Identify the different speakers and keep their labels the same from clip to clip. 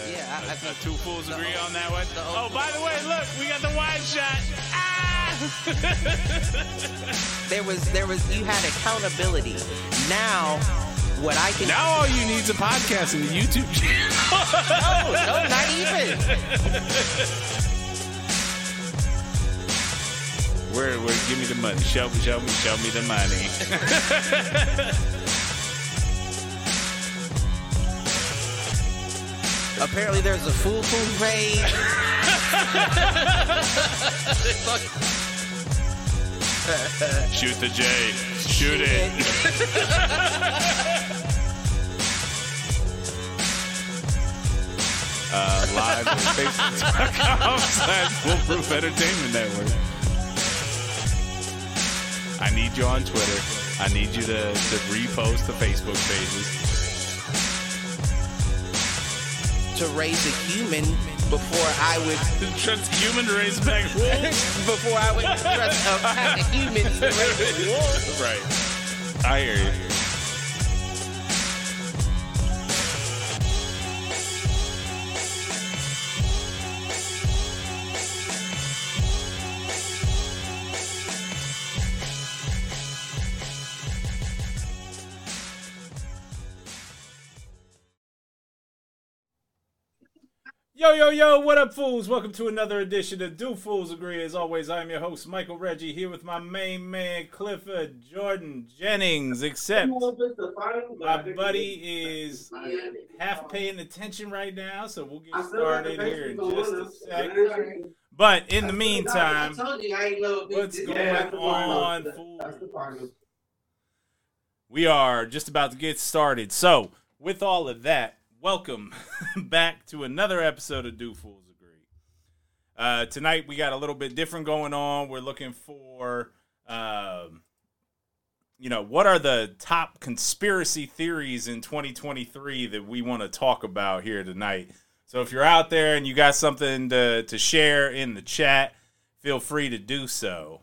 Speaker 1: Uh, two fools agree on that one.
Speaker 2: The
Speaker 1: Oh,
Speaker 2: old-
Speaker 1: by the way, look, we got the wide shot. Ah!
Speaker 2: There was there was you had accountability. Now what I can
Speaker 3: Now all you need is a podcast and a YouTube channel.
Speaker 2: no, no, not even.
Speaker 1: Where, where? Give me the money. Show me, show me, show me the money.
Speaker 2: Apparently there's a foolproof page.
Speaker 1: Shoot the J. Shoot it. uh, live on Facebook.com slash Foolproof Entertainment Network. I need you on Twitter. I need you to, to repost the Facebook pages.
Speaker 2: to raise a human before I would
Speaker 1: Trust human race back wolves.
Speaker 2: before I would trust a pack of humans to raise a wolf.
Speaker 1: right. I hear you.
Speaker 4: Yo, yo, yo, what up, fools? Welcome to another edition of Do Fools Agree. As always, I'm your host, Michael Reggie, here with my main man, Clifford Jordan Jennings. Except my buddy is half paying attention right now, so we'll get started here in just a sec. But in the meantime, what's going on, fools? We are just about to get started. So, with all of that, welcome back to another episode of Do Fools Agree. Uh, tonight we got a little bit different going on. We're looking for, um, you know, what are the top conspiracy theories in 2023 that we want to talk about here tonight. So if you're out there and you got something to, to share in the chat, feel free to do so.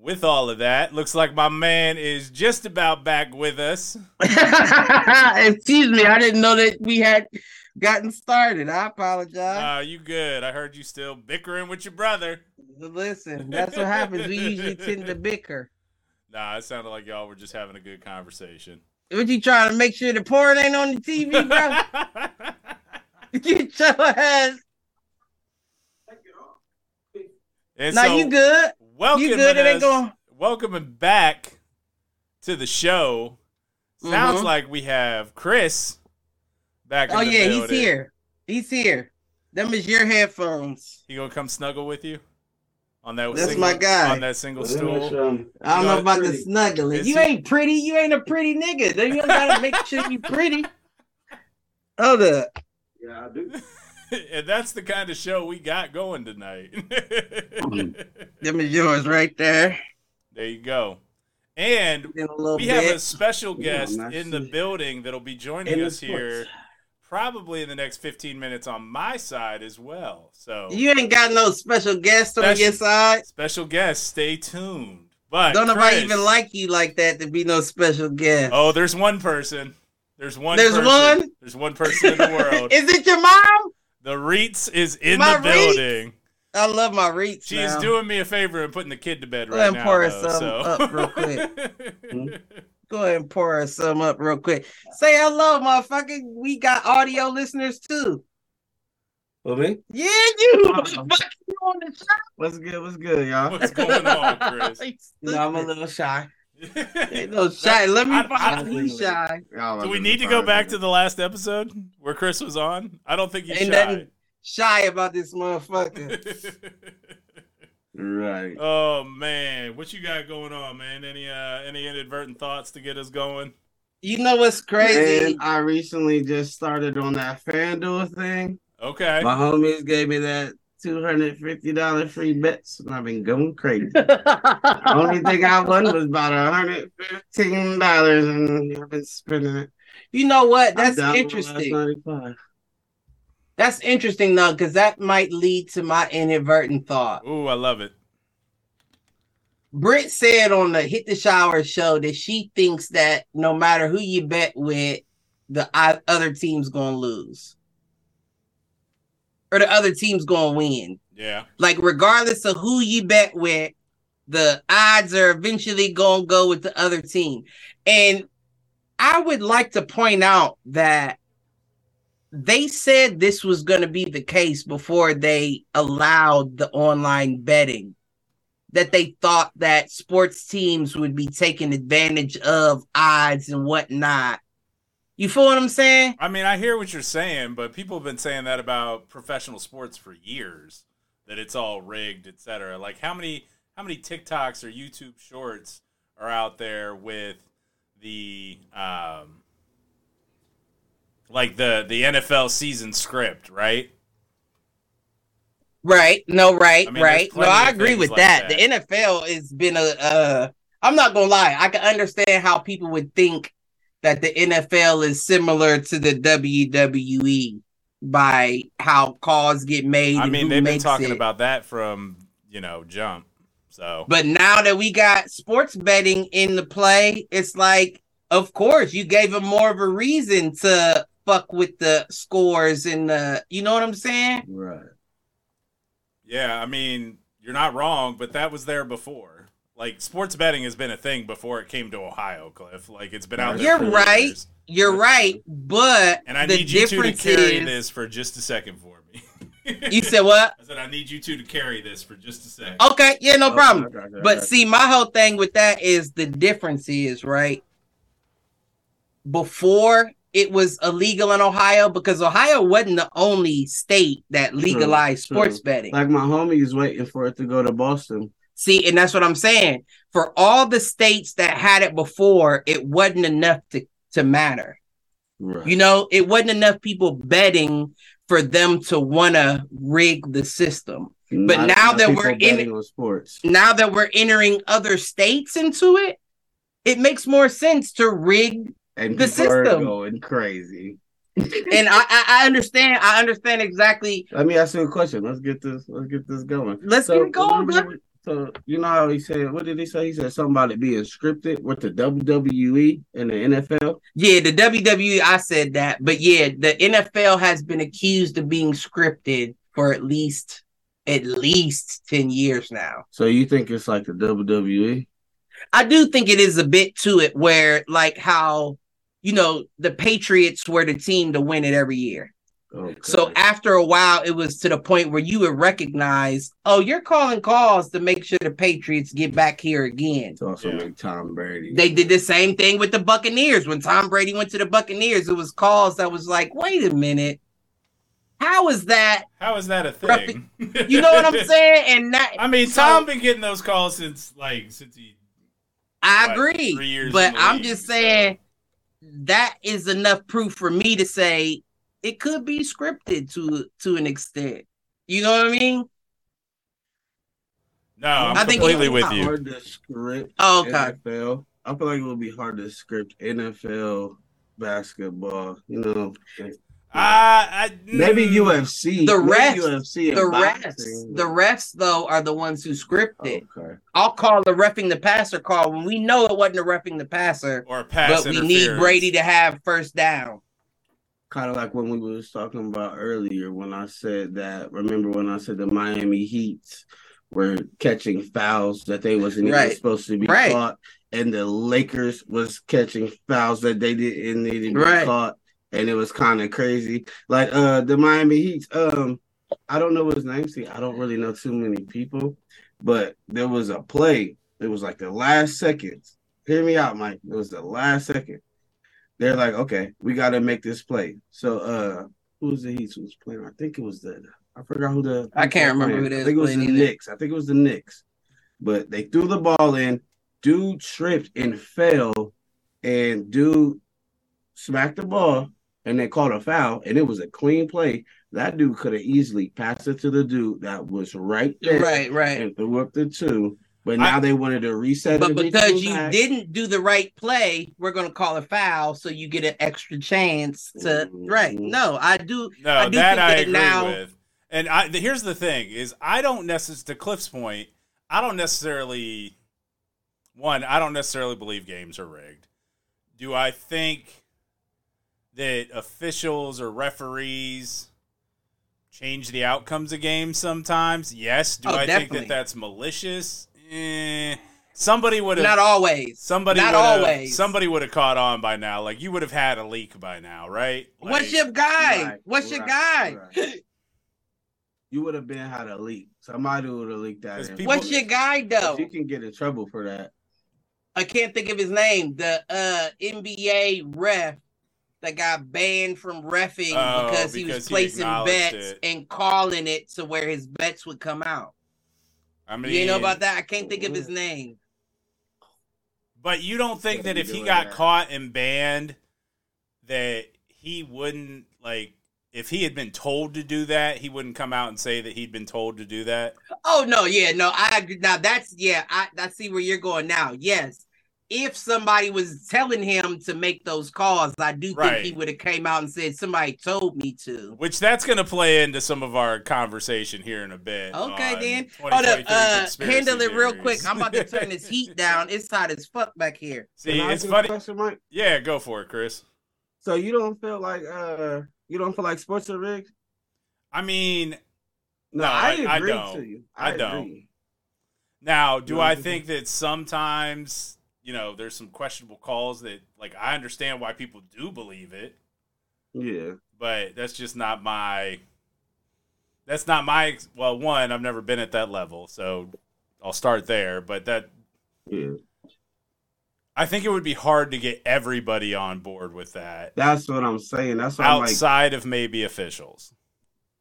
Speaker 4: With all of that, looks like my man is just about back with us.
Speaker 2: Excuse me, I didn't know that we had gotten started. I apologize.
Speaker 1: Ah, you good. I heard you still bickering with your brother.
Speaker 2: Listen, that's what happens. We usually tend to bicker.
Speaker 1: Nah, it sounded like y'all were just having a good conversation.
Speaker 2: What you trying to make sure the porn ain't on the TV, bro? Get your ass.
Speaker 1: and
Speaker 2: Now
Speaker 1: so,
Speaker 2: you good?
Speaker 1: Welcome
Speaker 2: You good? It ain't going.
Speaker 1: Welcoming back to the show. Sounds
Speaker 2: Mhm.
Speaker 1: like we have Chris back.
Speaker 2: Oh
Speaker 1: in the
Speaker 2: yeah, he's
Speaker 1: building.
Speaker 2: here. He's here. Them is your headphones.
Speaker 1: He gonna come snuggle with you on that.
Speaker 2: That's
Speaker 1: single,
Speaker 2: my guy.
Speaker 1: On that single stool.
Speaker 2: I don't
Speaker 1: You
Speaker 2: know
Speaker 1: know,
Speaker 2: about
Speaker 1: pretty.
Speaker 2: the snuggling.
Speaker 1: Is
Speaker 2: You
Speaker 1: he-
Speaker 2: ain't pretty. You ain't a pretty nigga. Then you gotta make sure you pretty. Hold up.
Speaker 5: Yeah, I do.
Speaker 1: and that's the kind of show we got going tonight.
Speaker 2: Them is yours right there.
Speaker 1: there you go. And
Speaker 2: In a little
Speaker 1: we
Speaker 2: bit.
Speaker 1: have a special
Speaker 5: Yeah,
Speaker 1: guest
Speaker 5: nice
Speaker 1: in
Speaker 5: to
Speaker 1: the
Speaker 5: see-
Speaker 1: building that'll be joining
Speaker 5: In the
Speaker 1: us here probably in the next 15 minutes on my side as well. So,
Speaker 2: You ain't got no special guest on
Speaker 1: Special-
Speaker 2: your side.
Speaker 1: special guest, stay tuned. But
Speaker 2: Don't nobody
Speaker 1: Chris-
Speaker 2: even like you like that to be no special guest.
Speaker 1: Oh, there's one person. There's one.
Speaker 2: There's
Speaker 1: person.
Speaker 2: one?
Speaker 1: There's one person in the world.
Speaker 2: is it your mom?
Speaker 1: the Reitz is in
Speaker 2: My
Speaker 1: the
Speaker 2: Reitz?
Speaker 1: building.
Speaker 2: I love my reach.
Speaker 1: She's
Speaker 2: now.
Speaker 1: doing me a favor and putting the kid to bed
Speaker 2: Go
Speaker 1: right
Speaker 2: and
Speaker 1: now.
Speaker 2: pour
Speaker 1: though,
Speaker 2: some
Speaker 1: so.
Speaker 2: up real Hmm? Go ahead and pour us some up real quick. Say hello, motherfucker. We got audio listeners too.
Speaker 5: Well, me?
Speaker 2: Yeah, you.
Speaker 5: Uh-uh.
Speaker 2: Motherfucker, you on the show.
Speaker 5: What's good? What's good, y'all?
Speaker 1: What's going on, Chris?
Speaker 2: No, I'm a little shy. Ain't no
Speaker 1: That-
Speaker 2: shy. Let me
Speaker 1: I-
Speaker 2: find
Speaker 5: I-
Speaker 2: you shy.
Speaker 5: Y'all
Speaker 1: Do
Speaker 5: are
Speaker 1: we need to go back to the last episode where Chris was on? I don't think he's
Speaker 2: Ain't
Speaker 1: shy.
Speaker 2: nothing shy about this motherfucker.
Speaker 5: right.
Speaker 1: oh man, what you got going on, man? Any uh any inadvertent thoughts to get us going?
Speaker 2: You know what's crazy?
Speaker 5: And I recently just started on that FanDuel thing.
Speaker 1: Okay.
Speaker 5: My homies gave me that two hundred fifty dollar free bets, and I've been going crazy. The only thing I won was about hundred fifteen dollars, and I've been spending it.
Speaker 2: you know what?
Speaker 5: I
Speaker 2: That's
Speaker 5: downloaded
Speaker 2: interesting.
Speaker 5: last 95.
Speaker 2: That's interesting though, because that might lead to my inadvertent thought.
Speaker 1: Ooh, I love it.
Speaker 2: Britt said on the Hit the Shower show that she thinks that no matter who you bet with, the o- other team's gonna lose. or the other team's gonna win.
Speaker 1: Yeah.
Speaker 2: Like regardless of who you bet with, the odds are eventually gonna go with the other team. And I would like to point out that they said this was going to be the case before they allowed the online betting that they thought that sports teams would be taking advantage of odds and whatnot you feel what i'm saying
Speaker 1: I mean, I hear what you're saying, but people have been saying that about professional sports for years that it's all rigged, et cetera. Like how many how many TikToks or YouTube shorts are out there with the um like the the NFL season script, right?
Speaker 2: right no right
Speaker 1: I mean,
Speaker 2: right
Speaker 1: there's
Speaker 2: no
Speaker 1: plenty
Speaker 2: i
Speaker 1: of
Speaker 2: agree
Speaker 1: things
Speaker 2: with
Speaker 1: like
Speaker 2: that.
Speaker 1: that.
Speaker 2: the nfl has been a uh i'm not gonna lie i can understand how people would think that the nfl is similar to the wwe by how calls get made
Speaker 1: I
Speaker 2: and
Speaker 1: mean,
Speaker 2: who
Speaker 1: they've been
Speaker 2: makes
Speaker 1: talking
Speaker 2: it.
Speaker 1: about that from, you know, jump. So
Speaker 2: But now that we got sports betting in the play, it's like, of course, you gave them more of a reason to fuck with the scores and the, you know what I'm saying?
Speaker 5: Right.
Speaker 1: Yeah, I mean, you're not wrong, but that was there before. Like sports betting has been a thing before it came to Ohio, Cliff. Like it's been out there.
Speaker 2: You're
Speaker 1: for
Speaker 2: right.
Speaker 1: years.
Speaker 2: You're right, but
Speaker 1: And I
Speaker 2: the
Speaker 1: need you two to
Speaker 2: difference
Speaker 1: carry
Speaker 2: is,
Speaker 1: this for just a second for me.
Speaker 2: you said Oh. what?
Speaker 1: I said I need you two to carry this for just a second.
Speaker 2: Okay, yeah, no
Speaker 5: Okay,
Speaker 2: problem.
Speaker 5: okay, okay,
Speaker 2: But
Speaker 5: okay.
Speaker 2: see, my whole thing with that is the difference is right. Before it was illegal in Ohio because Ohio wasn't the only state that legalized
Speaker 5: true.
Speaker 2: sports betting.
Speaker 5: like my homie is waiting for it to go to Boston.
Speaker 2: See, and that's what I'm saying. For all the states that had it before, it wasn't enough to, to matter.
Speaker 5: Right.
Speaker 2: You know, it wasn't enough people betting for them to want to rig the system. but
Speaker 5: Not
Speaker 2: now
Speaker 5: enough
Speaker 2: that we're
Speaker 5: people
Speaker 2: in-
Speaker 5: betting on sports,
Speaker 2: Now that we're entering other states into it, it makes more sense to rig.
Speaker 5: and
Speaker 2: the
Speaker 5: people are
Speaker 2: system.
Speaker 5: going crazy.
Speaker 2: And I, I, I understand. I understand exactly.
Speaker 5: Let me ask you a question. Let's get this. Let's get this going.
Speaker 2: Let's
Speaker 5: So,
Speaker 2: get it going, brother.
Speaker 5: remember- So you know how he said? What did he say? He said something about it being scripted with the WWE and the NFL.
Speaker 2: Yeah, the WWE, I said that. But yeah, the NFL has been accused of being scripted for at least at least 10 years now.
Speaker 5: So you think it's like the E? WWE?
Speaker 2: I do think it is a bit to it where like how you know the Patriots were the team to win it every year.
Speaker 5: Okay.
Speaker 2: So after a while it was to the point where you would recognize, oh, you're calling calls to make sure the Patriots get back here again.
Speaker 5: it's also
Speaker 1: Yeah.
Speaker 5: like Tom Brady.
Speaker 2: They did the same thing with the Buccaneers. When Tom Brady went to the Buccaneers, it was calls that was like, wait a minute. How is that?
Speaker 1: How is that a
Speaker 2: Ruffy,
Speaker 1: thing?
Speaker 2: You know what I'm saying? And that
Speaker 1: I mean,
Speaker 2: So-
Speaker 1: Tom been getting those calls since like since he
Speaker 2: I
Speaker 1: what,
Speaker 2: agree.
Speaker 1: three years
Speaker 2: but
Speaker 1: in the
Speaker 2: I'm
Speaker 1: league,
Speaker 2: just
Speaker 1: so-
Speaker 2: saying that is enough proof for me to say it could be scripted to to an extent. You know what I mean?
Speaker 1: No, Uh, I'm
Speaker 2: I think
Speaker 1: completely
Speaker 2: even
Speaker 1: with
Speaker 2: Tom-
Speaker 1: you.
Speaker 5: Hard to script
Speaker 2: Oh, okay.
Speaker 5: NFL. I feel like it would be hard to script NFL basketball. You know,
Speaker 1: I, I,
Speaker 5: maybe
Speaker 1: mm,
Speaker 5: UFC.
Speaker 2: The
Speaker 5: maybe
Speaker 2: refs-
Speaker 5: UFC.
Speaker 2: The
Speaker 5: and boxing,
Speaker 2: refs, the refs though, are the ones who script it.
Speaker 5: Okay.
Speaker 2: I'll call the refing the passer call when we know it wasn't a refing the passer,
Speaker 1: or pass
Speaker 2: but we need
Speaker 1: interference.
Speaker 2: Brady to have first down.
Speaker 5: kind of like when we was talking about earlier when I said that remember when I said the Miami Heat were catching fouls that they wasn't
Speaker 2: Right.
Speaker 5: even supposed to be
Speaker 2: Right.
Speaker 5: caught and the Lakers was catching fouls that they didn't need to be
Speaker 2: Right.
Speaker 5: caught and it was kind of crazy like uh the Miami Heat um I don't know his name see I don't really know too many people but there was a play it was like the last seconds hear me out Mike it was the last second they're like, okay, we got to make this play. So, uh, who was the Heat was playing? I think it was the, I forgot who the.
Speaker 2: I can't remember who
Speaker 5: playing.
Speaker 2: they was
Speaker 5: I think it was the
Speaker 2: playing either.
Speaker 5: Knicks. I think it was the Knicks. But they threw the ball in. Dude tripped and fell, and dude smacked the ball, and they called a foul, and it was a clean play. That dude could have easily passed it to the dude that was right there
Speaker 2: Right, right.
Speaker 5: and threw up the two. But
Speaker 1: I-
Speaker 5: now they wanted to reset.
Speaker 2: But because
Speaker 5: everything
Speaker 2: you
Speaker 5: back.
Speaker 2: didn't do the right play, we're gonna call a foul, so you get an extra chance to
Speaker 5: Mhm.
Speaker 2: right. No, I do
Speaker 1: No,
Speaker 2: I do
Speaker 1: that
Speaker 2: think
Speaker 1: I
Speaker 2: that
Speaker 1: agree
Speaker 2: now-
Speaker 1: with. And I, the, here's the thing: is I don't necessarily, to Cliff's point, I don't necessarily. One, I don't necessarily believe games are rigged. Do I think that officials or referees change the outcomes of games sometimes. Yes. Do
Speaker 2: Oh,
Speaker 1: I
Speaker 2: definitely.
Speaker 1: think that that's malicious? Eh. Somebody would
Speaker 2: Not
Speaker 1: have.
Speaker 2: always.
Speaker 1: Somebody
Speaker 2: not
Speaker 1: would have-
Speaker 2: always.
Speaker 1: Somebody would have caught on by now. Like you would have had a leak by now, right? Like,
Speaker 2: What's your guy?
Speaker 5: Right,
Speaker 2: What's your guy?
Speaker 5: right, right. You would have been how to leak. Somebody would have leaked that.
Speaker 1: 'Cause
Speaker 5: in.
Speaker 1: people-
Speaker 2: What's your guy though?
Speaker 5: You can get in trouble for that.
Speaker 2: I can't think of his name. The uh NBA ref that got banned from refing
Speaker 1: Oh,
Speaker 2: because he
Speaker 1: because
Speaker 2: was
Speaker 1: he
Speaker 2: placing
Speaker 1: acknowledged
Speaker 2: bets
Speaker 1: it.
Speaker 2: and calling it to where his bets would come out.
Speaker 1: I mean,
Speaker 2: You know about that? I can't think of his name.
Speaker 1: But you don't think
Speaker 5: Shouldn't
Speaker 1: that
Speaker 5: be
Speaker 1: if he
Speaker 5: doing
Speaker 1: got
Speaker 5: that.
Speaker 1: caught and banned, that he wouldn't like if he had been told to do that, he wouldn't come out and say that he'd been told to do that.
Speaker 2: Oh no, yeah, no, I agree. Now that's yeah, I, I see where you're going now. Yes. If somebody was telling him to make those calls, I do
Speaker 1: Right.
Speaker 2: think he would have came out and said somebody told me to.
Speaker 1: Which that's going to play into some of our conversation here in a bit.
Speaker 2: Okay,
Speaker 1: on
Speaker 2: then.
Speaker 1: 2023
Speaker 2: Hold up, uh,
Speaker 1: conspiracy
Speaker 2: handle it real
Speaker 1: theories.
Speaker 2: quick. I'm about to turn this heat down. It's hot as fuck back here.
Speaker 1: See,
Speaker 5: Can I
Speaker 1: it's
Speaker 5: ask you a
Speaker 1: funny.
Speaker 5: question, Mike?
Speaker 1: Yeah, go for it, Chris.
Speaker 5: So you don't feel like uh you don't feel like sports are rigged?
Speaker 1: I mean, No,
Speaker 5: No, I,
Speaker 1: I- I
Speaker 5: agree
Speaker 1: don't.
Speaker 5: to you.
Speaker 1: I don't.
Speaker 5: agree.
Speaker 1: Now, do
Speaker 5: know,
Speaker 1: I
Speaker 5: it's just-
Speaker 1: think that sometimes, you know, there's some questionable calls that, like, I understand why people do believe it,
Speaker 5: Yeah.
Speaker 1: but that's just not my. That's not my. ex- Well, one, I've never been at that level, so I'll start there. But that.
Speaker 5: Yeah.
Speaker 1: I think it would be hard to get everybody on board with that
Speaker 5: That's what I'm saying. That's what
Speaker 1: outside of maybe officials.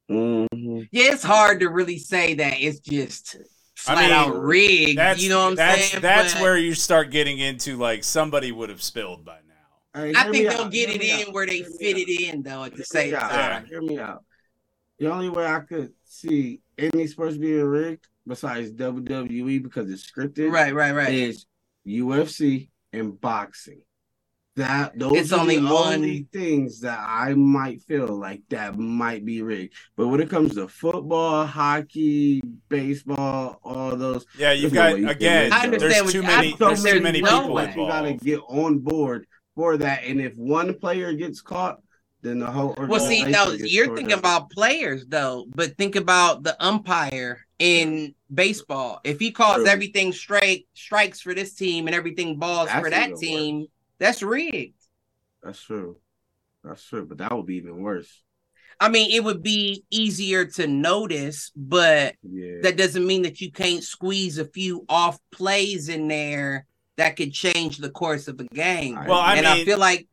Speaker 5: I'm like. mhm.
Speaker 2: Yeah, it's hard to really say that. It's just flat
Speaker 1: I mean,
Speaker 2: out rigged.
Speaker 1: That's
Speaker 2: you know what I'm
Speaker 1: that's,
Speaker 2: saying?
Speaker 1: That's
Speaker 2: But
Speaker 1: where you start getting into like somebody would have spilled by now.
Speaker 5: Hey,
Speaker 2: I
Speaker 5: hear
Speaker 2: think
Speaker 5: me
Speaker 2: they'll
Speaker 5: out,
Speaker 2: get
Speaker 5: hear
Speaker 2: it
Speaker 5: me out,
Speaker 2: in where they
Speaker 5: hear me
Speaker 2: fit
Speaker 5: out.
Speaker 2: it in, though. At the
Speaker 5: Hear me
Speaker 2: same
Speaker 5: out,
Speaker 2: time,
Speaker 5: Hear me out. The only way I could see any sports being rigged besides WWE because it's scripted
Speaker 2: right, right, right.
Speaker 5: is UFC and boxing. That those
Speaker 2: It's
Speaker 5: are
Speaker 2: only
Speaker 5: the
Speaker 2: on-
Speaker 5: only things that I might feel like that might be rigged. But when it comes to football, hockey, baseball, all those,
Speaker 1: Yeah, you've
Speaker 5: There's no
Speaker 1: got
Speaker 5: way you can
Speaker 1: again.
Speaker 5: win. I understand
Speaker 1: There's
Speaker 2: what
Speaker 1: too
Speaker 2: you-
Speaker 1: many.
Speaker 2: I-
Speaker 1: There's too
Speaker 2: there's
Speaker 1: many
Speaker 2: no
Speaker 1: people
Speaker 2: way.
Speaker 5: you gotta
Speaker 1: involved.
Speaker 5: get on board for that. And if one player gets caught, then the whole
Speaker 2: Well, see,
Speaker 5: organization
Speaker 2: no,
Speaker 5: gets
Speaker 2: you're
Speaker 5: torn
Speaker 2: thinking
Speaker 5: up.
Speaker 2: about players though, but think about the umpire in baseball. If he calls
Speaker 5: True.
Speaker 2: everything straight strikes for this team and everything balls
Speaker 5: That's
Speaker 2: for that
Speaker 5: even
Speaker 2: team, that's rigged.
Speaker 5: That's true. That's true. But that would be even worse.
Speaker 2: I mean, it would be easier to notice, but
Speaker 5: Yeah.
Speaker 2: that doesn't mean that you can't squeeze a few off plays in there that could change the course of a game.
Speaker 5: All right.
Speaker 1: Well, I
Speaker 2: and
Speaker 1: mean,
Speaker 2: I feel like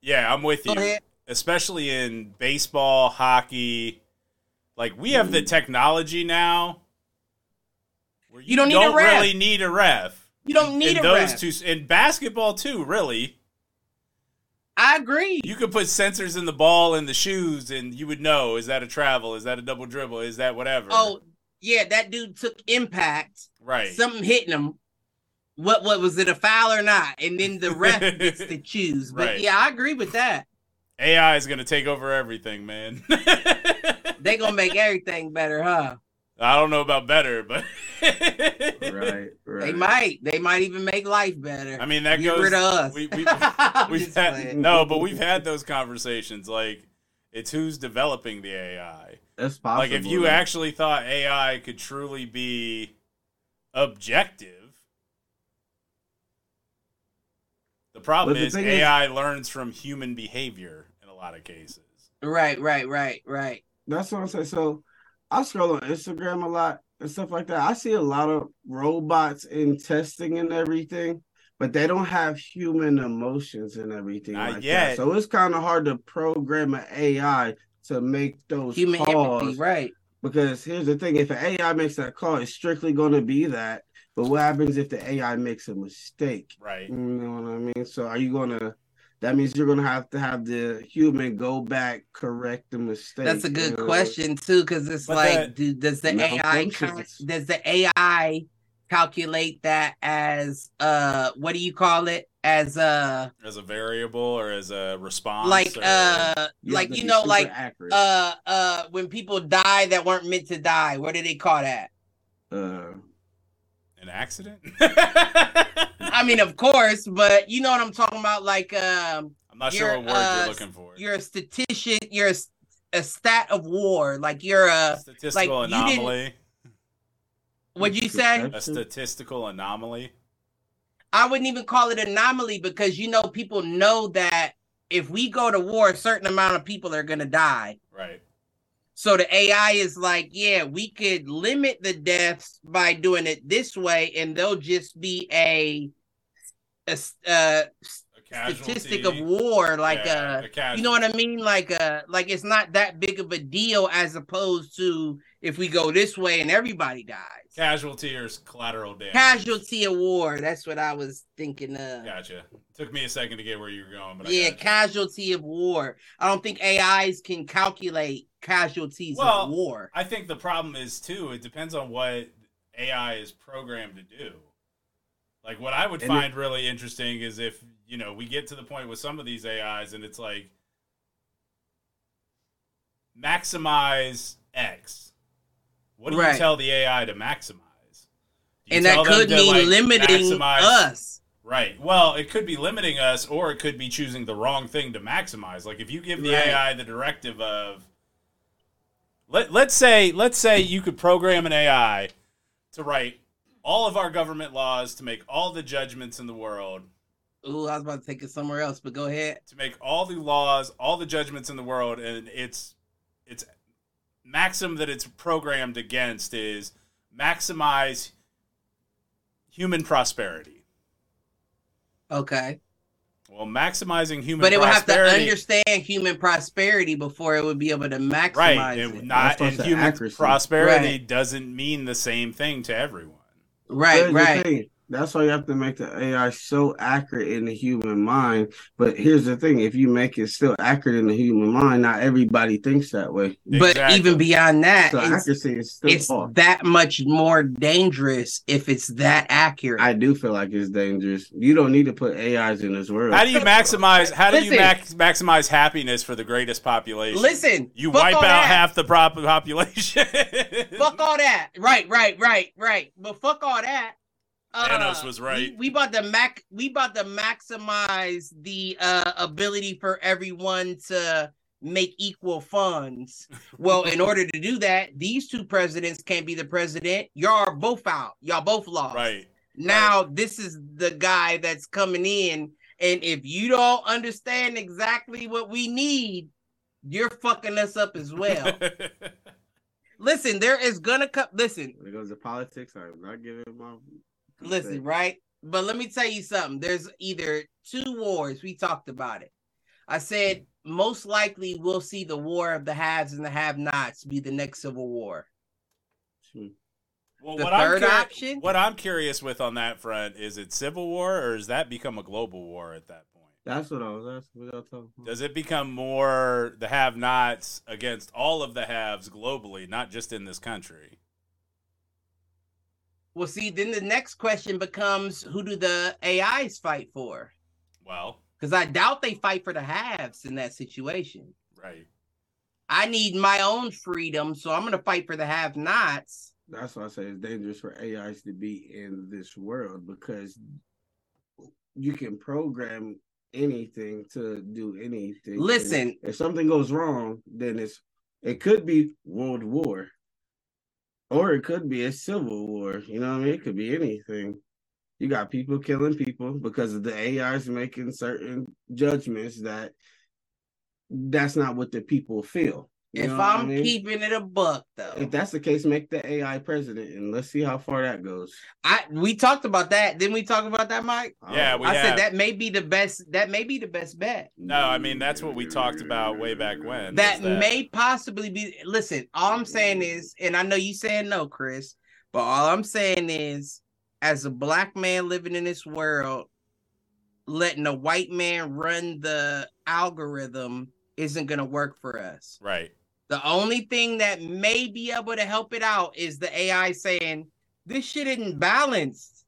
Speaker 1: yeah, I'm with
Speaker 2: go
Speaker 1: you,
Speaker 2: ahead.
Speaker 1: especially in baseball, hockey. Like we have
Speaker 2: Mm.
Speaker 1: the technology now. Where
Speaker 2: You don't need a ref.
Speaker 1: really need a ref.
Speaker 2: you don't need
Speaker 1: in
Speaker 2: a
Speaker 1: those
Speaker 2: ref.
Speaker 1: two in basketball too. Really,
Speaker 2: I agree.
Speaker 1: you could put sensors in the ball and the shoes, and you would know is that a travel, is that a double dribble, is that whatever.
Speaker 2: Oh, yeah, that dude took impact.
Speaker 1: right.
Speaker 2: something hitting him. What what was it a foul or not? And then the ref gets to choose. But
Speaker 1: Right.
Speaker 2: yeah, I agree with that.
Speaker 1: AI is gonna take over everything, man.
Speaker 2: They gonna make everything better, huh?
Speaker 1: I don't know about better, but
Speaker 5: right. Right.
Speaker 2: They might. They might even make life better.
Speaker 1: I mean that
Speaker 2: Get
Speaker 1: goes.
Speaker 2: rid of us.
Speaker 1: We, we,
Speaker 2: I'm
Speaker 1: we've
Speaker 2: just
Speaker 1: had
Speaker 2: playing.
Speaker 1: no, but we've had those conversations. Like it's who's developing the AI.
Speaker 5: That's possible.
Speaker 1: Like if you
Speaker 5: though.
Speaker 1: actually thought AI could truly be objective, the problem
Speaker 5: But the
Speaker 1: is
Speaker 5: thing is-
Speaker 1: AI learns from human behavior in a lot of cases.
Speaker 2: Right, right, right, right.
Speaker 5: That's what I'm saying. So I scroll on Instagram a lot and stuff like that. I see a lot of robots in testing and everything, but they don't have human emotions and everything
Speaker 1: Not
Speaker 5: like
Speaker 1: yet.
Speaker 5: that. So it's kind of hard to program an AI to make those
Speaker 2: Human
Speaker 5: calls.
Speaker 2: empathy, right?
Speaker 5: Because here's the thing: if an AI makes that call, it's strictly going to be that. But what happens if the AI makes a mistake?
Speaker 1: Right.
Speaker 5: You know what I mean? So are you gonna? That means you're gonna have to have the human go back, correct the uh, mistake.
Speaker 2: That's a
Speaker 5: you
Speaker 2: good
Speaker 5: know?
Speaker 2: question too, because it's
Speaker 1: But
Speaker 2: like,
Speaker 1: that-
Speaker 2: do, does the AI cal-
Speaker 5: Malfunctions.
Speaker 2: does the AI calculate that as uh what do you call it as uh
Speaker 1: As a variable or as a response.
Speaker 2: like
Speaker 1: or-
Speaker 2: uh
Speaker 5: You
Speaker 2: like
Speaker 5: have to
Speaker 2: you
Speaker 5: be
Speaker 2: know
Speaker 5: super
Speaker 2: like
Speaker 5: accurate. Uh,
Speaker 2: uh uh when people die that weren't meant to die what do they call that
Speaker 5: uh,
Speaker 1: an accident.
Speaker 2: i mean of course but you know what i'm talking about like um
Speaker 1: I'm not sure
Speaker 2: You're,
Speaker 1: what word
Speaker 2: uh,
Speaker 1: you're looking for.
Speaker 2: you're a statistician you're a s- a stat of war. Like you're a
Speaker 1: Statistical
Speaker 2: Like, you didn't-
Speaker 1: anomaly.
Speaker 2: what'd you say?
Speaker 1: A statistical anomaly.
Speaker 2: I wouldn't even call it anomaly because you know people know that if we go to war, a certain amount of people are gonna die.
Speaker 1: Right.
Speaker 2: So the AI is like, yeah, we could limit the deaths by doing it this way, and they'll just be a, a s- uh,
Speaker 1: A casualty.
Speaker 2: statistic of war, like a
Speaker 1: yeah,
Speaker 2: you know what I mean? Like uh like it's not that big of a deal as opposed to if we go this way and everybody dies.
Speaker 1: Casualty or s- collateral damage.
Speaker 2: Casualty of war, that's what I was thinking of. Yeah,
Speaker 1: Gotcha. Took me a second to get where you were going, but I gotcha.
Speaker 2: casualty of war. I don't think AIs can calculate casualties
Speaker 1: Well,
Speaker 2: of war.
Speaker 1: I think the problem is too. It depends on what AI is programmed to do. Like what I would
Speaker 5: And it-
Speaker 1: find really interesting is if you know we get to the point with some of these AIs and it's like maximize X. What do
Speaker 2: Right.
Speaker 1: you tell the AI to maximize? Do you
Speaker 2: And that
Speaker 1: tell them
Speaker 2: could
Speaker 1: to,
Speaker 2: mean
Speaker 1: like,
Speaker 2: limiting
Speaker 1: maximize-
Speaker 2: us.
Speaker 1: Right. Well, it could be limiting us, or it could be choosing the wrong thing to maximize. Like if you give the
Speaker 2: Right.
Speaker 1: AI the directive of let let's say let's say you could program an AI to write all of our government laws, to make all the judgments in the world,
Speaker 2: Ooh, I was about to take it somewhere else, but go ahead.
Speaker 1: to make all the laws, all the judgments in the world, and it's it's maxim that it's programmed against is maximize human prosperity.
Speaker 2: Okay.
Speaker 1: Well, maximizing human
Speaker 2: But it would have to
Speaker 1: prosperity
Speaker 2: understand human prosperity before it would be able to maximize
Speaker 1: right
Speaker 2: it.
Speaker 1: and not
Speaker 5: That's
Speaker 1: and
Speaker 5: also
Speaker 1: human
Speaker 5: accuracy.
Speaker 1: prosperity
Speaker 2: Right.
Speaker 1: doesn't mean the same thing to everyone
Speaker 2: right,
Speaker 5: That's the
Speaker 2: right.
Speaker 5: thing. That's why you have to make the AI so accurate in the human mind. But here's the thing: if you make it still accurate in the human mind, not everybody thinks that way.
Speaker 2: But
Speaker 1: Exactly.
Speaker 2: even beyond that,
Speaker 5: So
Speaker 2: it's,
Speaker 5: accuracy is still
Speaker 2: it's
Speaker 5: off.
Speaker 2: that much more dangerous if it's that accurate.
Speaker 5: I do feel like it's dangerous. You don't need to put AIs in this world.
Speaker 1: how do you maximize how do you
Speaker 2: Listen.
Speaker 1: max, maximize happiness for the greatest population
Speaker 2: Listen,
Speaker 1: you
Speaker 2: fuck
Speaker 1: wipe
Speaker 2: all
Speaker 1: out
Speaker 2: that.
Speaker 1: half the prop- population
Speaker 2: Fuck all that. Right, right, right, right. But fuck all that.
Speaker 1: Thanos was right.
Speaker 2: uh, We, we about to mac. We about to maximize the uh, ability for everyone to make equal funds. Well, in order to do that, these two presidents can't be the president. Y'all are both out. Y'all both lost.
Speaker 1: right
Speaker 2: Now this is the guy that's coming in, and if you don't understand exactly what we need, you're fucking us up as well. listen, there is gonna come. Listen,
Speaker 5: When it goes to politics, I'm not giving my
Speaker 2: listen, right? But let me tell you something. There's either two wars. We talked about it. I said most likely we'll see the war of the haves and the have-nots be the next civil war.
Speaker 5: Hmm.
Speaker 1: well,
Speaker 2: The
Speaker 1: what I'm
Speaker 2: third
Speaker 1: curi-
Speaker 2: option?
Speaker 1: what i'm curious with on that front is it civil war or has that become a global war at that point
Speaker 5: That's what I was asking. What y'all talking about?
Speaker 1: does it become more the have-nots against all of the haves globally not just in this country
Speaker 2: Well, see, then the next question becomes who do the AIs fight for?
Speaker 1: well
Speaker 2: Because I doubt they fight for the haves in that situation.
Speaker 1: right
Speaker 2: I need my own freedom, so I'm gonna fight for the have-nots.
Speaker 5: That's why I say it's dangerous for AIs to be in this world because you can program anything to do anything. And
Speaker 2: Listen,
Speaker 5: if something goes wrong, then it's it could be world war, or it could be a civil war. You know what I mean? It could be anything. You got people killing people because of the AIs making certain judgments that that's not what the people feel. You
Speaker 2: if
Speaker 5: know
Speaker 2: I'm
Speaker 5: what I mean?
Speaker 2: keeping it a buck, though,
Speaker 5: If that's the case, make the AI president, and let's see how far that goes.
Speaker 2: I we talked about that. Didn't we talk about that, Mike?
Speaker 1: Yeah,
Speaker 5: Oh,
Speaker 1: we
Speaker 2: Um, I
Speaker 1: have.
Speaker 2: said that may be the best. That may be the best bet.
Speaker 1: No, I mean that's what we talked about way back when.
Speaker 2: That,
Speaker 1: is that-
Speaker 2: may possibly be. Listen, all I'm saying is, and I know you saying no, Chris, but all I'm saying is, as a black man living in this world, letting a white man run the algorithm isn't gonna work for us.
Speaker 1: right.
Speaker 2: The only thing that may be able to help it out is the AI saying, This shit isn't balanced.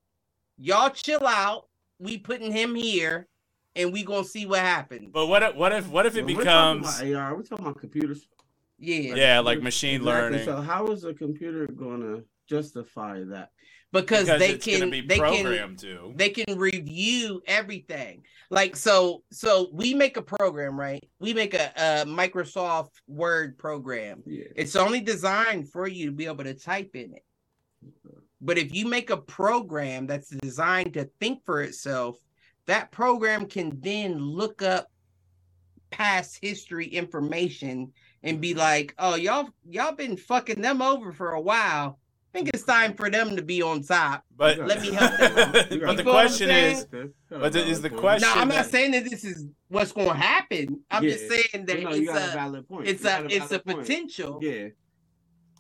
Speaker 2: Y'all chill out. We putting him here and we gonna see what happens.
Speaker 1: But what if what if what if it
Speaker 5: When we're talking
Speaker 1: becomes
Speaker 5: about AR, we're talking about computers.
Speaker 2: yeah.
Speaker 1: yeah like machine
Speaker 5: Exactly.
Speaker 1: learning?
Speaker 5: So how is a computer going to justify that?
Speaker 2: because, they
Speaker 1: it's gonna
Speaker 2: can
Speaker 1: be
Speaker 2: they can
Speaker 1: programmed to.
Speaker 2: they can review everything. Like so so we make a program, right? We make a, a Microsoft Word program.
Speaker 5: Yeah.
Speaker 2: It's only designed for you to be able to type in it. But if you make a program that's designed to think for itself, that program can then look up past history information and be like, "Oh, y'all y'all been fucking them over for a while. I think it's time for them to be on top."
Speaker 1: but
Speaker 2: Let me help them
Speaker 5: You
Speaker 1: but
Speaker 5: got
Speaker 1: the
Speaker 5: a valid
Speaker 1: question
Speaker 5: point.
Speaker 1: is,
Speaker 5: Okay. Got
Speaker 1: but
Speaker 5: a
Speaker 1: the- is
Speaker 5: valid
Speaker 1: the
Speaker 5: point.
Speaker 1: question-
Speaker 2: No, I'm not
Speaker 1: that-
Speaker 2: saying that this is what's going to happen. I'm just
Speaker 5: Yeah.
Speaker 2: saying that
Speaker 5: No, you
Speaker 2: it's
Speaker 5: got a
Speaker 2: a,
Speaker 5: valid point.
Speaker 2: it's
Speaker 5: You got
Speaker 2: a it's a
Speaker 5: valid point.
Speaker 2: potential.
Speaker 5: Yeah.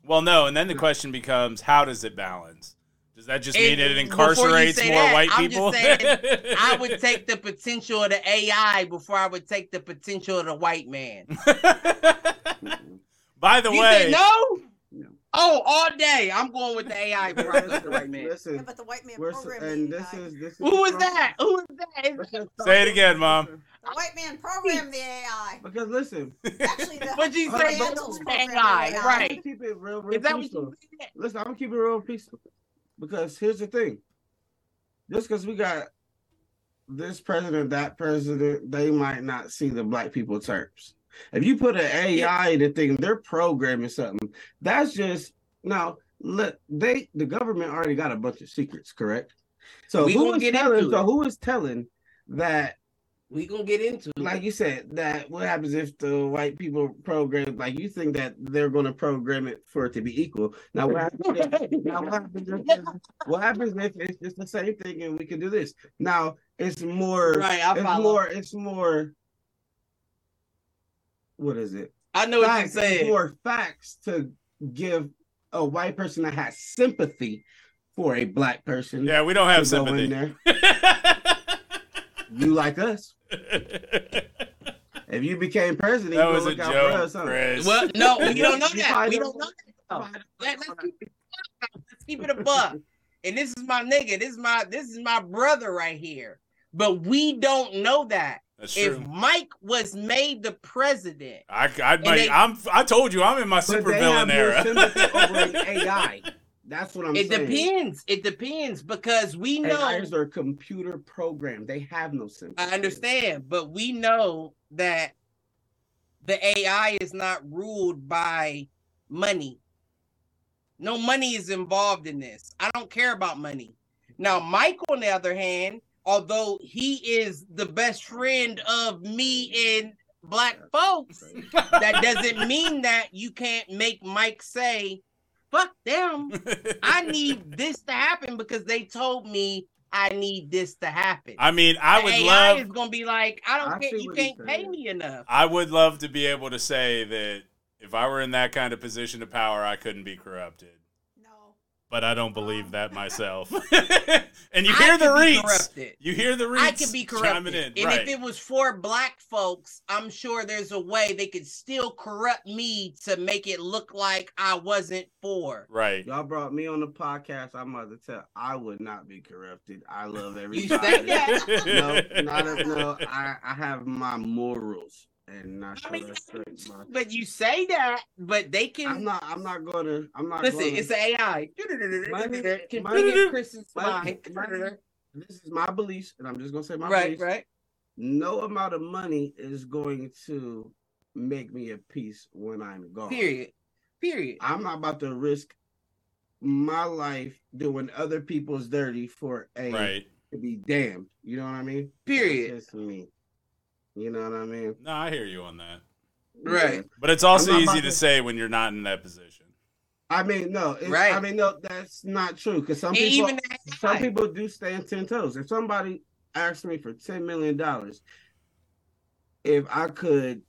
Speaker 1: well, no, and then the question becomes, how does it balance? Does that just mean
Speaker 2: And
Speaker 1: it
Speaker 2: before you
Speaker 1: incarcerates
Speaker 2: say
Speaker 1: more
Speaker 2: that,
Speaker 1: white
Speaker 2: I'm just
Speaker 1: people?
Speaker 2: saying, I would take the potential of the AI before I would take the potential of the white man.
Speaker 1: By the
Speaker 2: You
Speaker 1: way,
Speaker 2: said no?
Speaker 5: No.
Speaker 2: Oh, all day. I'm going with the AI before I go with the white man.
Speaker 5: Listen,
Speaker 6: but the white man
Speaker 5: we're,
Speaker 6: programmed me.
Speaker 5: and this
Speaker 6: AI.
Speaker 5: is this is
Speaker 2: Who was
Speaker 5: from-
Speaker 2: that? Who was that? Is
Speaker 5: Listen,
Speaker 1: Say it again, Mom.
Speaker 6: the white man programmed the AI.
Speaker 5: Because listen,
Speaker 6: Actually, the
Speaker 2: What'd you say?
Speaker 6: Mandels
Speaker 2: But-
Speaker 6: programmed the
Speaker 2: AI,
Speaker 6: AI.
Speaker 5: I'm
Speaker 2: right.
Speaker 5: gonna keep it real, real
Speaker 2: Is that what
Speaker 5: peaceful.
Speaker 2: you said?
Speaker 5: Listen, I'm gonna keep it real peaceful because here's the thing. Just because we got this president, that president, they might not see the black people terms. If you put an AI in the thing, they're programming something. That's just now. Let they the government already got a bunch of secrets, correct? So
Speaker 2: We
Speaker 5: who
Speaker 2: gonna
Speaker 5: is
Speaker 2: get
Speaker 5: telling?
Speaker 2: into
Speaker 5: So
Speaker 2: it.
Speaker 5: who is telling that
Speaker 2: We gonna get into it.
Speaker 5: like you said, that what happens if the white people program like you think that they're gonna program it for it to be equal. Now what happens if, now what happens if, what happens if it's just the same thing and we can do this? Now it's more
Speaker 2: right, I
Speaker 5: it's
Speaker 2: follow.
Speaker 5: more it's more what is it?
Speaker 2: I know what you're
Speaker 5: Facts, it's
Speaker 2: saying.
Speaker 5: more facts to give a white person that has sympathy for a black person.
Speaker 1: yeah, we don't
Speaker 5: to
Speaker 1: have
Speaker 5: go
Speaker 1: sympathy.
Speaker 5: in there. You like us. If you became president,
Speaker 1: that
Speaker 5: you
Speaker 1: was a
Speaker 5: look out for us,
Speaker 1: joke,
Speaker 5: huh?
Speaker 1: Chris.
Speaker 2: Well, no, we don't know
Speaker 5: You
Speaker 2: that. We
Speaker 5: probably don't
Speaker 2: don't know that. though. Let, us keep it a buck. Let's keep it a buck. And this is my nigga. This is my this is my brother right here. But we don't know that.
Speaker 1: That's
Speaker 2: If
Speaker 1: true.
Speaker 2: Mike was made the president,
Speaker 1: I, I, might,
Speaker 2: they-
Speaker 1: I'm, I told you, I'm in my
Speaker 5: But
Speaker 1: super
Speaker 5: they have
Speaker 1: villain
Speaker 5: more
Speaker 1: era.
Speaker 5: sympathy over an AI. That's what I'm
Speaker 2: it
Speaker 5: saying.
Speaker 2: depends. It depends because we know
Speaker 5: AIs are computer programmed. They have no sympathy.
Speaker 2: I understand, but we know that the AI is not ruled by money. No money is involved in this. I don't care about money. Now, Mike, on the other hand, although he is the best friend of me and black folks, that doesn't mean that you can't make Mike say, fuck them. I need this to happen because they told me I need this to happen.
Speaker 1: I mean, I
Speaker 2: The
Speaker 1: would
Speaker 2: AI
Speaker 1: love.
Speaker 2: is gonna be like, I don't
Speaker 5: I
Speaker 2: care.
Speaker 5: see
Speaker 2: You
Speaker 5: what he's
Speaker 2: can't pay
Speaker 5: saying.
Speaker 2: me enough.
Speaker 1: I would love to be able to say that if I were in that kind of position of power, I couldn't be corrupted.
Speaker 6: No.
Speaker 1: But I don't believe that myself. and you
Speaker 2: I
Speaker 1: hear the
Speaker 2: could be
Speaker 1: reeds.
Speaker 2: corrupted.
Speaker 1: You hear the reeds.
Speaker 2: I could be corrupted.
Speaker 1: chiming in.
Speaker 2: And
Speaker 1: right.
Speaker 2: if it was for black folks, I'm sure there's a way they could still corrupt me to make it look like I wasn't for.
Speaker 1: right.
Speaker 5: Y'all brought me on the podcast. I'm about to tell. I would not be corrupted. I love everybody.
Speaker 2: You say that?
Speaker 5: No, not a, no. I, I have my morals and not
Speaker 2: I mean,
Speaker 5: respect my.
Speaker 2: But you say that, but they can
Speaker 5: I'm not. I'm not gonna. I'm not.
Speaker 2: listen.
Speaker 5: gonna,
Speaker 2: It's AI.
Speaker 5: Money-
Speaker 2: Can
Speaker 5: money-
Speaker 2: bring in Chris's
Speaker 5: money-
Speaker 2: mind.
Speaker 5: money- This is my beliefs, and I'm just gonna say my
Speaker 2: Right,
Speaker 5: beliefs.
Speaker 2: right.
Speaker 5: no amount of money is going to make me at peace when I'm gone.
Speaker 2: Period. Period.
Speaker 5: I'm not about to risk my life doing other people's dirty for a
Speaker 1: Right.
Speaker 5: to be damned. You know what I mean?
Speaker 2: Period.
Speaker 5: That's just me. You know what I mean?
Speaker 1: No, I hear you on that.
Speaker 2: Right.
Speaker 1: But it's also
Speaker 5: I'm not
Speaker 1: easy
Speaker 5: about
Speaker 1: to
Speaker 5: to-
Speaker 1: say when you're not in that position.
Speaker 5: I mean, no. It's,
Speaker 2: Right.
Speaker 5: I mean, no. That's not true because some
Speaker 2: And
Speaker 5: people
Speaker 2: even the
Speaker 5: some
Speaker 2: AI.
Speaker 5: people do stand ten toes. If somebody asked me for ten million dollars, if I could,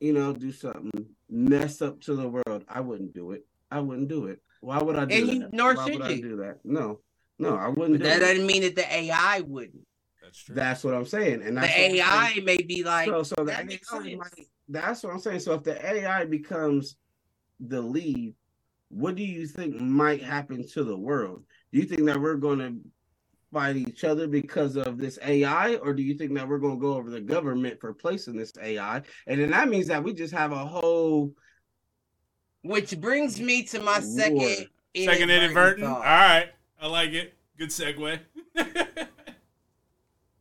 Speaker 5: you know, do something mess up to the world, I wouldn't do it. I wouldn't do it. Why would I do
Speaker 2: And
Speaker 5: that?
Speaker 2: you- nor
Speaker 5: Why
Speaker 2: should
Speaker 5: would I
Speaker 2: you.
Speaker 5: do that? No, no, I wouldn't.
Speaker 2: But
Speaker 5: Do
Speaker 2: that
Speaker 5: it.
Speaker 2: doesn't mean that the AI wouldn't.
Speaker 1: That's true.
Speaker 5: That's what I'm saying, and that's
Speaker 2: The
Speaker 5: what I'm saying.
Speaker 2: AI may be like,
Speaker 5: so, so the
Speaker 2: that makes
Speaker 5: AI
Speaker 2: sense.
Speaker 5: might- that's what I'm saying. So if the AI becomes the lead, what do you think might happen to the world? Do you think that we're going to fight each other because of this AI, or do you think that we're going to go over the government for placing this AI? And then that means that we just have a whole
Speaker 2: Which brings me to my second
Speaker 5: Lord.
Speaker 1: Second
Speaker 2: inadvertent
Speaker 1: inadvertent. All
Speaker 2: thought.
Speaker 1: right. I like it. Good segue.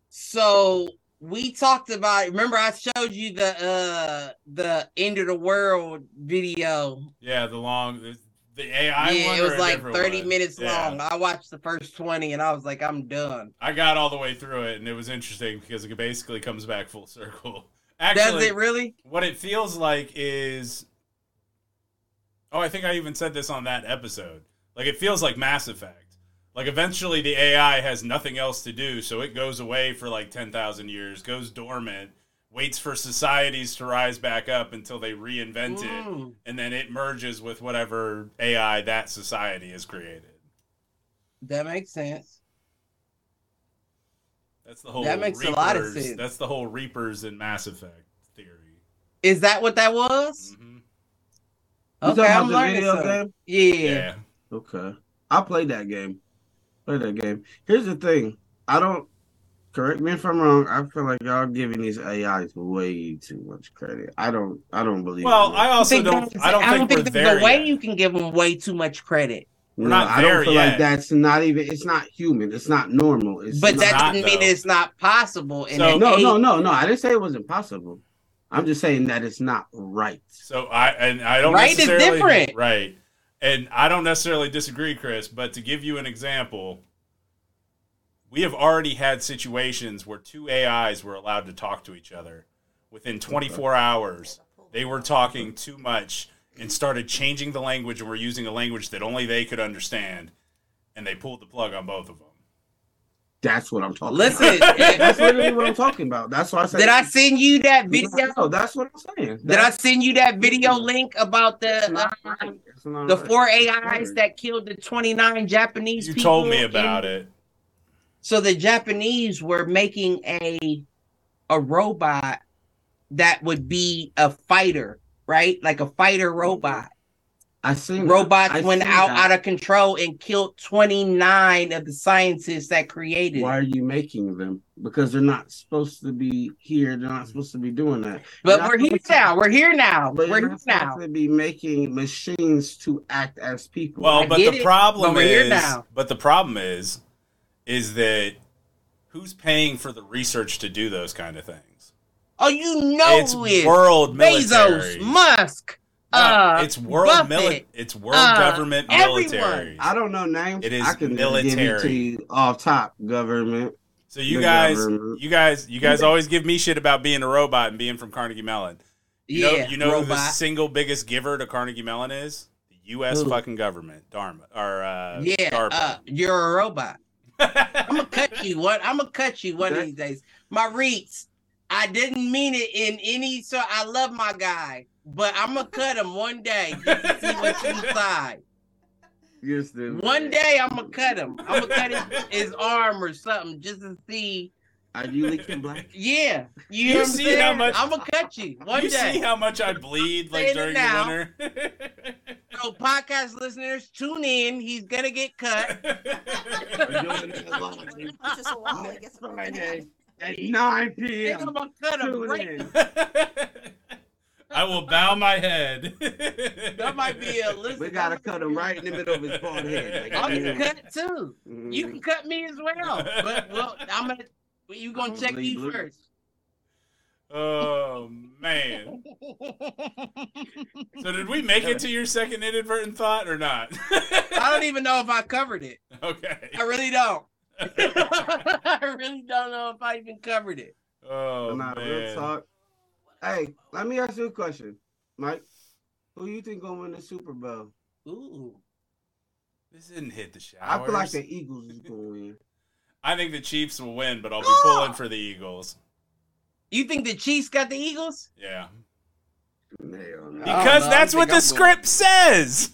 Speaker 2: So we talked about. Remember, I showed you the uh the end of the world video.
Speaker 1: yeah, the long, the, the AI one.
Speaker 2: yeah, it
Speaker 1: or
Speaker 2: was
Speaker 1: a
Speaker 2: like
Speaker 1: different
Speaker 2: thirty
Speaker 1: one?
Speaker 2: minutes
Speaker 1: Yeah.
Speaker 2: long. I watched the first twenty, and I was like, I'm done.
Speaker 1: I got all the way through it, and it was interesting because it basically comes back full circle.
Speaker 2: Does
Speaker 1: Actually,
Speaker 2: it really?
Speaker 1: what it feels like is oh i think i even said this on that episode like it feels like mass effect like eventually the ai has nothing else to do so it goes away for like 10000 years goes dormant waits for societies to rise back up until they reinvent it
Speaker 2: Mm.
Speaker 1: and then it merges with whatever ai that society has created
Speaker 2: That makes sense.
Speaker 1: that's the whole
Speaker 2: That makes a lot of
Speaker 1: Reapers-
Speaker 2: sense.
Speaker 1: that's the whole reapers and mass effect theory
Speaker 2: Is that what that was?
Speaker 1: Mhm.
Speaker 5: You talking
Speaker 2: Okay,
Speaker 5: about
Speaker 2: I'm
Speaker 5: the
Speaker 2: learning
Speaker 5: video
Speaker 2: something.
Speaker 5: game?
Speaker 2: Yeah.
Speaker 1: yeah
Speaker 5: Okay. I played that game. Played that game. Here's the thing. I don't correct me if I'm wrong. I feel like y'all giving these AIs way too much credit. I don't I don't believe
Speaker 1: well
Speaker 5: it.
Speaker 1: i also
Speaker 2: think
Speaker 1: don't
Speaker 2: that's-
Speaker 1: i don't think we're
Speaker 2: there's
Speaker 1: there
Speaker 2: a way
Speaker 1: yet.
Speaker 2: you can give them way too much credit.
Speaker 5: no,
Speaker 1: we're not
Speaker 5: I don't
Speaker 1: there
Speaker 5: feel
Speaker 1: yet.
Speaker 5: like that's not even it's not human. It's not normal. It's
Speaker 2: But
Speaker 5: not,
Speaker 2: that
Speaker 1: not,
Speaker 2: doesn't mean
Speaker 1: though.
Speaker 2: it's not possible. And
Speaker 1: So-
Speaker 2: an
Speaker 5: No,
Speaker 2: eight-
Speaker 5: no, no, no. I didn't say it was impossible. I'm just saying that it's not right.
Speaker 1: So I and I don't
Speaker 2: Right is
Speaker 1: necessarily
Speaker 2: different.
Speaker 1: right, and I don't necessarily disagree, Chris. But to give you an example, we have already had situations where two AIs were allowed to talk to each other within 24 hours. They were talking too much and started changing the language, and were using a language that only they could understand, and they pulled the plug on both of them.
Speaker 5: That's what I'm talking about.
Speaker 2: Listen,
Speaker 5: That's literally what I'm talking about. That's why I said
Speaker 2: did I send you that video?
Speaker 5: No, that's what I'm saying.
Speaker 2: Did I
Speaker 5: That's-
Speaker 2: send you that video link about
Speaker 5: it's
Speaker 2: the
Speaker 5: not
Speaker 2: uh,
Speaker 5: right. It's not
Speaker 2: the
Speaker 5: right.
Speaker 2: four AIs that killed the 29 Japanese
Speaker 1: You
Speaker 2: people?
Speaker 1: told me about it.
Speaker 2: So the Japanese were making a a robot that would be a fighter, right? Like a fighter
Speaker 5: Mm-hmm.
Speaker 2: robot.
Speaker 5: I seen
Speaker 2: Robots
Speaker 5: I
Speaker 2: went
Speaker 5: seen
Speaker 2: out out
Speaker 5: that.
Speaker 2: of control and killed 29 of the scientists that created
Speaker 5: Why
Speaker 2: it.
Speaker 5: are you making them? Because they're not supposed to be here. They're not supposed to be doing that.
Speaker 2: But
Speaker 5: You're
Speaker 2: we're
Speaker 5: not
Speaker 2: here
Speaker 5: supposed to-
Speaker 2: now. We're here now.
Speaker 5: But
Speaker 2: We're
Speaker 5: you're
Speaker 2: here
Speaker 5: not
Speaker 2: now.
Speaker 5: supposed to be making machines to act as people.
Speaker 1: Well,
Speaker 2: I
Speaker 1: but
Speaker 2: get
Speaker 1: the
Speaker 2: it,
Speaker 1: problem
Speaker 2: but we're here
Speaker 1: is,
Speaker 2: now.
Speaker 1: but the problem is, is that who's paying for the research to do those kind of things?
Speaker 2: Oh, you know
Speaker 1: it's
Speaker 2: who is
Speaker 1: world
Speaker 2: Bezos,
Speaker 1: military.
Speaker 2: Musk.
Speaker 1: No,
Speaker 2: uh,
Speaker 1: it's world
Speaker 2: Buffett,
Speaker 1: military. It's world
Speaker 2: uh,
Speaker 1: government
Speaker 2: everyone.
Speaker 1: military.
Speaker 5: I don't know names.
Speaker 1: It is
Speaker 5: I can give it
Speaker 1: military.
Speaker 5: to you off top. Government.
Speaker 1: So you
Speaker 5: The
Speaker 1: guys,
Speaker 5: government.
Speaker 1: you guys, you guys always give me shit about being a robot and being from Carnegie Mellon. You know,
Speaker 2: yeah,
Speaker 1: you know who the
Speaker 2: robot.
Speaker 1: single biggest giver to Carnegie Mellon is? The U.S.
Speaker 2: Who?
Speaker 1: fucking government. Dharma or uh,
Speaker 2: yeah, uh,
Speaker 1: DARPA.
Speaker 2: you're a robot. I'm gonna cut you. What? I'm gonna cut you one of these days. My reeds. I didn't mean it in any. So I love my guy, but I'm gonna cut him one day. Just to see what's inside.
Speaker 5: Yes, dude.
Speaker 2: One day I'm gonna cut him. I'm gonna cut his, his arm or something just to see.
Speaker 5: Are you leaking black?
Speaker 2: Yeah, you,
Speaker 1: You
Speaker 2: hear
Speaker 1: see
Speaker 2: what I'm
Speaker 1: how
Speaker 2: saying?
Speaker 1: much-
Speaker 2: I'm gonna cut you one
Speaker 1: you
Speaker 2: day.
Speaker 1: see how much I bleed
Speaker 2: Saying
Speaker 1: like
Speaker 2: it
Speaker 1: during
Speaker 2: now.
Speaker 1: the
Speaker 2: so podcast listeners, tune in. He's gonna get cut.
Speaker 1: winter.
Speaker 6: It's just a wall. It gets broken
Speaker 5: Friday
Speaker 6: down.
Speaker 5: at 9
Speaker 2: Nigga,
Speaker 5: p.m.
Speaker 2: I'm gonna cut him.
Speaker 5: Tune
Speaker 2: Right.
Speaker 5: in.
Speaker 1: I will bow my head.
Speaker 2: That might be a listen.
Speaker 5: We gotta cut him right in the middle of his bald head.
Speaker 2: I'm gonna
Speaker 5: Like,
Speaker 2: cut too.
Speaker 5: mm,
Speaker 2: You can cut me as well, but well, I'm gonna. You gonna check
Speaker 5: Bleed
Speaker 2: you
Speaker 5: blue.
Speaker 2: first.
Speaker 1: Oh man! So did we make it to your second inadvertent thought or not?
Speaker 2: I don't even know if I covered it.
Speaker 1: okay.
Speaker 2: I really don't. I really don't know if I even covered it.
Speaker 1: Oh
Speaker 5: Nah, real
Speaker 1: man.
Speaker 5: talk. Hey, let me ask you a question, Mike. Who you think gonna win the Super Bowl?
Speaker 2: Ooh,
Speaker 1: This didn't hit the showers.
Speaker 5: I feel like the Eagles is gonna win.
Speaker 1: I think the Chiefs will win, but I'll be pulling for the Eagles.
Speaker 2: you think the Chiefs got the Eagles?
Speaker 1: Yeah,
Speaker 5: Hell no.
Speaker 2: don't
Speaker 1: because
Speaker 2: know. I
Speaker 1: that's
Speaker 2: think
Speaker 1: what the
Speaker 2: I'm going-
Speaker 1: script says.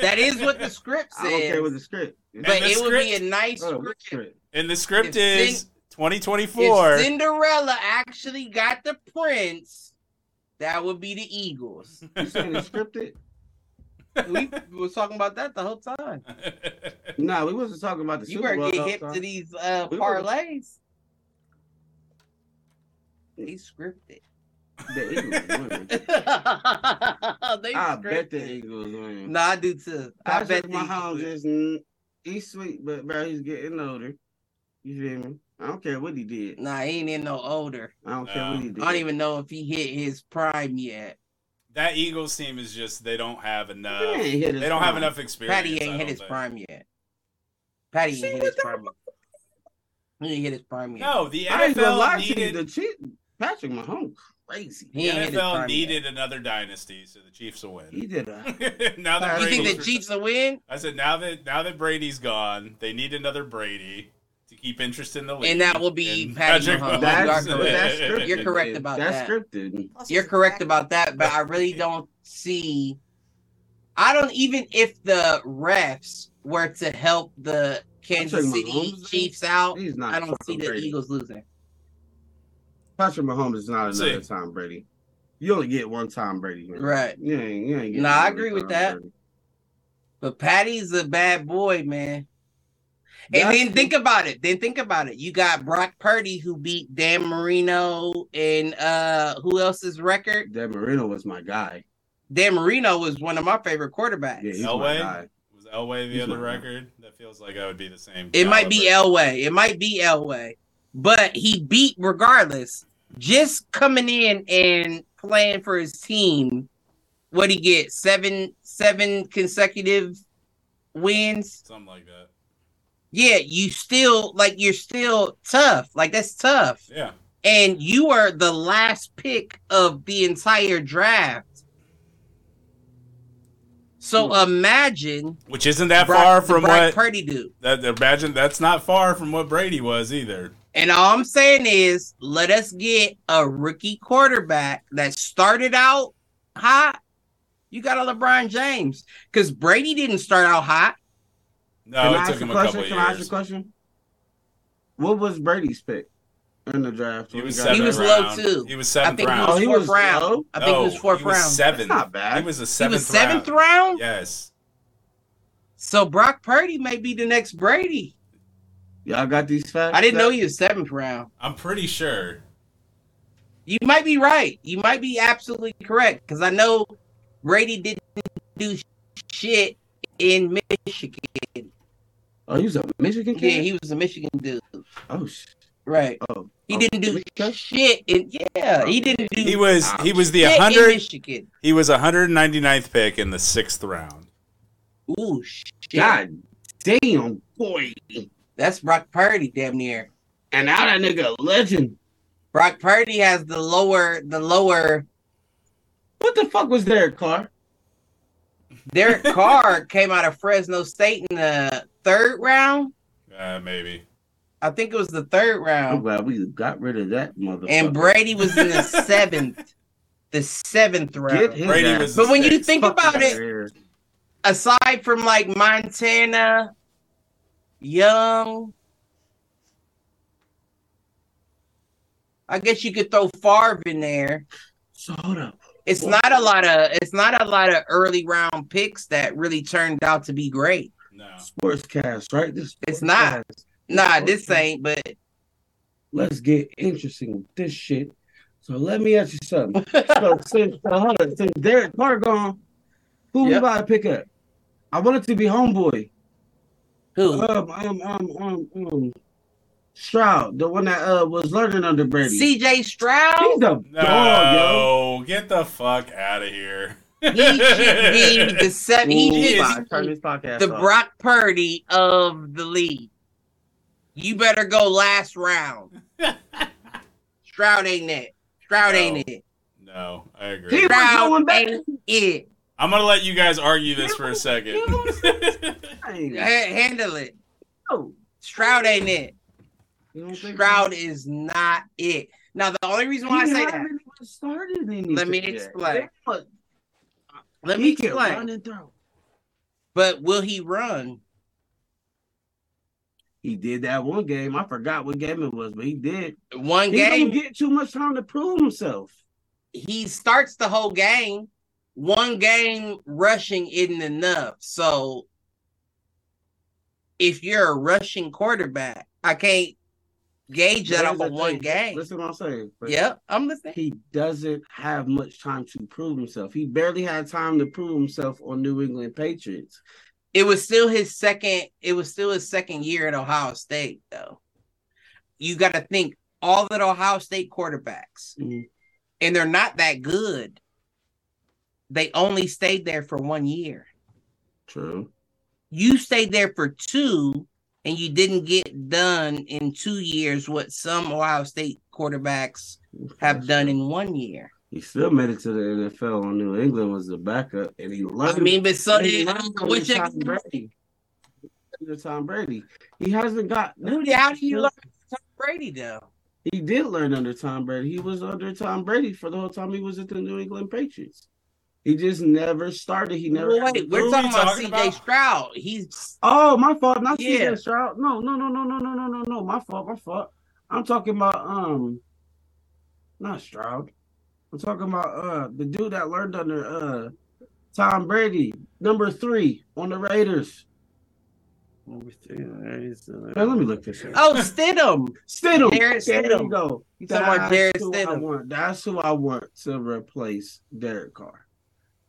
Speaker 2: That is what the script
Speaker 5: I don't
Speaker 2: says.
Speaker 5: care with the script.
Speaker 2: but
Speaker 1: And the
Speaker 2: it would be a
Speaker 1: script-
Speaker 2: nice
Speaker 5: Oh, what
Speaker 2: script.
Speaker 5: script?
Speaker 1: And the script
Speaker 2: If
Speaker 1: is
Speaker 2: Cin-
Speaker 1: 2024.
Speaker 2: If Cinderella actually got the prince, that would be the Eagles.
Speaker 5: You saying it's scripted?
Speaker 2: we was talking about that the whole time.
Speaker 5: Nah, we wasn't talking about the
Speaker 2: You
Speaker 5: Super
Speaker 2: better
Speaker 5: Bowl.
Speaker 2: get hip to these uh,
Speaker 5: We were-
Speaker 2: parlays. They scripted.
Speaker 5: The Eagles win.
Speaker 2: they
Speaker 5: I
Speaker 2: scripted.
Speaker 5: bet the Eagles win.
Speaker 2: No, I do too. I
Speaker 5: Patrick
Speaker 2: bet the Eagles
Speaker 5: Mahomes
Speaker 2: win.
Speaker 5: is n- He's sweet, but bro, he's getting older. You feel me? I don't care what he did.
Speaker 2: Nah, he ain't in no older.
Speaker 5: I don't care
Speaker 1: No.
Speaker 5: what he did.
Speaker 2: I don't even know if he hit his prime yet.
Speaker 1: That Eagles team is just they don't have
Speaker 5: He
Speaker 1: enough.
Speaker 5: ain't hit his
Speaker 1: They don't have
Speaker 5: prime.
Speaker 1: enough experience.
Speaker 2: Patty
Speaker 1: I
Speaker 2: ain't hit
Speaker 1: don't
Speaker 2: his
Speaker 1: think.
Speaker 2: prime yet. Patty
Speaker 5: See,
Speaker 2: ain't hit
Speaker 5: what
Speaker 2: his
Speaker 5: the-
Speaker 2: prime yet. He ain't hit his prime yet.
Speaker 1: No, the
Speaker 5: I ain't gonna lie
Speaker 1: NFL
Speaker 5: to you.
Speaker 1: needed
Speaker 5: The chick, Patrick Mahomes, crazy.
Speaker 2: He ain't hit his
Speaker 1: NFL
Speaker 2: prime
Speaker 1: needed another dynasty, so the Chiefs will
Speaker 5: He
Speaker 1: win.
Speaker 5: did a.
Speaker 1: now that
Speaker 2: Yet. You think
Speaker 1: Brady's
Speaker 2: the Chiefs will win?
Speaker 1: I said now that now that Brady's gone, they need another Brady to keep interest in the league.
Speaker 2: And that will be
Speaker 1: And
Speaker 2: Patty Mahomes.
Speaker 5: That's,
Speaker 2: You are correct.
Speaker 5: that's scripted.
Speaker 2: You're correct
Speaker 5: dude.
Speaker 2: about
Speaker 5: that's
Speaker 2: that.
Speaker 5: scripted.
Speaker 6: Plus,
Speaker 2: You're
Speaker 6: he's
Speaker 2: correct
Speaker 6: back.
Speaker 2: about that, but I really don't see. I don't even if the refs were to help the Kansas
Speaker 5: Patrick
Speaker 2: City
Speaker 5: Mahomes,
Speaker 2: Chiefs out,
Speaker 5: He's not.
Speaker 2: I don't see
Speaker 5: Tom
Speaker 2: the
Speaker 5: Brady.
Speaker 2: Eagles losing.
Speaker 5: Patrick Mahomes is not
Speaker 1: See.
Speaker 5: another Tom Brady. You only get one Tom Brady. Man.
Speaker 2: Right.
Speaker 5: You ain't, you ain't getting
Speaker 2: Nah, I
Speaker 5: another
Speaker 2: agree with
Speaker 5: Tom
Speaker 2: that.
Speaker 5: Brady.
Speaker 2: But Patty's a bad boy, man. And
Speaker 5: That's-
Speaker 2: then think about it. Then think about it. You got Brock Purdy who beat Dan Marino and uh who else's record?
Speaker 5: Dan Marino was my guy.
Speaker 2: Dan Marino was one of my favorite quarterbacks.
Speaker 5: Yeah, he's my
Speaker 1: Elway?
Speaker 5: guy.
Speaker 1: was Elway the
Speaker 5: He's
Speaker 1: other
Speaker 5: my man.
Speaker 1: record. That feels like that would be the same.
Speaker 2: It might be
Speaker 1: caliber.
Speaker 2: Elway. It might be Elway. But he beat regardless. Just coming in and playing for his team. What he get? Seven seven consecutive wins.
Speaker 1: something like that.
Speaker 2: Yeah, you still like you're still tough. Like that's tough.
Speaker 1: Yeah,
Speaker 2: And you are the last pick of the entire draft. So imagine
Speaker 1: which isn't Hmm. that
Speaker 2: Brock-
Speaker 1: far
Speaker 2: the
Speaker 1: from
Speaker 2: Brock
Speaker 1: what
Speaker 2: Purdy do.
Speaker 1: that imagine. That's not far from what Brady was either.
Speaker 2: And all I'm saying is, let us get a rookie quarterback that started out hot. You got a LeBron James because Brady didn't start out hot.
Speaker 1: No,
Speaker 5: Can I
Speaker 1: it
Speaker 5: ask
Speaker 1: took
Speaker 5: a
Speaker 1: him a
Speaker 5: question?
Speaker 1: couple
Speaker 5: Can I
Speaker 1: of
Speaker 5: ask a
Speaker 1: years.
Speaker 5: question? What was Brady's pick in the draft?
Speaker 1: He was
Speaker 5: got
Speaker 1: seventh
Speaker 2: He was
Speaker 5: that-
Speaker 2: low,
Speaker 1: round.
Speaker 2: too.
Speaker 1: He was
Speaker 2: I
Speaker 1: seventh
Speaker 2: think
Speaker 1: round.
Speaker 5: Oh,
Speaker 2: he
Speaker 5: he
Speaker 2: was
Speaker 5: was
Speaker 2: fourth round.
Speaker 5: low?
Speaker 2: I think it was
Speaker 1: No,
Speaker 2: fourth
Speaker 1: he was
Speaker 2: round.
Speaker 1: Seventh.
Speaker 5: That's not bad.
Speaker 1: He was a
Speaker 2: he
Speaker 1: seventh.
Speaker 2: was seventh round.
Speaker 1: Yes.
Speaker 2: So Brock Purdy may be the next Brady.
Speaker 5: Y'all got these facts?
Speaker 2: I didn't know
Speaker 5: you.
Speaker 2: he was seventh round.
Speaker 1: I'm pretty sure.
Speaker 2: You might be right. You might be absolutely correct because I know Brady didn't do shit in Michigan.
Speaker 5: Oh, he was a Michigan kid.
Speaker 2: Yeah, he was a Michigan dude.
Speaker 5: oh, sh-
Speaker 2: Right.
Speaker 5: oh,
Speaker 2: He
Speaker 5: oh,
Speaker 2: didn't do
Speaker 5: Michigan?
Speaker 2: shit. In, yeah, he didn't do
Speaker 1: Oh. He was he was the
Speaker 2: shit in
Speaker 1: 100
Speaker 2: Michigan.
Speaker 1: he was 199th pick in the 6th round.
Speaker 2: Ooh, shit.
Speaker 5: God damn, boy!
Speaker 2: That's Brock Purdy, damn near.
Speaker 5: And now that nigga a legend.
Speaker 2: Brock Purdy has the lower, the lower.
Speaker 5: What the fuck was Derek Carr?
Speaker 2: Derek Carr came out of Fresno State in the third round.
Speaker 1: Uh, maybe.
Speaker 2: I think it was the third
Speaker 5: I'm
Speaker 2: round.
Speaker 5: glad we got rid of that motherfucker.
Speaker 2: And Brady was in the seventh, the seventh
Speaker 5: Get
Speaker 2: round.
Speaker 5: his
Speaker 1: Brady
Speaker 5: ass
Speaker 1: was
Speaker 2: But when you
Speaker 1: sixth.
Speaker 2: think
Speaker 5: fuck
Speaker 2: about
Speaker 5: outta
Speaker 2: it,
Speaker 5: here.
Speaker 2: aside from like Montana, Young, I guess you could throw Favre in there.
Speaker 5: so hold up.
Speaker 2: It's not a lot of it's not a lot of early round picks that really turned out to be great.
Speaker 1: No.
Speaker 5: Sportscast, right? This
Speaker 2: It's not.
Speaker 5: sportscast.
Speaker 2: Nah, this ain't. But
Speaker 5: Let's get interesting with this shit. So let me ask you something. so since so hold up, since Derek Carr gone, who we
Speaker 2: Yep.
Speaker 5: about to pick up? I wanted to be homeboy.
Speaker 2: who?
Speaker 5: Um, um, um, um, um, Stroud, the one that uh was learning under Brady.
Speaker 2: C.J.
Speaker 5: He's a
Speaker 2: Stroud.
Speaker 5: dog,
Speaker 1: No.
Speaker 5: yo.
Speaker 1: Get the fuck out of here.
Speaker 2: He should be the seven. He
Speaker 1: Ooh,
Speaker 2: should
Speaker 1: my
Speaker 2: be
Speaker 5: Turn this podcast
Speaker 2: the
Speaker 5: off.
Speaker 2: Brock Purdy of the league. You better go last round. Stroud ain't it. Stroud
Speaker 1: No.
Speaker 2: ain't it.
Speaker 1: No, I
Speaker 5: He
Speaker 1: agree.
Speaker 5: was going
Speaker 2: Stroud
Speaker 5: back.
Speaker 2: ain't it.
Speaker 1: I'm going to let you guys argue this for a second.
Speaker 2: Ha-
Speaker 5: Dang.
Speaker 2: handle it.
Speaker 5: No.
Speaker 2: Stroud ain't it.
Speaker 5: You don't think-
Speaker 2: Stroud is not it. Now the only reason why I
Speaker 5: He
Speaker 2: say that,
Speaker 5: haven't even started anything
Speaker 2: Let me
Speaker 5: yet.
Speaker 2: explain.
Speaker 5: Look,
Speaker 2: let
Speaker 5: he
Speaker 2: me
Speaker 5: can run
Speaker 2: explain.
Speaker 5: and throw.
Speaker 2: But will he run?
Speaker 5: He did that one game. I forgot what game it was, but he did.
Speaker 2: One
Speaker 5: He
Speaker 2: game,
Speaker 5: didn't get too much time to prove himself.
Speaker 2: he starts the whole game. One game rushing isn't enough. So if you're a rushing quarterback, I can't gauge that
Speaker 5: Here's
Speaker 2: off
Speaker 5: the
Speaker 2: of one
Speaker 5: thing.
Speaker 2: game.
Speaker 5: Listen to what I'm saying. But
Speaker 2: Yep, I'm listening.
Speaker 5: He doesn't have much time to prove himself. He barely had time to prove himself on New England Patriots.
Speaker 2: It was still his second. It was still his second year at Ohio State, though. You got to think all that Ohio State quarterbacks,
Speaker 5: Mhm.
Speaker 2: and they're not that good. They only stayed there for one year.
Speaker 5: True.
Speaker 2: You stayed there for two, and you didn't get done in two years what some Ohio State quarterbacks have done in one year.
Speaker 5: He still made it to the NFL on New England was the backup, and he
Speaker 2: I
Speaker 5: loved
Speaker 2: mean, but so
Speaker 5: He
Speaker 2: did
Speaker 5: loved it
Speaker 2: which
Speaker 5: with Tom Brady. Under Tom Brady, he hasn't got.
Speaker 2: how do you learn Tom Brady though?
Speaker 5: He did learn under Tom Brady. He was under Tom Brady for the whole time he was at the New England Patriots. He just never started. He never.
Speaker 2: Well, wait,
Speaker 1: Who
Speaker 2: we're
Speaker 1: we
Speaker 2: talking about
Speaker 1: talking
Speaker 2: CJ
Speaker 1: about?
Speaker 2: Stroud. He's
Speaker 5: Oh, my fault. Not
Speaker 2: Yeah.
Speaker 5: CJ Stroud. No, no, no, no, no, no, no, no, no. My fault. My fault. I'm talking about um, not Stroud. I'm talking about uh the dude that learned under uh Tom Brady, number three on the Raiders. Man, let me look this up.
Speaker 2: oh Stidham.
Speaker 5: Stidham.
Speaker 2: Derek
Speaker 5: there
Speaker 2: Stidham.
Speaker 5: you go.
Speaker 2: talking about Derek
Speaker 5: who I
Speaker 2: Stidham.
Speaker 5: want. That's who I want to replace Derek Carr.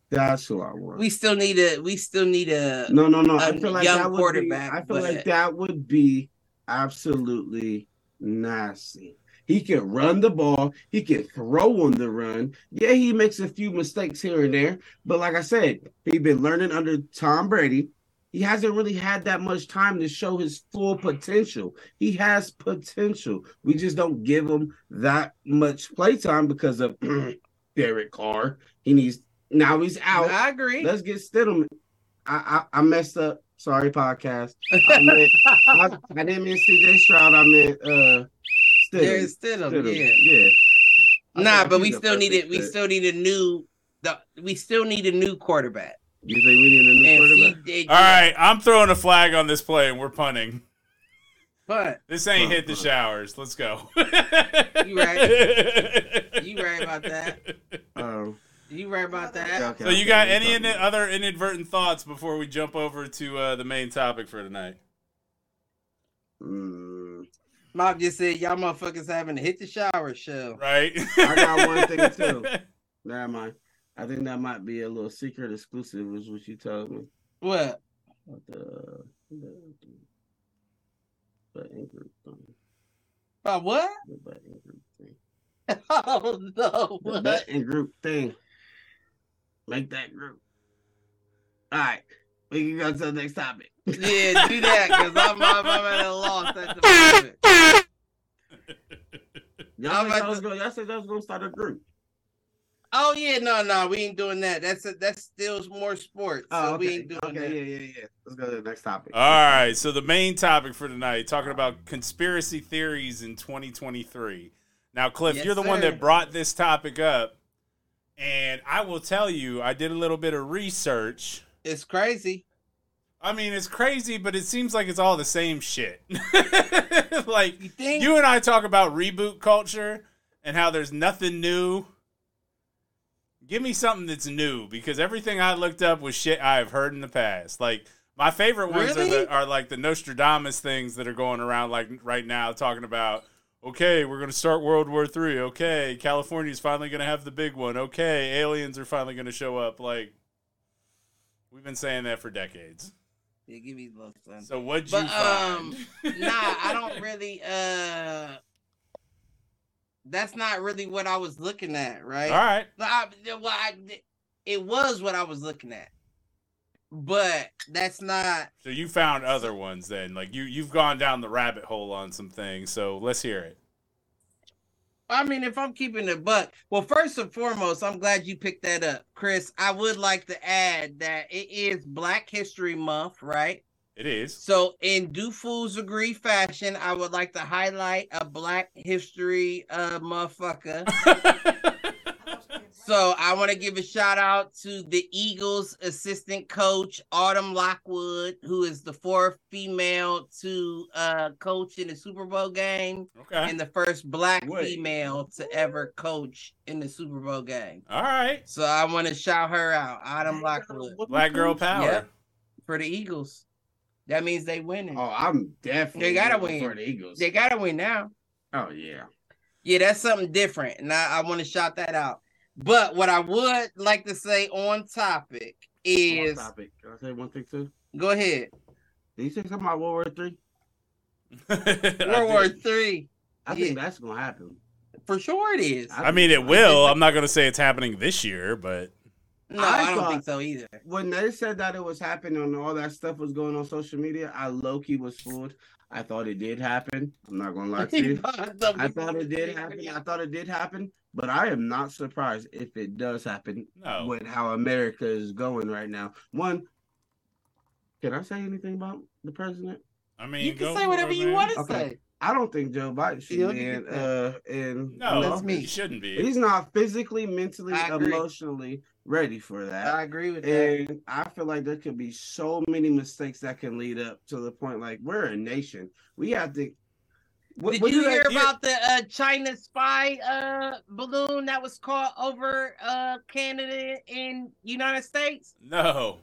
Speaker 5: That's who I want.
Speaker 2: We still need a. We still need a.
Speaker 5: no, no, no. I
Speaker 2: a
Speaker 5: feel like
Speaker 2: young
Speaker 5: that would be,
Speaker 2: quarterback,
Speaker 5: I feel like
Speaker 2: but-
Speaker 5: that would be absolutely nasty. He can run the ball. He can throw on the run. Yeah, he makes a few mistakes here and there, but like I said, he's been learning under Tom Brady. He hasn't really had that much time to show his full potential. He has potential. We just don't give him that much playtime because of Derek Carr. He needs now he's out.
Speaker 2: I agree.
Speaker 5: Let's get Stidham. I, I I messed up. Sorry, podcast. I, meant, I, I didn't mean CJ Stroud. I meant uh
Speaker 2: Derek
Speaker 5: Stidham.
Speaker 2: Stidham.
Speaker 5: Stidham.
Speaker 2: Yeah.
Speaker 5: yeah.
Speaker 2: Nah,
Speaker 5: I
Speaker 2: but
Speaker 5: think
Speaker 2: we
Speaker 5: he's a
Speaker 2: still need
Speaker 5: perfect
Speaker 2: it. We
Speaker 5: fit.
Speaker 2: still need a new. The, we still need a new quarterback.
Speaker 5: You think we need a new
Speaker 2: And
Speaker 5: quarterback?
Speaker 2: CJ.
Speaker 1: All right, I'm throwing a flag on this play, and we're punting.
Speaker 2: But
Speaker 1: This ain't
Speaker 5: Punt,
Speaker 1: hit the
Speaker 5: punt.
Speaker 1: showers. Let's go.
Speaker 2: You right. you right about that.
Speaker 5: Um,
Speaker 2: You right about that.
Speaker 5: okay,
Speaker 1: So you
Speaker 5: okay,
Speaker 1: got
Speaker 5: we're
Speaker 1: any in-
Speaker 5: talking
Speaker 1: uh,
Speaker 5: about-
Speaker 1: other inadvertent thoughts before we jump over to uh, the main topic for tonight?
Speaker 5: Mm,
Speaker 2: Mob just said y'all motherfuckers having to hit the shower show.
Speaker 1: Right.
Speaker 5: I got one thing, too. never mind. I think that might be a little secret exclusive, was what you told me. uh,
Speaker 2: What?
Speaker 5: About the, the, the Ingrid thing.
Speaker 2: By what?
Speaker 5: The butt and group um, thing.
Speaker 2: Oh no!
Speaker 5: The
Speaker 2: What?
Speaker 5: bet and group thing. Make that group. All right. We can go to the next topic.
Speaker 2: Yeah, do that because I'm, I'm, I'm at a loss at the moment.
Speaker 5: Y'all,
Speaker 2: I'm
Speaker 5: think
Speaker 2: about
Speaker 5: I was
Speaker 2: to-
Speaker 5: gonna, y'all said y'all was going to start a group.
Speaker 2: Oh yeah, no, no, we ain't doing that. That's a, that's still more sports. so
Speaker 5: Oh, okay.
Speaker 2: we ain't doing
Speaker 5: okay,
Speaker 2: that.
Speaker 5: yeah, yeah, yeah. Let's go to the next topic.
Speaker 1: All right. So the main topic for tonight, talking about conspiracy theories in 2023. Now, Cliff,
Speaker 2: Yes,
Speaker 1: you're the one
Speaker 2: sir.
Speaker 1: that brought this topic up, and I will tell you, I did a little bit of research.
Speaker 2: It's crazy.
Speaker 1: I mean, it's crazy, but it seems like it's all the same shit. like
Speaker 2: You think?
Speaker 1: you and I talk about reboot culture and how there's nothing new. Give me something that's new because everything I looked up was shit I've heard in the past. Like my favorite ones
Speaker 2: Really?
Speaker 1: are, the, are like the Nostradamus things that are going around like right now talking about okay, we're going to start World War 3. Okay, California's finally going to have the big one. Okay, aliens are finally going to show up like we've been saying that for decades.
Speaker 2: Yeah, give me love, son.
Speaker 1: So what'd you
Speaker 2: But um,
Speaker 1: find?
Speaker 2: nah, I don't really. Uh, that's not really what I was looking at, right?
Speaker 1: All right.
Speaker 2: But I, well, I, it was what I was looking at, but that's not.
Speaker 1: So you found other ones then. Like you you've gone down the rabbit hole on some things. So let's hear it.
Speaker 2: I mean, if I'm keeping the buck, well, first and foremost, I'm glad you picked that up, Chris. I would like to add that it is Black History Month, right?
Speaker 1: It is.
Speaker 2: So, in Do Fools Agree fashion, I would like to highlight a Black History uh, motherfucker. So, I want to give a shout out to the Eagles assistant coach, Autumn Lockwood, who is the fourth female to uh, coach in the Super Bowl game
Speaker 1: okay.
Speaker 2: and the first black
Speaker 5: Wait.
Speaker 2: female to ever coach in the Super Bowl game.
Speaker 1: All right.
Speaker 2: So I want to shout her out, Autumn Lockwood,
Speaker 1: Black girl power.
Speaker 2: Yep. for the Eagles. That means they winning.
Speaker 5: Oh, I'm definitely
Speaker 2: They gotta
Speaker 5: rooting
Speaker 2: win.
Speaker 5: for the Eagles.
Speaker 2: They gotta win now.
Speaker 5: oh yeah.
Speaker 2: Yeah, that's something different, and I, I want to shout that out. But what I would like to say on topic
Speaker 5: One
Speaker 2: is
Speaker 5: topic. Can I say one thing too?
Speaker 2: Go ahead.
Speaker 5: Did you say something about World War Three?
Speaker 2: World War Three.
Speaker 5: I think
Speaker 2: Yeah.
Speaker 5: that's gonna happen.
Speaker 2: For sure it is.
Speaker 5: I-
Speaker 1: I mean, it will. I'm not going to say it's happening this year, but
Speaker 2: No,
Speaker 5: I
Speaker 2: I, don't
Speaker 5: thought-
Speaker 2: think so either.
Speaker 5: When they said that it was happening and all that stuff was going on social media, I low key was fooled. I thought it did happen. I'm not gonna lie to you. I thought it did happen. I thought it did happen, but I am not surprised if it does happen
Speaker 1: no.
Speaker 5: with how America is going right now. One, can I say anything about the president?
Speaker 1: I mean,
Speaker 2: You can
Speaker 1: go
Speaker 2: say
Speaker 1: for
Speaker 2: whatever
Speaker 1: it,
Speaker 2: you
Speaker 1: man.
Speaker 2: want to
Speaker 5: Okay.
Speaker 2: say.
Speaker 5: I don't think Joe Biden should
Speaker 2: Yeah,
Speaker 5: be
Speaker 2: look
Speaker 5: in
Speaker 2: at
Speaker 5: uh in
Speaker 1: No,
Speaker 5: in
Speaker 2: That's
Speaker 5: office.
Speaker 2: me.
Speaker 1: It shouldn't be.
Speaker 5: He's not physically, mentally,
Speaker 2: I agree.
Speaker 5: emotionally ready for that.
Speaker 2: I agree with that.
Speaker 5: And I feel like there could be so many mistakes that can lead up to the point like we're a nation. We have to. What,
Speaker 2: Did
Speaker 5: what
Speaker 2: you
Speaker 5: do they-
Speaker 2: hear
Speaker 1: you-
Speaker 2: about the uh, China spy uh, balloon that was caught over uh, Canada and United States?
Speaker 1: No.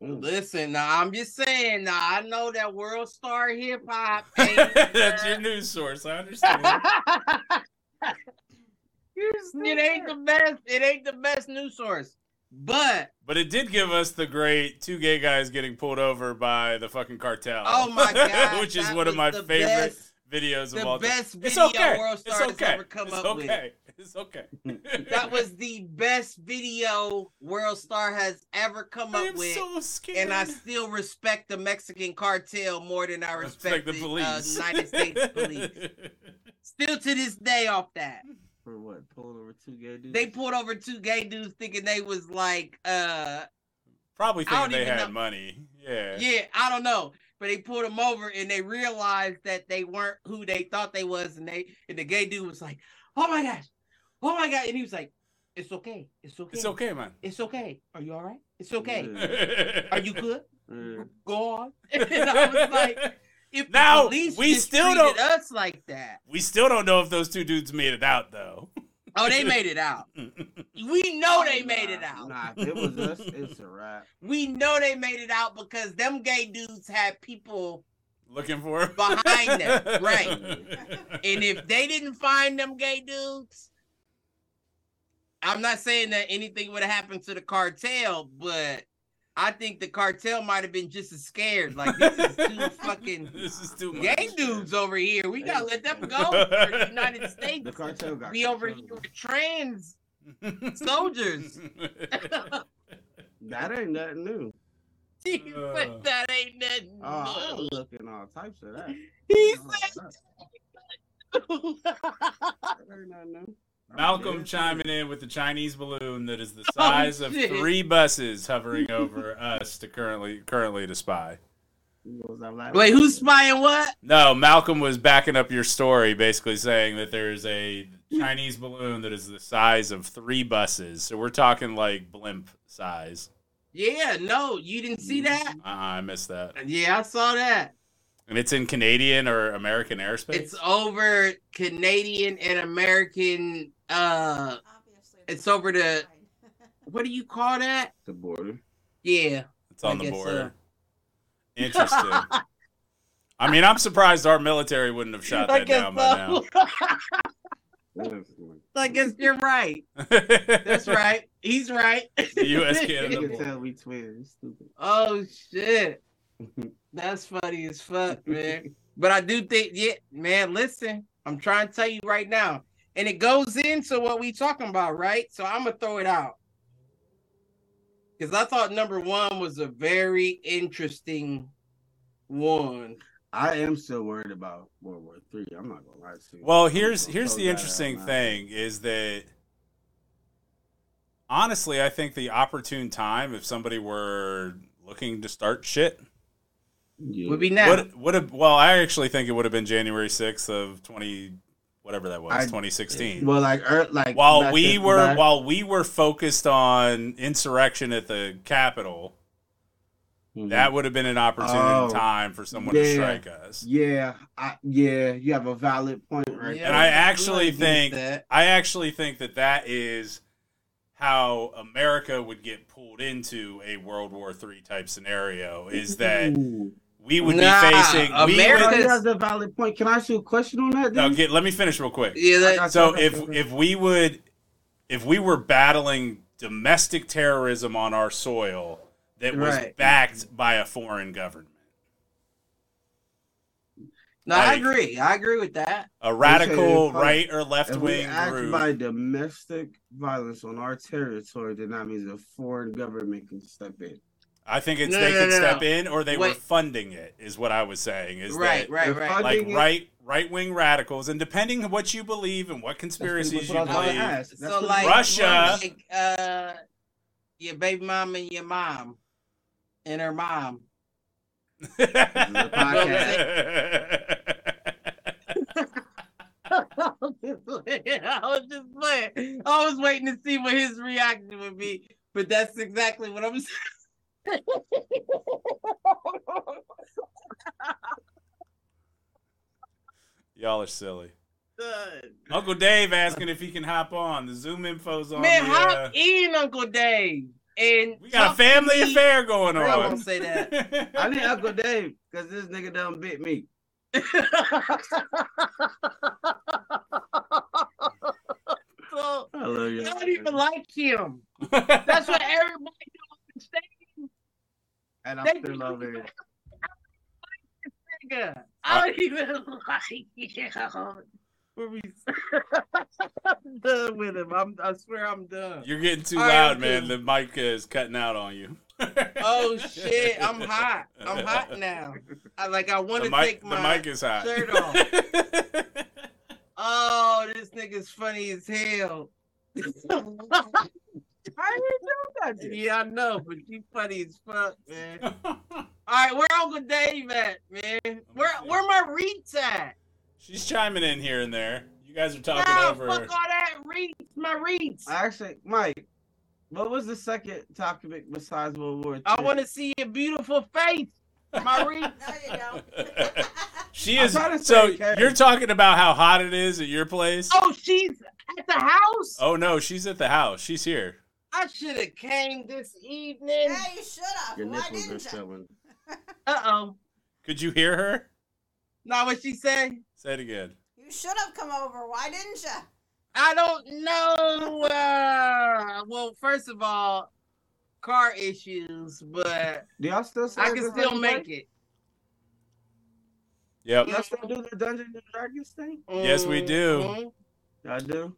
Speaker 2: Listen, nah, I'm just saying. Nah, I know that world star hip hop.
Speaker 1: That's your news source. I understand.
Speaker 2: it ain't the best. It ain't the best news source, but
Speaker 1: But it did give us the great two gay guys getting pulled over by the fucking cartel.
Speaker 2: oh my god,
Speaker 1: Which is
Speaker 2: that
Speaker 1: one of
Speaker 2: was
Speaker 1: my
Speaker 2: the
Speaker 1: favorite
Speaker 2: best-
Speaker 1: videos of
Speaker 2: the
Speaker 1: all time.
Speaker 2: best
Speaker 1: It's
Speaker 2: video
Speaker 1: okay.
Speaker 2: World
Speaker 1: It's
Speaker 2: Star has
Speaker 1: okay.
Speaker 2: ever come
Speaker 1: It's
Speaker 2: up with.
Speaker 1: okay. It's okay.
Speaker 2: That was the best video World Star has ever come
Speaker 1: I
Speaker 2: up
Speaker 1: am
Speaker 2: with.
Speaker 1: so scared.
Speaker 2: and I still respect the Mexican cartel more than I
Speaker 1: It's
Speaker 2: respect
Speaker 1: like the police.
Speaker 2: Uh, United States police. Still to this day, off that
Speaker 1: Mm.
Speaker 5: for what? Pulling over two gay dudes.
Speaker 2: they pulled over two gay dudes thinking they was like, uh,
Speaker 1: Probably
Speaker 2: I
Speaker 1: thinking
Speaker 2: don't
Speaker 1: they
Speaker 2: even
Speaker 1: had
Speaker 2: know.
Speaker 1: money. Yeah.
Speaker 2: yeah, I don't know, but they pulled them over and they realized that they weren't who they thought they was, and they and the gay dude was like, oh my gosh, oh my god, and he was like, it's okay, it's okay,
Speaker 1: It's okay, man.
Speaker 2: it's okay. Are you all right? It's okay.
Speaker 5: Yeah.
Speaker 2: Are you good?
Speaker 5: Yeah.
Speaker 2: Go on. and I was like. If the
Speaker 1: Now,
Speaker 2: police
Speaker 1: we
Speaker 2: just
Speaker 1: still
Speaker 2: treated
Speaker 1: don't-
Speaker 2: us like that.
Speaker 1: we still don't know if those two dudes made it out though.
Speaker 2: Oh, they made it out. We know
Speaker 1: Oh,
Speaker 2: Oh, they made it
Speaker 5: Nah,
Speaker 2: out.
Speaker 5: Nah, if it was us, it's a wrap.
Speaker 2: We know they made it out because them gay dudes had people,
Speaker 1: Looking for 'em.
Speaker 2: Behind them, right. and
Speaker 1: And
Speaker 2: if they didn't find them gay dudes, I'm not saying that anything would have happened to the cartel, but I think the cartel might have been just as scared. Like this is too fucking
Speaker 1: this is too much.
Speaker 2: gay dudes over here. We gotta let them go for the United States.
Speaker 5: The cartel got
Speaker 2: We over here
Speaker 5: control.
Speaker 2: with trans soldiers.
Speaker 5: That ain't nothing new.
Speaker 2: He
Speaker 1: Uh.
Speaker 2: said that ain't nothing.
Speaker 5: Oh,
Speaker 2: new.
Speaker 5: I'm looking all types of that.
Speaker 2: he
Speaker 5: Oh,
Speaker 2: said
Speaker 5: that- that ain't nothing new. I'm
Speaker 1: Malcolm
Speaker 5: dead
Speaker 1: chiming in with the Chinese balloon that is the size of
Speaker 2: Oh, shit.
Speaker 1: three buses hovering over us to currently currently to spy.
Speaker 5: serious. What was I laughing
Speaker 2: Wait,
Speaker 5: at?
Speaker 2: who's spying what?
Speaker 1: No, Malcolm was backing up your story, basically saying that there is a Chinese balloon that is the size of three buses. So we're talking like blimp size.
Speaker 2: Yeah, no, you didn't see that?
Speaker 1: Uh, I missed that.
Speaker 2: Yeah, I saw that.
Speaker 1: And it's in Canadian or American airspace.
Speaker 2: It's over Canadian and American uh
Speaker 6: Obviously,
Speaker 2: It's
Speaker 6: that's
Speaker 2: over to-
Speaker 6: fine.
Speaker 2: what do you call that?
Speaker 5: the border?
Speaker 2: Yeah.
Speaker 1: It's on
Speaker 2: I
Speaker 1: the
Speaker 2: guess uh, so.
Speaker 1: border. Interesting. I mean, I'm surprised our military wouldn't have shot
Speaker 2: I
Speaker 1: that
Speaker 2: guess
Speaker 1: down by
Speaker 2: so.
Speaker 1: now.
Speaker 5: You
Speaker 2: I guess you're right. That's right. He's right.
Speaker 1: The US Canada
Speaker 5: can tell we twins. Stupid.
Speaker 2: Oh shit. That's funny as fuck, man. But I do think, yeah, man, listen, I'm trying to tell you right now. And it goes into what we talking about, right? So I'm gonna throw it out. Because I thought number one was a very interesting one.
Speaker 5: I am still worried about World War Three. I'm not gonna lie to you.
Speaker 1: Well,
Speaker 5: I'm
Speaker 1: here's
Speaker 5: gonna
Speaker 1: here's
Speaker 5: throw
Speaker 1: the
Speaker 5: that out
Speaker 1: interesting
Speaker 5: now.
Speaker 1: thing is that honestly, I think the opportune time if somebody were looking to start shit
Speaker 5: Yeah.
Speaker 2: Would be now.
Speaker 1: would would have well, I actually think it would have been January 6th of 20 whatever that was,
Speaker 5: I-
Speaker 1: 2016.
Speaker 5: Well, like, er, like
Speaker 1: while
Speaker 5: back
Speaker 1: we
Speaker 5: in-
Speaker 1: were
Speaker 5: back-
Speaker 1: while we were focused on insurrection at the Capitol,
Speaker 2: Mm-hmm.
Speaker 5: Mhm.
Speaker 1: that would have been an opportune
Speaker 5: Oh.
Speaker 1: time for someone to
Speaker 5: Yeah.
Speaker 1: strike us.
Speaker 5: Yeah, I, yeah, you have a valid point right
Speaker 2: Yeah,
Speaker 1: And I
Speaker 2: I'm
Speaker 1: actually
Speaker 2: against
Speaker 1: think-
Speaker 2: that.
Speaker 1: I actually think that that is how America would get pulled into a World War III type scenario. Is that
Speaker 5: Ooh.
Speaker 1: we would
Speaker 2: Nah,
Speaker 1: be facing
Speaker 2: America-
Speaker 5: Oh,
Speaker 1: We
Speaker 5: you
Speaker 2: Because-
Speaker 5: have a valid point. Can I ask you a question on that?
Speaker 1: would, no,
Speaker 5: then?
Speaker 1: get, let me finish real quick.
Speaker 2: yeah,
Speaker 5: I
Speaker 2: that,
Speaker 5: got
Speaker 1: So
Speaker 5: you, I got
Speaker 1: if
Speaker 5: you.
Speaker 1: if we would if we were battling domestic terrorism on our soil, that was
Speaker 2: Right.
Speaker 1: backed by a foreign government.
Speaker 2: No, I
Speaker 1: Like-
Speaker 2: agree. I agree with that.
Speaker 1: A
Speaker 5: Okay,
Speaker 1: radical
Speaker 5: if I-
Speaker 1: right or left
Speaker 5: If we
Speaker 1: wing
Speaker 5: act
Speaker 1: group.
Speaker 5: by domestic violence on our territory, then that means a foreign government can step in.
Speaker 1: I think it's
Speaker 2: No,
Speaker 1: they
Speaker 2: no,
Speaker 1: could
Speaker 2: no,
Speaker 1: step
Speaker 2: no.
Speaker 1: in or they were
Speaker 2: Wait.
Speaker 1: funding it is what I was saying. Is
Speaker 2: Right,
Speaker 1: that
Speaker 2: right,
Speaker 5: If
Speaker 2: right.
Speaker 5: I
Speaker 1: like
Speaker 5: think it-
Speaker 1: right right wing radicals and depending on what you believe and what
Speaker 5: That's
Speaker 1: conspiracies
Speaker 5: what I
Speaker 1: you
Speaker 5: was gonna
Speaker 1: believe.
Speaker 5: ask. That's
Speaker 2: so
Speaker 5: what-
Speaker 2: like
Speaker 1: Russia-
Speaker 2: like, uh, your baby mom and your mom, and her mom. I was just playing. I was waiting to see what his reaction would be, but that's exactly what I'm saying.
Speaker 1: Y'all are silly. Uncle Dave asking if he can hop on. The Zoom info's on.
Speaker 2: Man,
Speaker 1: the,
Speaker 2: hop
Speaker 1: uh,
Speaker 2: in, Uncle Dave, and
Speaker 1: we got a
Speaker 2: talk to
Speaker 1: family
Speaker 2: me.
Speaker 1: affair going
Speaker 2: I won't
Speaker 1: on.
Speaker 2: say that.
Speaker 5: I need Uncle Dave because this nigga done bit me.
Speaker 2: so
Speaker 5: I love you.
Speaker 2: I don't even like him. That's what everybody don't
Speaker 5: and I'm
Speaker 2: Thank
Speaker 5: still
Speaker 2: you.
Speaker 5: over here.
Speaker 2: understand, nigga. I don't even like him. Where we- I'm done with him. I'm, I swear I'm done.
Speaker 1: You're getting too
Speaker 2: All right,
Speaker 1: loud,
Speaker 2: I'm
Speaker 1: man.
Speaker 2: good.
Speaker 1: The mic is cutting out on you.
Speaker 2: Oh shit, I'm hot. I'm hot now. I like I want
Speaker 1: The
Speaker 2: to
Speaker 1: mic,
Speaker 2: take
Speaker 1: the
Speaker 2: my
Speaker 1: mic is hot.
Speaker 2: shirt off. Oh, this nigga's funny as hell.
Speaker 5: I didn't know
Speaker 2: yeah, I know, but you funny as fuck, man. All right, where Uncle Dave at, man? Where where my reach at?
Speaker 1: She's chiming in here and there. You guys are talking
Speaker 2: Nah,
Speaker 1: over.
Speaker 2: fuck
Speaker 1: her.
Speaker 2: all that reach, my reach.
Speaker 5: Actually, Mike, what was the second topic besides World War II?
Speaker 2: I want to see your beautiful face, my reach.
Speaker 6: No, you don't.
Speaker 1: She
Speaker 5: I'm
Speaker 1: is.
Speaker 5: trying to
Speaker 1: So
Speaker 5: say, Karen.
Speaker 1: you're talking about how hot it is at your place?
Speaker 2: Oh, she's at the house.
Speaker 1: Oh, no, she's at the house. She's here.
Speaker 2: I should have came this evening.
Speaker 6: Yeah, you should have.
Speaker 5: Your
Speaker 6: Why
Speaker 5: nipples are
Speaker 6: didn't you?
Speaker 5: showing.
Speaker 2: Uh oh.
Speaker 1: Could you hear her?
Speaker 2: Not what she said.
Speaker 1: Say it again.
Speaker 6: You should have come over. Why didn't you?
Speaker 2: I don't know. Uh, well, first of all, car issues, but
Speaker 5: Do y'all still?
Speaker 2: I can still make it.
Speaker 1: Yep.
Speaker 5: Y'all still do the Dungeons and Dragons thing?
Speaker 1: Yes, we do.
Speaker 2: Mhm.
Speaker 5: I do.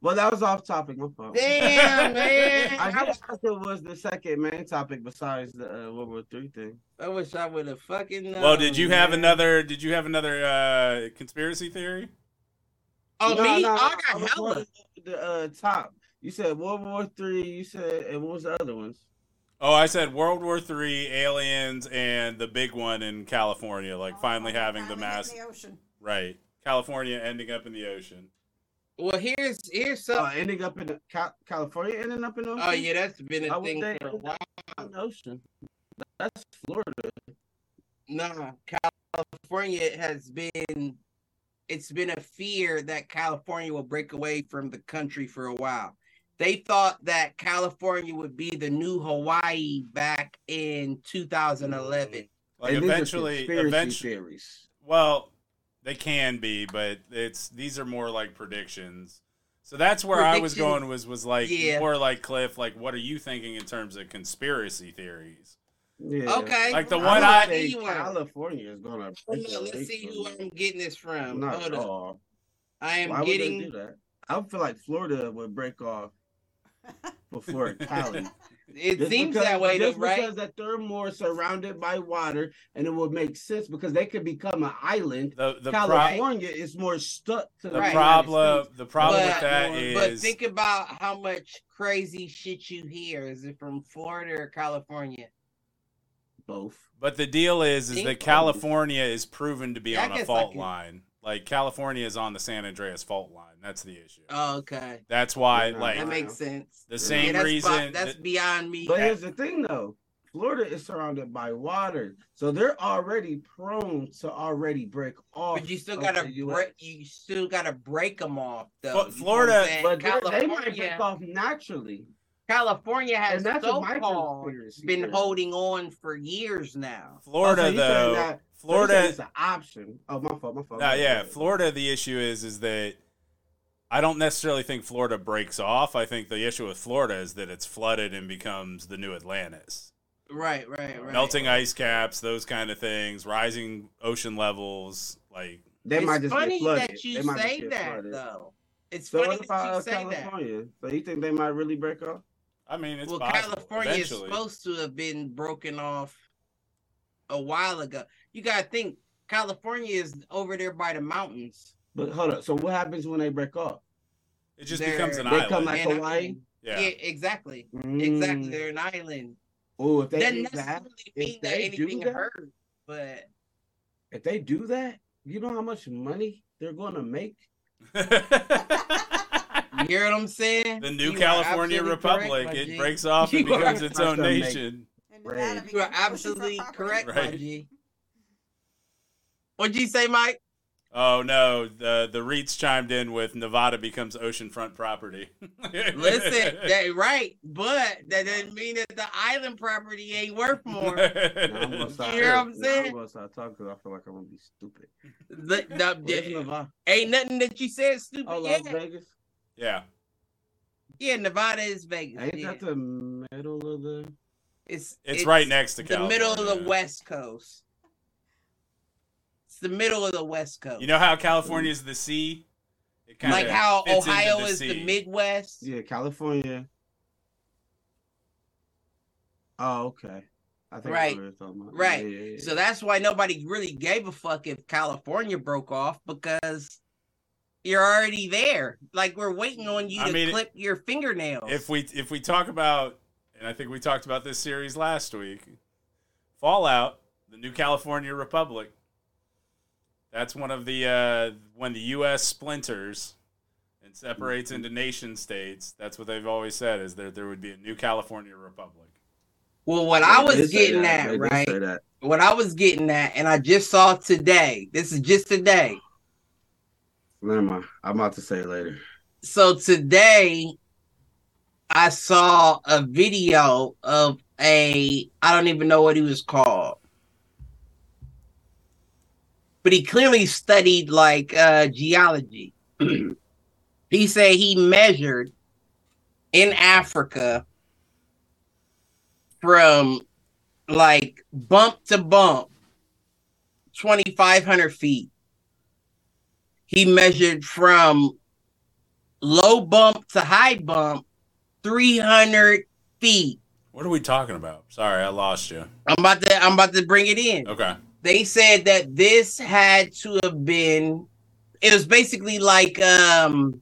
Speaker 5: Well, that was off topic. My fault.
Speaker 2: Damn, man.
Speaker 5: I
Speaker 2: I,
Speaker 5: guess it was the second main topic besides the uh, World War Three thing.
Speaker 2: I wish I would have fucking. Known,
Speaker 1: Well, did you have
Speaker 2: man.
Speaker 1: another? Did you have another uh, conspiracy theory?
Speaker 2: Oh, me? Oh, I
Speaker 5: I
Speaker 2: got
Speaker 5: was
Speaker 2: hella.
Speaker 5: wondering The uh, top. You said World War Three. You said, and what was the other ones?
Speaker 1: Oh, I said World War Three, aliens, and the big one in California, like finally
Speaker 6: Oh,
Speaker 1: having the
Speaker 6: finally
Speaker 1: mass.
Speaker 6: hitting the ocean.
Speaker 1: Right, California ending up in the ocean.
Speaker 2: Well, here's here's some.
Speaker 5: Uh, ending up in the, Ca- California, ending up in the
Speaker 2: oh yeah, that's been
Speaker 5: I
Speaker 2: a
Speaker 5: would
Speaker 2: thing
Speaker 5: say-
Speaker 2: for a while.
Speaker 5: ocean. That's Florida.
Speaker 2: No, California has been it's been a fear that California will break away from the country for a while. They thought that California would be the new Hawaii back in
Speaker 5: Mm,
Speaker 2: 2011.
Speaker 1: Like
Speaker 5: And these are
Speaker 1: eventually,
Speaker 5: conspiracy
Speaker 1: eventually,
Speaker 5: theories.
Speaker 1: well, they can be, but it's these are more like predictions. So that's where I was
Speaker 2: Predictions.
Speaker 1: going was was like
Speaker 2: Yeah.
Speaker 1: more like Cliff, like what are you thinking in terms of conspiracy theories?
Speaker 5: Yeah.
Speaker 2: Okay.
Speaker 1: Like the
Speaker 2: I'm
Speaker 1: one
Speaker 5: would
Speaker 2: gonna
Speaker 1: I-
Speaker 2: say
Speaker 5: say
Speaker 2: you are.
Speaker 5: California is gonna.
Speaker 2: Hold on, Let's see who I'm getting this from.
Speaker 5: Not
Speaker 2: Hold
Speaker 5: at
Speaker 2: on.
Speaker 5: all.
Speaker 2: I am
Speaker 5: Why would they
Speaker 2: getting
Speaker 5: do that? I would feel like Florida would break off before Cali.
Speaker 2: it
Speaker 5: Just
Speaker 2: seems
Speaker 5: because-
Speaker 2: that way though,
Speaker 5: just
Speaker 2: right?
Speaker 5: Because that they're more surrounded by water, and it would make sense because they could become an island.
Speaker 1: The the pro-
Speaker 5: California is more stuck to
Speaker 1: the
Speaker 2: Right.
Speaker 1: problem the problem
Speaker 2: But-
Speaker 1: with that is
Speaker 2: But think about how much crazy shit you hear. Is it from Florida or California?
Speaker 5: both.
Speaker 1: But the deal is, is
Speaker 2: Think-
Speaker 1: that California is proven to be
Speaker 2: Yeah, I
Speaker 1: on a
Speaker 2: guess I
Speaker 1: fault
Speaker 2: can-
Speaker 1: line. Like California is on the San Andreas fault line. That's the issue.
Speaker 2: Oh, okay.
Speaker 1: That's why,
Speaker 5: Yeah.
Speaker 1: like
Speaker 2: That
Speaker 5: Wow.
Speaker 2: makes sense.
Speaker 1: the
Speaker 5: Yeah,
Speaker 1: same
Speaker 2: that's
Speaker 1: reason.
Speaker 2: bi- that's
Speaker 1: that-
Speaker 2: beyond me.
Speaker 5: But here's the thing, though. Florida is surrounded by water, so they're already prone to already break off.
Speaker 2: But you still
Speaker 5: of
Speaker 2: gotta
Speaker 5: the US.
Speaker 2: break. You still gotta break them off, though.
Speaker 1: But
Speaker 2: You know what I'm
Speaker 1: Florida-
Speaker 2: saying?
Speaker 5: But they- they might break
Speaker 2: California,
Speaker 5: off naturally.
Speaker 2: California has
Speaker 5: And that's what
Speaker 2: so
Speaker 5: my
Speaker 2: called
Speaker 5: conspiracy
Speaker 2: been
Speaker 5: theory.
Speaker 2: holding on for years now.
Speaker 1: Florida,
Speaker 5: Oh, so you're saying
Speaker 1: though,
Speaker 5: that- so you're saying
Speaker 1: Florida,
Speaker 5: is an option. Oh, my fault, my fault.
Speaker 1: Nah,
Speaker 5: my
Speaker 1: yeah,
Speaker 5: fault.
Speaker 1: Florida. The issue is, is that I don't necessarily think Florida breaks off. I think the issue with Florida is that it's flooded and becomes the new Atlantis.
Speaker 2: Right, right, right.
Speaker 1: melting ice caps, those kind of things, rising ocean levels, like
Speaker 5: They
Speaker 2: it's
Speaker 5: might just
Speaker 2: funny
Speaker 5: get flooded.
Speaker 2: that you
Speaker 5: They might just
Speaker 2: say
Speaker 5: get
Speaker 2: that
Speaker 5: flooded.
Speaker 2: though. It's
Speaker 5: So
Speaker 2: funny
Speaker 5: what
Speaker 2: that you
Speaker 5: about
Speaker 2: say that.
Speaker 5: California? So you think they might really break off?
Speaker 1: I mean, it's
Speaker 2: well,
Speaker 1: possible.
Speaker 2: California
Speaker 1: Eventually.
Speaker 2: is supposed to have been broken off a while ago. You gotta think California is over there by the mountains.
Speaker 5: But hold up. So what happens when they break off?
Speaker 1: it just
Speaker 2: They're-
Speaker 1: becomes an
Speaker 5: They
Speaker 1: island.
Speaker 5: come like
Speaker 2: And I-
Speaker 5: Hawaii?
Speaker 2: yeah.
Speaker 1: yeah.
Speaker 2: exactly, exactly. They're an island.
Speaker 5: Oh, if Mm. they
Speaker 2: Doesn't
Speaker 5: do that,
Speaker 2: necessarily mean
Speaker 5: if
Speaker 2: that
Speaker 5: they do
Speaker 2: anything
Speaker 5: that-
Speaker 2: hurt, but
Speaker 5: if they do that, you know how much money they're going to make.
Speaker 2: you hear what I'm saying?
Speaker 1: the new
Speaker 2: You are
Speaker 1: California
Speaker 2: absolutely
Speaker 1: Republic,
Speaker 2: correct, my
Speaker 1: it
Speaker 2: G.
Speaker 1: breaks off and
Speaker 5: You are
Speaker 1: becomes its own
Speaker 5: correct.
Speaker 1: nation.
Speaker 6: And
Speaker 5: Right.
Speaker 6: that'll be
Speaker 2: You are
Speaker 6: oceanfront
Speaker 2: absolutely
Speaker 6: property.
Speaker 2: correct, my
Speaker 1: Right.
Speaker 2: G. What'd you say, Mike?
Speaker 1: Oh no, the the Reeds chimed in with Nevada becomes oceanfront property.
Speaker 2: Listen, that right, but that doesn't mean that the island property ain't worth more.
Speaker 5: Now I'm gonna start,
Speaker 2: You hear what I'm
Speaker 5: now
Speaker 2: saying?
Speaker 5: I'm gonna start talking because I feel like I'm gonna be stupid.
Speaker 2: The- the-
Speaker 5: Where's Nevada?
Speaker 2: ain't nothing that you said stupid.
Speaker 5: Oh, Las
Speaker 2: yet.
Speaker 5: Vegas.
Speaker 1: yeah,
Speaker 2: Yeah, Nevada is Vegas.
Speaker 5: Ain't
Speaker 2: yeah.
Speaker 5: that the middle of the?
Speaker 2: it's,
Speaker 1: it's, right next to
Speaker 2: the
Speaker 1: California.
Speaker 2: middle of the West Coast. It's the middle of the West Coast.
Speaker 1: You know how California is the sea? It kinda
Speaker 2: like how
Speaker 1: fits into
Speaker 2: Ohio is the
Speaker 1: sea.
Speaker 2: Midwest.
Speaker 5: Yeah, California. Oh, okay. I think I
Speaker 2: Right.
Speaker 5: know what you're talking about.
Speaker 2: Right.
Speaker 5: Yeah, yeah, yeah.
Speaker 2: So that's why nobody really gave a fuck if California broke off because you're already there. Like we're waiting on you
Speaker 1: I
Speaker 2: to
Speaker 1: mean,
Speaker 2: clip your fingernails.
Speaker 1: if we if we talk about and I think we talked about this series last week, Fallout, the new California Republic. That's one of the uh, when the U.S. splinters and separates into nation states. That's what they've always said is that there would be a new California Republic.
Speaker 2: well, what I
Speaker 5: They did
Speaker 2: was
Speaker 5: say
Speaker 2: getting
Speaker 5: that.
Speaker 2: at,
Speaker 5: They did
Speaker 2: right?
Speaker 5: say that.
Speaker 2: What I was getting at, and I just saw today. This is just today.
Speaker 5: Never mind. I'm about to say it later.
Speaker 2: so today I saw a video of a I don't even know what he was called. But he clearly studied like uh geology. he said he measured in Africa from like bump to bump 2500 feet. He measured from low bump to high bump, 300 feet.
Speaker 1: What are we talking about? Sorry, I lost you.
Speaker 2: I'm about to I'm about to bring it in.
Speaker 1: Okay.
Speaker 2: They said that this had to have been it was basically like um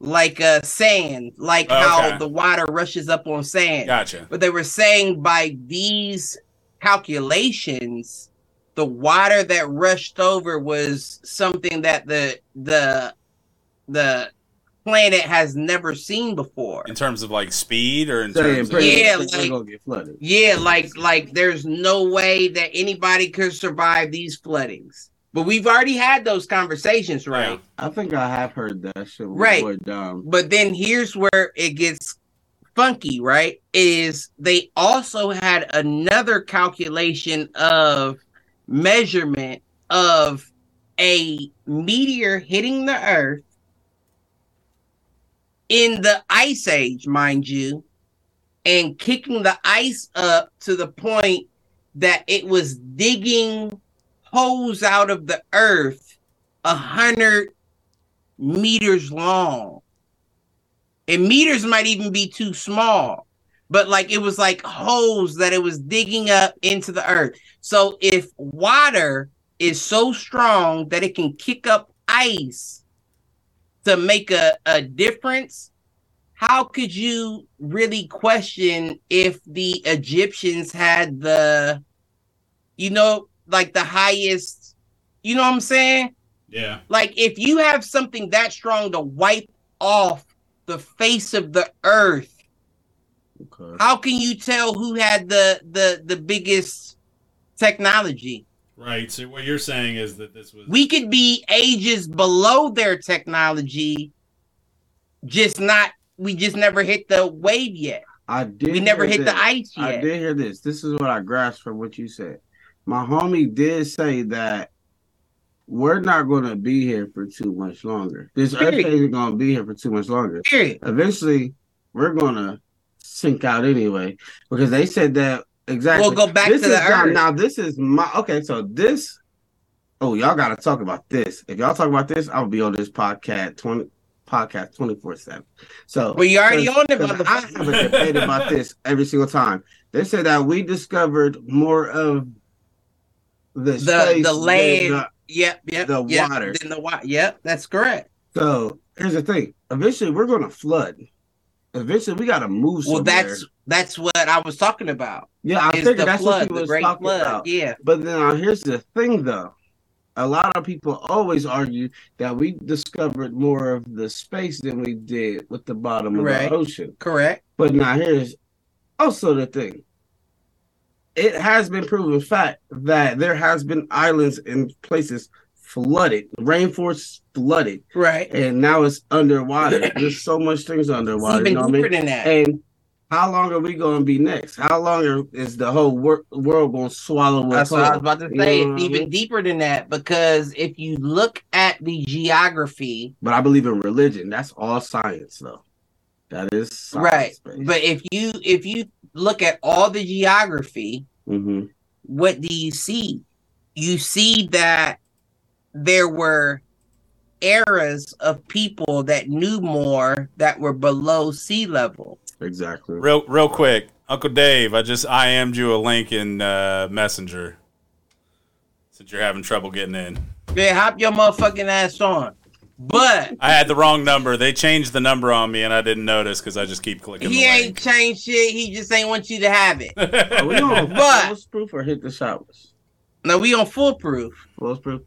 Speaker 2: like uh sand, like
Speaker 1: Oh, Okay.
Speaker 2: how the water rushes up on sand.
Speaker 1: Gotcha.
Speaker 2: But they were saying by these calculations, the water that rushed over was something that the the the planet has never seen before.
Speaker 1: In terms of like speed or in
Speaker 5: Saying
Speaker 1: terms of
Speaker 5: pretty
Speaker 2: Yeah,
Speaker 5: much they're
Speaker 2: like-
Speaker 5: gonna get flooded.
Speaker 2: Yeah, like like there's no way that anybody could survive these floodings. But we've already had those conversations, right?
Speaker 1: Yeah.
Speaker 5: I think I have heard that shit.
Speaker 2: Right.
Speaker 5: Before, dumb.
Speaker 2: Um, But then here's where it gets funky, right? Is they also had another calculation of measurement of a meteor hitting the earth in the ice age, mind you, and kicking the ice up to the point that it was digging holes out of the earth a hundred meters long. And meters might even be too small, but like it was like holes that it was digging up into the earth. So if water is so strong that it can kick up ice to make a, a difference, how could you really question if the Egyptians had the, you know, like the highest, you know what I'm saying?
Speaker 1: Yeah.
Speaker 2: Like if you have something that strong to wipe off the face of the earth,
Speaker 5: Okay.
Speaker 2: how can you tell who had the the the biggest technology?
Speaker 1: Right. So what you're saying is that this was
Speaker 2: We could be ages below their technology, just not we just never hit the wave yet.
Speaker 5: I did.
Speaker 2: We never
Speaker 5: hear
Speaker 2: hit the
Speaker 5: that.
Speaker 2: ice
Speaker 5: I
Speaker 2: yet.
Speaker 5: did hear this. This is what I grasped from what you said. My homie did say that we're not going to be here for too much longer. This earth
Speaker 2: Period.
Speaker 5: isn't going to be here for too much longer.
Speaker 2: Period.
Speaker 5: Eventually, we're going to sink out anyway because they said that Exactly.
Speaker 2: We'll go back
Speaker 5: This
Speaker 2: to the
Speaker 5: is not-
Speaker 2: earth.
Speaker 5: now this is my okay. So this, oh y'all gotta talk about this. If y'all talk about this, I'll be on this podcast twenty podcast twenty four seven. So
Speaker 2: Well, you already own it,
Speaker 5: 'cause I
Speaker 2: motherfucker.
Speaker 5: have a debate about this every single time. They said that we discovered more of the
Speaker 2: The
Speaker 5: space
Speaker 2: the
Speaker 5: than
Speaker 2: land.
Speaker 5: the-
Speaker 2: yep, yep.
Speaker 5: the
Speaker 2: yep,
Speaker 5: water.
Speaker 2: Then the water. Yep, that's correct.
Speaker 5: so here's the thing. Eventually, we're gonna flood. Eventually, we gotta move.
Speaker 2: Well,
Speaker 5: Somewhere.
Speaker 2: that's that's what I was talking about.
Speaker 5: yeah. I
Speaker 2: is
Speaker 5: figured
Speaker 2: the
Speaker 5: that's
Speaker 2: flood,
Speaker 5: what he
Speaker 2: the
Speaker 5: was
Speaker 2: great
Speaker 5: talking
Speaker 2: flood.
Speaker 5: about.
Speaker 2: Yeah.
Speaker 5: But then uh, here's the thing, though. A lot of people always argue that we discovered more of the space than we did with the bottom of
Speaker 2: Right.
Speaker 5: the ocean.
Speaker 2: Correct.
Speaker 5: But now here's also the thing. It has been proven fact that there has been islands and places flooded, rainforests flooded,
Speaker 2: Right.
Speaker 5: and now it's underwater. There's so much things
Speaker 2: It's
Speaker 5: underwater.
Speaker 2: even
Speaker 5: You know what I mean?
Speaker 2: deeper than that.
Speaker 5: And how long are we going to be next? How long are, is the whole wor- world going to swallow us
Speaker 2: That's what I was
Speaker 5: whole?
Speaker 2: about to
Speaker 5: You
Speaker 2: say.
Speaker 5: know what
Speaker 2: It's
Speaker 5: I
Speaker 2: even
Speaker 5: mean?
Speaker 2: deeper than that because if you look at the geography,
Speaker 5: But I believe in religion. That's all science, though. That is science.
Speaker 2: right? But if you if you look at all the geography,
Speaker 5: hmm
Speaker 2: what do you see? You see that there were eras of people that knew more that were below sea level.
Speaker 5: exactly.
Speaker 1: Real, real quick, Uncle Dave, I just IM'd you a link in uh, Messenger. Since you're having trouble getting in,
Speaker 2: Yeah, hop your motherfucking ass on. But
Speaker 1: I had the wrong number. They changed the number on me, and I didn't notice because I just keep clicking.
Speaker 2: he
Speaker 1: the
Speaker 2: ain't
Speaker 1: link.
Speaker 2: changed shit. He just ain't want you to have it.
Speaker 5: Are Oh, we on
Speaker 2: But-
Speaker 5: proof or hit the showers?
Speaker 2: No, we on foolproof.
Speaker 5: proof.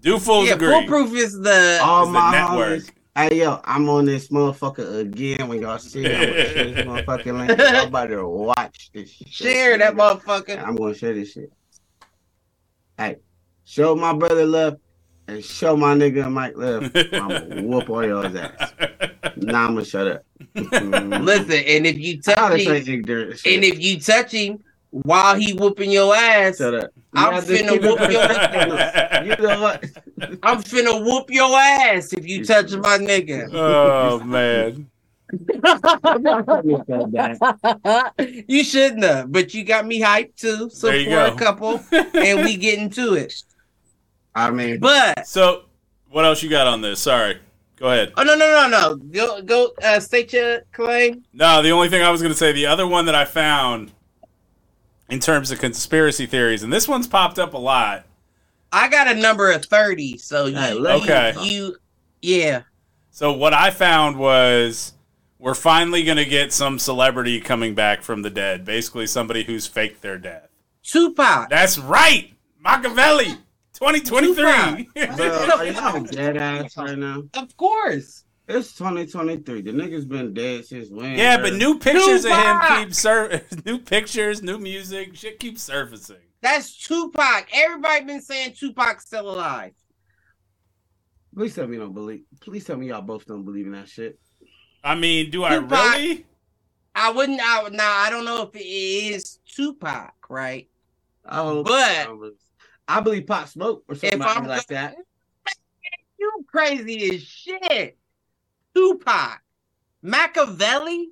Speaker 1: Do fools
Speaker 2: yeah,
Speaker 1: agree?
Speaker 2: foolproof is the
Speaker 5: All
Speaker 1: the
Speaker 5: my
Speaker 1: network.
Speaker 5: homies. Hey yo, I'm on this motherfucker again. When y'all see it, I'm gonna share this motherfucking link. Y'all better watch this. shit.
Speaker 2: share that motherfucker.
Speaker 5: I'm gonna share this shit. Hey, show my brother love and show my nigga Mike love. I'm gonna whoop all y'all's ass. Now I'm gonna shut up.
Speaker 2: Listen, and if you
Speaker 5: I'll
Speaker 2: touch
Speaker 5: just say
Speaker 2: him,
Speaker 5: ignorant shit.
Speaker 2: and if you touch him while he whooping your ass,
Speaker 5: Shut up.
Speaker 2: I'm
Speaker 5: Y'all just
Speaker 2: finna
Speaker 5: keep it
Speaker 2: whoop
Speaker 5: real.
Speaker 2: your
Speaker 5: You know what?
Speaker 2: I'm finna whoop your ass if you
Speaker 5: You
Speaker 2: touch
Speaker 5: sure.
Speaker 2: my nigga.
Speaker 1: oh man.
Speaker 2: you shouldn't have, but you got me hyped too. So
Speaker 1: There you
Speaker 2: for a
Speaker 1: go.
Speaker 2: couple, and we get into it.
Speaker 5: I mean,
Speaker 2: But
Speaker 1: So, what else you got on this? Sorry. Go ahead.
Speaker 2: oh no no no no, go go uh, state your claim.
Speaker 1: No, the only thing I was going to say, the other one that I found in terms of conspiracy theories, and this one's popped up a lot.
Speaker 2: I got a number of thirty, so you,
Speaker 5: Hey, let
Speaker 1: me- Okay.
Speaker 2: you yeah
Speaker 1: So, what I found was we're finally going to get some celebrity coming back from the dead, basically, somebody who's faked their death.
Speaker 2: Tupac.
Speaker 1: That's right. Machiavelli, 2023.
Speaker 5: bro, are y'all dead ass right now?
Speaker 2: Of course.
Speaker 5: It's 2023. The nigga's been dead since when?
Speaker 1: yeah, but
Speaker 5: bruh?
Speaker 1: new pictures of
Speaker 2: Tupac.
Speaker 1: him keep sur- new pictures, new music, shit keeps surfacing.
Speaker 2: That's Tupac. Everybody been saying Tupac's still alive.
Speaker 5: Please tell me you don't believe. Please tell me y'all both don't believe in that shit.
Speaker 1: I mean, do I
Speaker 2: Tupac.
Speaker 1: really?
Speaker 2: I wouldn't I would- now I don't know if it is Tupac, right?
Speaker 5: I hope.
Speaker 2: But-
Speaker 5: I believe Pop Smoke or something
Speaker 2: I'm
Speaker 5: like that.
Speaker 2: You crazy as shit. Tupac. Machiavelli?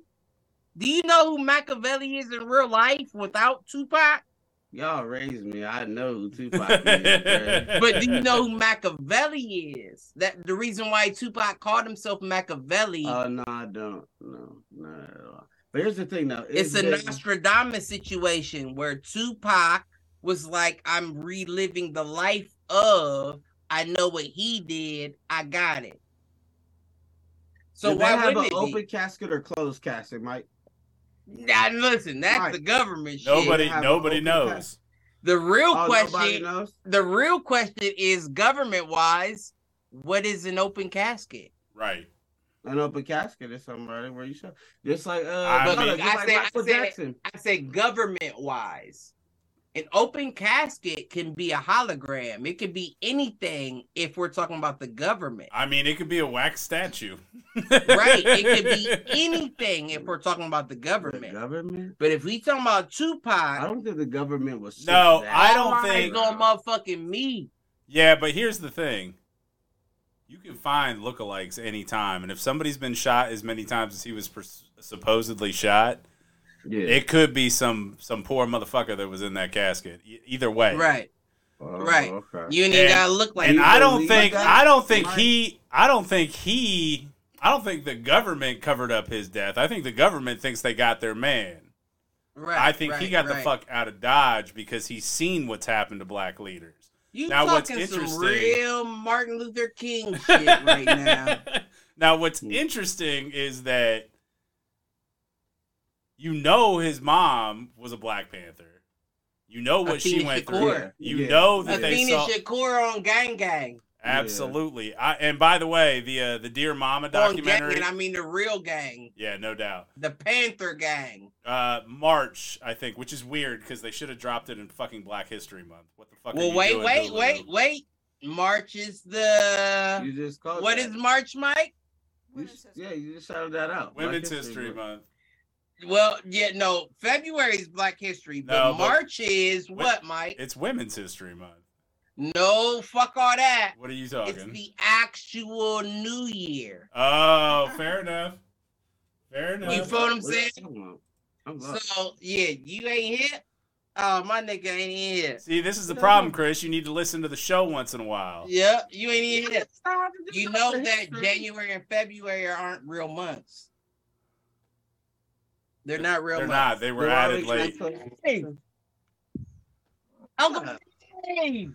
Speaker 2: Do you know who Machiavelli is in real life without Tupac?
Speaker 5: Y'all raised me. I know who Tupac is. bruh.
Speaker 2: But do you know who Machiavelli is? That the reason why Tupac called himself Machiavelli.
Speaker 5: Oh no, I don't. No, not at all. But here's the thing, though.
Speaker 2: it's a
Speaker 5: been-
Speaker 2: Nostradamus situation where Tupac was like, I'm reliving the life of, I know what he did, I got it. So
Speaker 5: Did they
Speaker 2: why
Speaker 5: have
Speaker 2: wouldn't
Speaker 5: an
Speaker 2: it
Speaker 5: open
Speaker 2: open...
Speaker 5: casket or closed casket, Mike?
Speaker 2: be? Now, listen, that's
Speaker 5: Right.
Speaker 2: the government shit.
Speaker 1: nobody
Speaker 5: have an
Speaker 1: nobody
Speaker 5: open
Speaker 1: knows.
Speaker 2: The real
Speaker 5: Oh, nobody
Speaker 2: question,
Speaker 5: knows.
Speaker 2: the real question is government wise, what is an open casket?
Speaker 1: Right.
Speaker 5: An open casket is somebody where you show. Just like uh,
Speaker 1: I
Speaker 5: brother,
Speaker 1: mean-
Speaker 5: just
Speaker 2: I
Speaker 5: like
Speaker 2: said- I
Speaker 5: Michael
Speaker 2: said-
Speaker 5: Jackson.
Speaker 2: I said government wise. An open casket can be a hologram. It could be anything if we're talking about the government.
Speaker 1: I mean, it could be a wax statue.
Speaker 2: Right. it could be anything if we're talking about the
Speaker 5: The
Speaker 2: government.
Speaker 5: government.
Speaker 2: But if we talking about
Speaker 5: I
Speaker 2: Tupac,
Speaker 5: don't think the government was.
Speaker 1: No, I don't
Speaker 2: all eyes
Speaker 1: think-
Speaker 2: on motherfucking me.
Speaker 1: Yeah, but here's the thing. You can find lookalikes anytime, and if somebody's been shot as many times as he was pers- supposedly shot,
Speaker 5: Yeah.
Speaker 1: It could be some some poor motherfucker that was in that casket. E- either way,
Speaker 2: Right.
Speaker 5: Oh,
Speaker 2: right.
Speaker 5: Okay.
Speaker 2: You ain't
Speaker 1: And-
Speaker 2: even gotta look like
Speaker 1: and
Speaker 2: you
Speaker 1: I don't
Speaker 2: believe
Speaker 1: think
Speaker 2: that.
Speaker 1: I don't think he I don't think he I don't think the government covered up his death. I think the government thinks they got their man.
Speaker 2: Right,
Speaker 1: I think he
Speaker 2: right,
Speaker 1: got the
Speaker 2: right.
Speaker 1: fuck out of Dodge because he's seen what's happened to black leaders.
Speaker 2: You
Speaker 1: Now, what's
Speaker 2: talking
Speaker 1: interesting-
Speaker 2: some real Martin Luther King shit right now.
Speaker 1: Now, what's
Speaker 5: Hmm.
Speaker 1: interesting is that you know his mom was a Black Panther. You know what she
Speaker 2: Athena
Speaker 1: went
Speaker 2: Shakur.
Speaker 1: through.
Speaker 5: Yeah,
Speaker 1: You
Speaker 5: yeah.
Speaker 1: know that they
Speaker 2: Athena
Speaker 1: saw
Speaker 2: Shakur on Gang Gang.
Speaker 1: absolutely. I, and by the way, the uh, the Dear Mama
Speaker 2: On Gang,
Speaker 1: documentary.
Speaker 2: and I mean the real gang,
Speaker 1: yeah, no doubt.
Speaker 2: the Panther Gang.
Speaker 1: Uh, March, I think, which is weird because they should have dropped it in fucking Black History Month. What the fuck? are
Speaker 2: Well,
Speaker 1: you
Speaker 2: wait,
Speaker 1: doing,
Speaker 2: wait,
Speaker 1: Hulu?
Speaker 2: wait, wait. March is the
Speaker 5: You just called
Speaker 2: what
Speaker 5: that.
Speaker 2: is March, Mike?
Speaker 5: You
Speaker 6: Women's
Speaker 5: s-
Speaker 6: history.
Speaker 5: yeah, you just shouted that out. Black
Speaker 1: Women's History Month.
Speaker 2: Well, yeah, no. February is Black History, but
Speaker 1: No, but-
Speaker 2: March is what, Mike?
Speaker 1: It's Women's History Month.
Speaker 2: No, fuck all that.
Speaker 1: What are you
Speaker 2: It's
Speaker 1: talking?
Speaker 2: the actual New Year.
Speaker 1: oh, fair enough. Fair enough.
Speaker 2: You feel what I'm
Speaker 5: What
Speaker 2: saying?
Speaker 5: you talking about? I'm lost.
Speaker 2: So yeah, you ain't hip. Oh, my nigga ain't hip.
Speaker 1: See, this is the problem, Chris. You need to listen to the show once in a while.
Speaker 2: Yeah, you ain't hip. You know that January and February aren't real months. They're not real
Speaker 1: They're
Speaker 2: months.
Speaker 1: not. They were
Speaker 5: They're
Speaker 1: added
Speaker 5: already-
Speaker 1: late.
Speaker 2: Uncle Dave.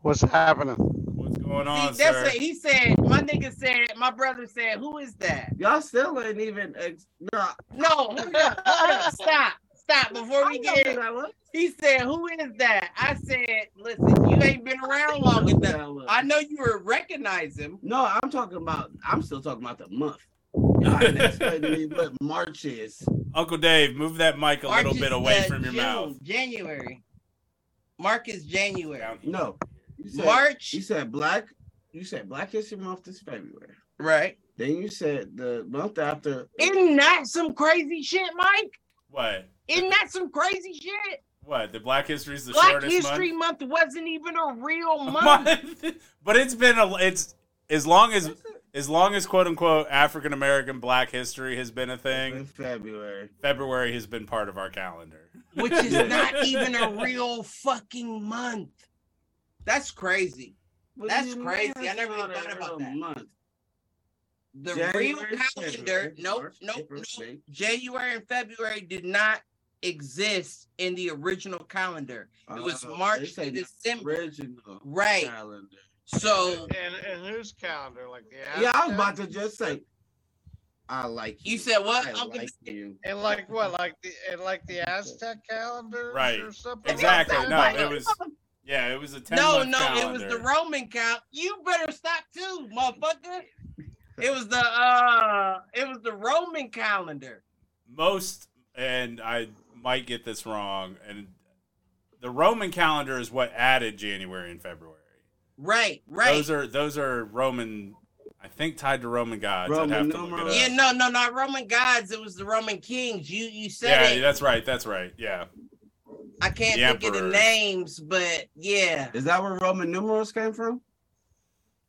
Speaker 7: What's happening?
Speaker 1: What's going
Speaker 2: See,
Speaker 1: on,
Speaker 2: that's
Speaker 1: sir?
Speaker 2: it. He said. My nigga said. My brother said. Who is that?
Speaker 5: Y'all still ain't even. Ex- nah,
Speaker 2: No. Hold up, hold up, stop. Stop. Before we
Speaker 5: I know
Speaker 2: get.
Speaker 5: who
Speaker 2: it,
Speaker 5: that was.
Speaker 2: He said. Who is that? I said. Listen. You ain't been around long
Speaker 5: who
Speaker 2: enough.
Speaker 5: that was.
Speaker 2: I know you were recognize him.
Speaker 5: No, I'm talking about. I'm still talking about the month. Y'all ain't explaining to me what March is.
Speaker 1: Uncle Dave, move that mic a little
Speaker 2: March
Speaker 1: bit
Speaker 2: is,
Speaker 1: away
Speaker 2: uh,
Speaker 1: from your
Speaker 2: June,
Speaker 1: mouth.
Speaker 2: January. Mark is January.
Speaker 1: Down here.
Speaker 5: No, you said,
Speaker 2: March.
Speaker 5: You said black. You said Black History Month is February.
Speaker 2: Right.
Speaker 5: Then you said the month after.
Speaker 2: Isn't that some crazy shit, Mike?
Speaker 1: What?
Speaker 2: Isn't that some crazy shit?
Speaker 1: What? The Black History's the
Speaker 2: Black
Speaker 1: shortest
Speaker 2: History month? wasn't even a real month.
Speaker 1: month. but it's been a. It's as long as as long as quote unquote African American Black History has been a
Speaker 2: Mm-hmm.
Speaker 1: thing.
Speaker 5: in February.
Speaker 1: February has been part of our calendar.
Speaker 2: Which is not even a real fucking month. That's crazy.
Speaker 5: What
Speaker 2: That's
Speaker 5: do you
Speaker 2: crazy.
Speaker 5: mean
Speaker 2: I never
Speaker 5: it's
Speaker 2: even
Speaker 5: not a
Speaker 2: thought about
Speaker 5: real
Speaker 2: that.
Speaker 5: Month.
Speaker 2: The
Speaker 5: January,
Speaker 2: real calendar.
Speaker 5: February,
Speaker 2: Nope,
Speaker 5: March,
Speaker 2: nope,
Speaker 5: April,
Speaker 2: nope.
Speaker 5: May.
Speaker 2: January and February did not exist in the original calendar. It was
Speaker 5: Uh, they
Speaker 2: March
Speaker 5: say
Speaker 2: to December.
Speaker 5: Original
Speaker 2: Right.
Speaker 5: calendar.
Speaker 2: So
Speaker 7: And and whose calendar? Like the
Speaker 5: Yeah, I was
Speaker 7: African?
Speaker 5: about to just say, I like you.
Speaker 2: You said what?
Speaker 5: I
Speaker 2: I'm gonna-
Speaker 5: like you.
Speaker 7: And like what? Like the and like the Aztec calendar?
Speaker 1: Right.
Speaker 7: Or something
Speaker 1: Exactly.
Speaker 7: Like
Speaker 1: No,
Speaker 7: that?
Speaker 1: it was. Yeah, it was a ten
Speaker 2: no,
Speaker 1: month
Speaker 2: no,
Speaker 1: calendar.
Speaker 2: it was the Roman count. You better stop too, motherfucker. It was the uh, it was the Roman calendar.
Speaker 1: most and I might get this wrong and the Roman calendar is what added January and February.
Speaker 2: Right, right.
Speaker 1: Those are those are Roman I think tied to Roman gods. I'd have
Speaker 5: Roman
Speaker 1: to look it
Speaker 5: numerals.
Speaker 1: up.
Speaker 2: yeah, no, no, not Roman gods. It was the Roman kings. You you said
Speaker 1: Yeah,
Speaker 2: it.
Speaker 1: that's right. That's right. Yeah.
Speaker 2: I can't
Speaker 1: the
Speaker 2: think of the
Speaker 1: emperors.
Speaker 2: names, but yeah,
Speaker 5: Is that where Roman numerals came from?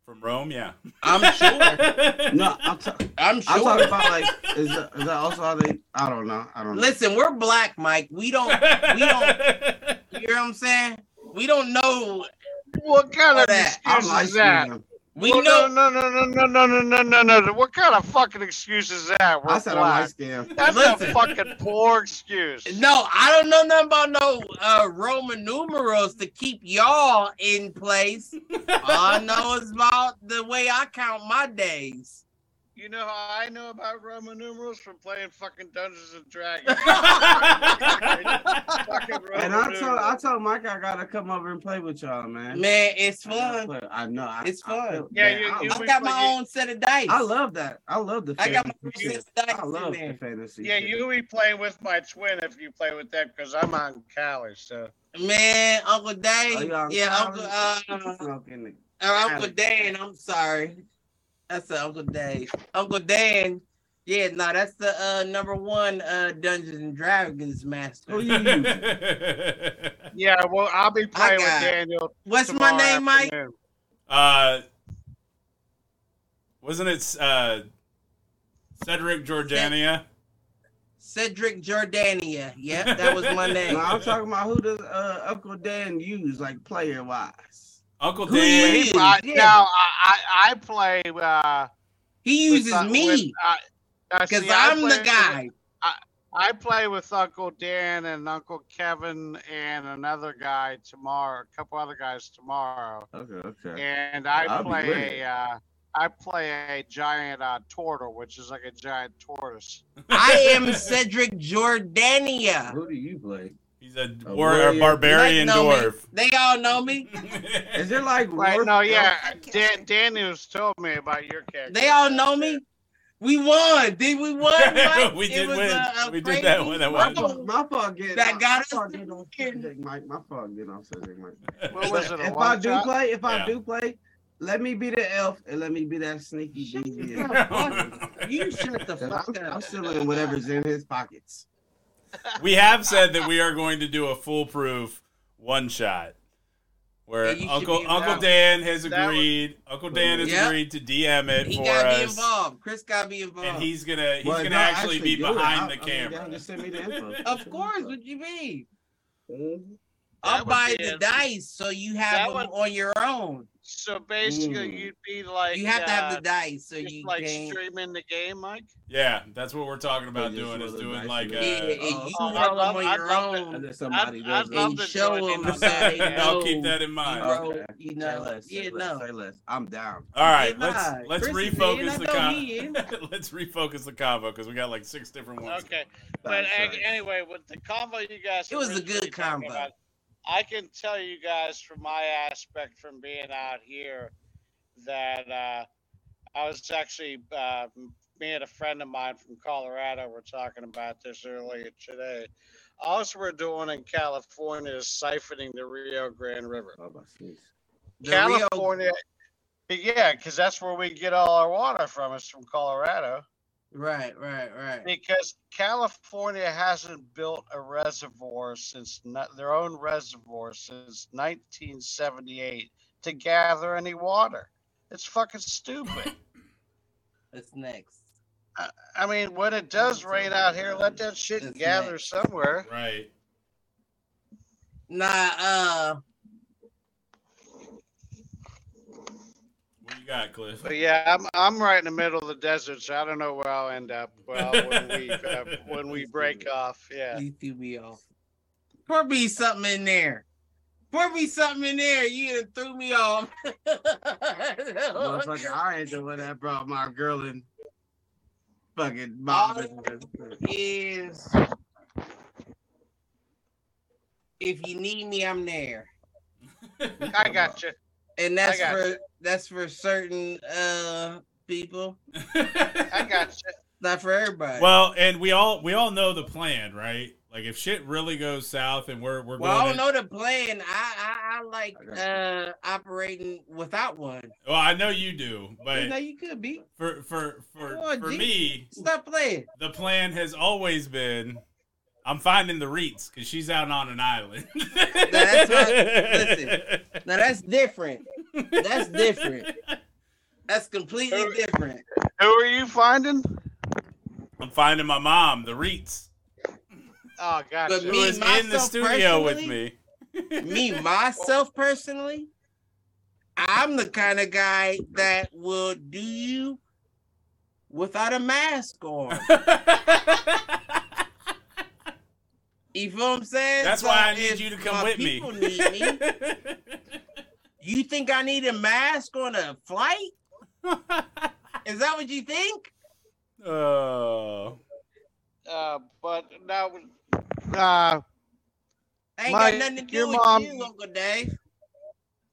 Speaker 1: From Rome, yeah.
Speaker 2: I'm sure.
Speaker 5: No, I'm, ta-
Speaker 2: I'm
Speaker 5: I'm talking
Speaker 2: sure.
Speaker 5: about like, is that, is that also how they? I don't know. I don't know.
Speaker 2: Listen, we're black, Mike. We don't. We don't. You know what I'm saying? We don't know.
Speaker 7: What kind of
Speaker 2: That-
Speaker 5: I'm
Speaker 7: excuse
Speaker 5: light
Speaker 7: is that?
Speaker 5: skinned.
Speaker 2: We
Speaker 7: Well,
Speaker 2: know.
Speaker 7: No, no, no, no, no, no, no, no, no, no. What kind of fucking excuse is that? We're
Speaker 5: I said I'm light
Speaker 7: black.
Speaker 5: skinned.
Speaker 7: That's
Speaker 2: Listen.
Speaker 7: a fucking poor excuse.
Speaker 2: No, I don't know nothing about no uh, Roman numerals to keep y'all in place. All I know is about the way I count my days.
Speaker 7: You know how I know about Roman numerals from playing fucking Dungeons and Dragons. Fucking Roman
Speaker 5: And I told I
Speaker 7: numerals.
Speaker 5: told Mike I gotta come over and play with y'all, man.
Speaker 2: Man, it's
Speaker 5: I gotta
Speaker 2: fun.
Speaker 5: play- I know. I,
Speaker 2: It's
Speaker 5: I feel-
Speaker 2: fun.
Speaker 7: Yeah,
Speaker 5: man,
Speaker 7: you-
Speaker 5: I,
Speaker 7: you-
Speaker 5: love-
Speaker 2: I got my own set of dice.
Speaker 5: I love that. I love the.
Speaker 2: I got my own
Speaker 5: fantasy
Speaker 2: set
Speaker 5: shit.
Speaker 2: of dice.
Speaker 5: I love
Speaker 2: in
Speaker 5: the
Speaker 2: there.
Speaker 5: fantasy.
Speaker 7: Yeah,
Speaker 5: shit.
Speaker 7: you be playing with my twin if you play with that because I'm on college. So
Speaker 2: Man, Uncle
Speaker 5: Oh,
Speaker 2: Dave.
Speaker 5: y'all
Speaker 2: yeah, Uncle
Speaker 5: college?
Speaker 2: uh,
Speaker 5: Smoking it.
Speaker 2: or Uncle Dan. I'm sorry. That's the Uncle Dave. Uncle Dan. Yeah, no, that's the uh, number one uh, Dungeons and Dragons
Speaker 5: Who
Speaker 2: master.
Speaker 5: you using?
Speaker 7: yeah, well I'll be playing with
Speaker 2: got-
Speaker 7: Daniel.
Speaker 2: What's my
Speaker 7: tomorrow
Speaker 2: name, Mike?
Speaker 7: afternoon.
Speaker 1: uh, wasn't it uh, Cedric Jordania?
Speaker 2: Cedric Jordania. Yep, that was my
Speaker 5: No,
Speaker 2: name.
Speaker 5: I'm talking about who does uh, Uncle Dan use, like player wise.
Speaker 1: Uncle
Speaker 2: Who
Speaker 1: Dan.
Speaker 2: you-
Speaker 7: He, I,
Speaker 2: Yeah.
Speaker 7: Uh, No, I, I, I play. Uh,
Speaker 2: He
Speaker 7: with,
Speaker 2: uses
Speaker 7: uh,
Speaker 2: me because
Speaker 7: because
Speaker 2: I'm the guy.
Speaker 7: I play with Uncle Dan and Uncle Kevin and another guy tomorrow, a couple other guys tomorrow,
Speaker 5: Okay, okay.
Speaker 7: and I
Speaker 5: I'll be with
Speaker 7: play
Speaker 5: it.
Speaker 7: a, uh, I play a giant uh, turtle, which is like a giant tortoise.
Speaker 2: I am Cedric Jordania.
Speaker 5: Who do you play?
Speaker 1: He's a,
Speaker 5: A
Speaker 1: war, a
Speaker 5: warrior.
Speaker 1: barbarian
Speaker 2: Let know me.
Speaker 1: dwarf.
Speaker 2: They all know me.
Speaker 5: Is there like
Speaker 7: Right?
Speaker 5: war-
Speaker 7: No, yeah.
Speaker 6: Okay.
Speaker 7: Dan, Daniel's told me about your character.
Speaker 2: They all know me. We won. Did we won? Mike?
Speaker 1: We
Speaker 2: It
Speaker 1: did
Speaker 2: was
Speaker 1: win.
Speaker 2: a- a
Speaker 1: We did that
Speaker 2: crazy
Speaker 1: one, that
Speaker 5: My
Speaker 1: one.
Speaker 2: vote.
Speaker 5: fault, my fault getting
Speaker 2: That
Speaker 5: off-
Speaker 2: got us
Speaker 5: my fault getting off
Speaker 2: thinking.
Speaker 5: subject, Mike. My fault getting off subject, Mike.
Speaker 7: What was
Speaker 5: But
Speaker 7: it? A
Speaker 5: if I
Speaker 7: one
Speaker 5: do
Speaker 7: shot?
Speaker 5: play, if
Speaker 1: Yeah.
Speaker 5: I do play, let me be the elf and let me be that sneaky deviant.
Speaker 2: You shut the
Speaker 5: 'Cause
Speaker 2: fuck
Speaker 5: I'm,
Speaker 2: up.
Speaker 5: I'm stealing whatever's in his pockets.
Speaker 1: we have said that we are going to do a foolproof one shot where
Speaker 2: Yeah, you should
Speaker 1: Uncle
Speaker 2: be
Speaker 1: Uncle
Speaker 2: involved.
Speaker 1: Dan has
Speaker 7: That was-
Speaker 1: agreed. Uncle Dan has
Speaker 2: Yeah.
Speaker 1: agreed to DM it
Speaker 2: He
Speaker 1: for
Speaker 2: got to be
Speaker 1: us,
Speaker 2: involved. Chris got to be involved.
Speaker 1: and he's gonna he's
Speaker 5: Well,
Speaker 1: gonna
Speaker 5: no,
Speaker 1: actually, be
Speaker 5: do it.
Speaker 1: behind
Speaker 5: I-
Speaker 1: the
Speaker 5: I mean,
Speaker 1: camera.
Speaker 5: y'all just send me the info.
Speaker 2: of course, what you mean?
Speaker 5: Mhm.
Speaker 2: I'll
Speaker 7: That would
Speaker 2: buy
Speaker 7: be
Speaker 2: the
Speaker 7: it.
Speaker 2: dice so you have
Speaker 7: That
Speaker 2: them
Speaker 7: would-
Speaker 2: on your own.
Speaker 7: So basically,
Speaker 5: Mm.
Speaker 7: you'd be like
Speaker 2: You have to have
Speaker 7: uh,
Speaker 2: the dice so
Speaker 7: just
Speaker 2: you
Speaker 7: like
Speaker 2: can.
Speaker 7: streaming the game, Mike.
Speaker 1: Yeah, that's what we're talking about
Speaker 5: just
Speaker 1: doing is
Speaker 5: roll the
Speaker 1: doing
Speaker 5: dice
Speaker 1: like
Speaker 5: and
Speaker 2: Yeah,
Speaker 1: a.
Speaker 2: and
Speaker 5: Oh,
Speaker 2: you
Speaker 7: oh,
Speaker 2: roll
Speaker 7: I'd
Speaker 2: them
Speaker 7: love-
Speaker 2: on
Speaker 7: I'd
Speaker 2: your
Speaker 7: love to-
Speaker 5: And
Speaker 2: own
Speaker 5: then somebody
Speaker 7: I'd-
Speaker 5: does
Speaker 7: I'd
Speaker 5: that.
Speaker 7: love
Speaker 2: and
Speaker 7: to
Speaker 2: show
Speaker 7: join in
Speaker 2: them
Speaker 7: on
Speaker 2: so they
Speaker 7: that.
Speaker 2: know.
Speaker 1: I'll keep that in mind.
Speaker 2: bro,
Speaker 5: Okay.
Speaker 2: you
Speaker 5: Say
Speaker 2: know,
Speaker 5: less, say
Speaker 2: yeah,
Speaker 5: less,
Speaker 2: no.
Speaker 5: say less. I'm down.
Speaker 1: All right,
Speaker 2: Yeah,
Speaker 1: let's let's
Speaker 2: Chris is in,
Speaker 1: refocus
Speaker 2: I
Speaker 1: the
Speaker 2: know
Speaker 1: con-
Speaker 2: he in.
Speaker 1: let's refocus the combo because we got like six different ones.
Speaker 7: Okay,
Speaker 5: I'm
Speaker 7: but a-
Speaker 5: sorry.
Speaker 7: anyway, with the combo you guys,
Speaker 2: It was a
Speaker 7: originally
Speaker 2: good
Speaker 7: talking
Speaker 2: combo.
Speaker 7: about, I can tell you guys from my aspect from being out here that uh, I was actually uh, me and a friend of mine from Colorado were talking about this earlier today. All we're doing in California is siphoning the Rio Grande River.
Speaker 5: Oh, my sneeze.
Speaker 2: The real-
Speaker 7: California. Yeah, because that's where we get all our water from. It's from Colorado.
Speaker 2: Right, right, right.
Speaker 7: Because California hasn't built a reservoir since not, their own reservoir since 1978 to gather any water. It's fucking stupid.
Speaker 2: That's next.
Speaker 7: I mean, when it does rain out here, let that shit
Speaker 2: That's
Speaker 7: gather
Speaker 2: next.
Speaker 7: somewhere.
Speaker 1: Right.
Speaker 2: Nah, uh,
Speaker 1: What you got, Cliff?
Speaker 7: But yeah, I'm I'm right in the middle of the desert, so I don't know where I'll end up. Well, when we uh, when we break off, yeah.
Speaker 2: you threw me off. Pour me something in there. Pour me something in there. You done threw me off.
Speaker 5: Motherfucker, I ain't the one that brought my girl in. Fucking mob.
Speaker 2: is if you need me, I'm there.
Speaker 7: I got you.
Speaker 2: And that's
Speaker 7: got
Speaker 2: for that's for certain uh people.
Speaker 7: I got you.
Speaker 2: Not for everybody.
Speaker 1: Well, and we all we all know the plan, right? Like if shit really goes south and we're we're
Speaker 2: Well, I
Speaker 1: going,
Speaker 2: don't
Speaker 1: in-
Speaker 2: know the plan. I I, I like
Speaker 5: I got you.
Speaker 2: uh operating without one.
Speaker 1: well, I know you do,
Speaker 2: You know
Speaker 1: but
Speaker 2: you could be.
Speaker 1: for for for
Speaker 2: Come on,
Speaker 1: for
Speaker 2: G.
Speaker 1: me,
Speaker 2: Stop playing.
Speaker 1: the plan has always been I'm finding the Reeds because she's out on an island.
Speaker 2: That's what- listen. Now that's different. That's different. That's completely
Speaker 7: Who-
Speaker 2: different.
Speaker 7: Who are you finding?
Speaker 1: I'm finding my mom, the Reeds,
Speaker 7: Oh, gotcha.
Speaker 2: But
Speaker 1: who
Speaker 2: Me,
Speaker 1: is in the
Speaker 2: myself,
Speaker 1: studio with me.
Speaker 2: personally? me myself personally, I'm the kind of guy that will do you without a mask on. You feel what I'm saying?
Speaker 1: That's
Speaker 2: So
Speaker 1: why I need
Speaker 2: if
Speaker 1: you to come
Speaker 2: my
Speaker 1: with me.
Speaker 2: people need me, you think I need a mask on a flight? Is that what you think?
Speaker 1: oh.
Speaker 7: Uh, but now, uh,
Speaker 2: I ain't
Speaker 7: Mike,
Speaker 2: got nothing to do
Speaker 7: your
Speaker 2: with
Speaker 7: mom-
Speaker 2: you, Uncle Dave.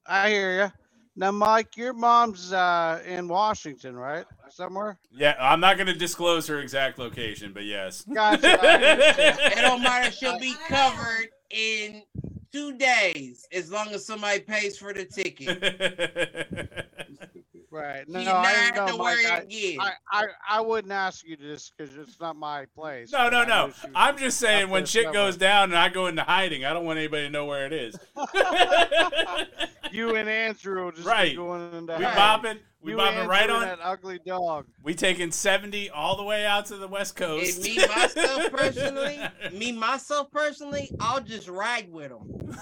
Speaker 7: I hear you. Now, Mike, your mom's uh, in Washington, right? Somewhere.
Speaker 1: Yeah, I'm not going to disclose her exact location, but yes.
Speaker 7: Gotcha. I understand.
Speaker 2: It don't matter. She'll be covered in two days as long as somebody pays for the ticket.
Speaker 7: Right. No,
Speaker 2: He's
Speaker 7: no, I
Speaker 2: not
Speaker 7: didn't
Speaker 2: the
Speaker 7: know, Mike.
Speaker 2: word
Speaker 7: I,
Speaker 2: again.
Speaker 7: I, I, I wouldn't ask you this because it's not my place.
Speaker 1: No,
Speaker 7: but
Speaker 1: no,
Speaker 7: I
Speaker 1: no.
Speaker 7: know she was-
Speaker 1: I'm just saying
Speaker 7: up
Speaker 1: when
Speaker 7: there
Speaker 1: shit
Speaker 7: somewhere.
Speaker 1: goes down and I go into hiding, I don't want anybody to know where it is.
Speaker 7: you and Andrew will just
Speaker 1: Right.
Speaker 7: be going into
Speaker 1: we
Speaker 7: hiding.
Speaker 1: bopping, we
Speaker 7: You,
Speaker 1: bopping
Speaker 7: Andrew,
Speaker 1: right
Speaker 7: and
Speaker 1: on.
Speaker 7: that ugly dog.
Speaker 1: We taking 70 all the way out to the West Coast.
Speaker 2: And me myself personally, me myself personally, I'll just ride with him.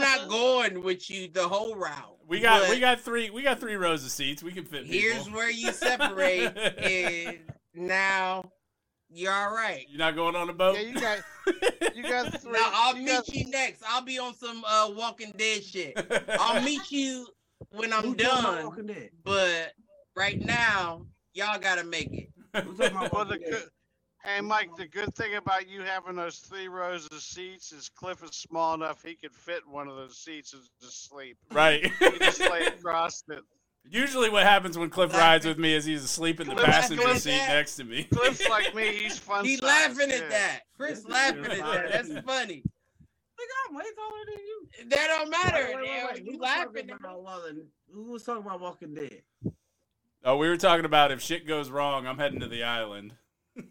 Speaker 2: not going with you the whole route.
Speaker 1: we got
Speaker 2: But
Speaker 1: we got three we got three rows of seats. We can fit people.
Speaker 2: Here's where you separate, and now you're all right.
Speaker 1: You're not going on a boat?
Speaker 7: Yeah, you got, you got three.
Speaker 2: Now I'll
Speaker 7: you
Speaker 2: meet
Speaker 7: got-
Speaker 2: you next. I'll be on some uh, Walking Dead shit. I'll meet you when I'm done. But right now, y'all gotta make it.
Speaker 7: Well, the good, and Mike, the good thing about you having those three rows of seats is Cliff is small enough he could fit in one of those seats and just sleep.
Speaker 1: right.
Speaker 7: He just lay across it.
Speaker 1: Usually what happens when Cliff rides with me is he's asleep in the
Speaker 7: Cliff's
Speaker 1: passenger
Speaker 7: doing
Speaker 1: seat
Speaker 2: that.
Speaker 1: next to me.
Speaker 7: Cliff's like me; he's fun.
Speaker 2: He
Speaker 7: size,
Speaker 2: laughing
Speaker 7: too.
Speaker 2: at that. Chris laughing at that. That's funny.
Speaker 5: Like, I'm way taller than you.
Speaker 2: That don't matter.
Speaker 5: Wait, wait, wait, wait.
Speaker 2: You laughing
Speaker 5: Who was talking
Speaker 2: at
Speaker 5: about Wallen- Who was talking about Walking Dead?
Speaker 1: Oh, we were talking about if shit goes wrong, I'm heading to the island.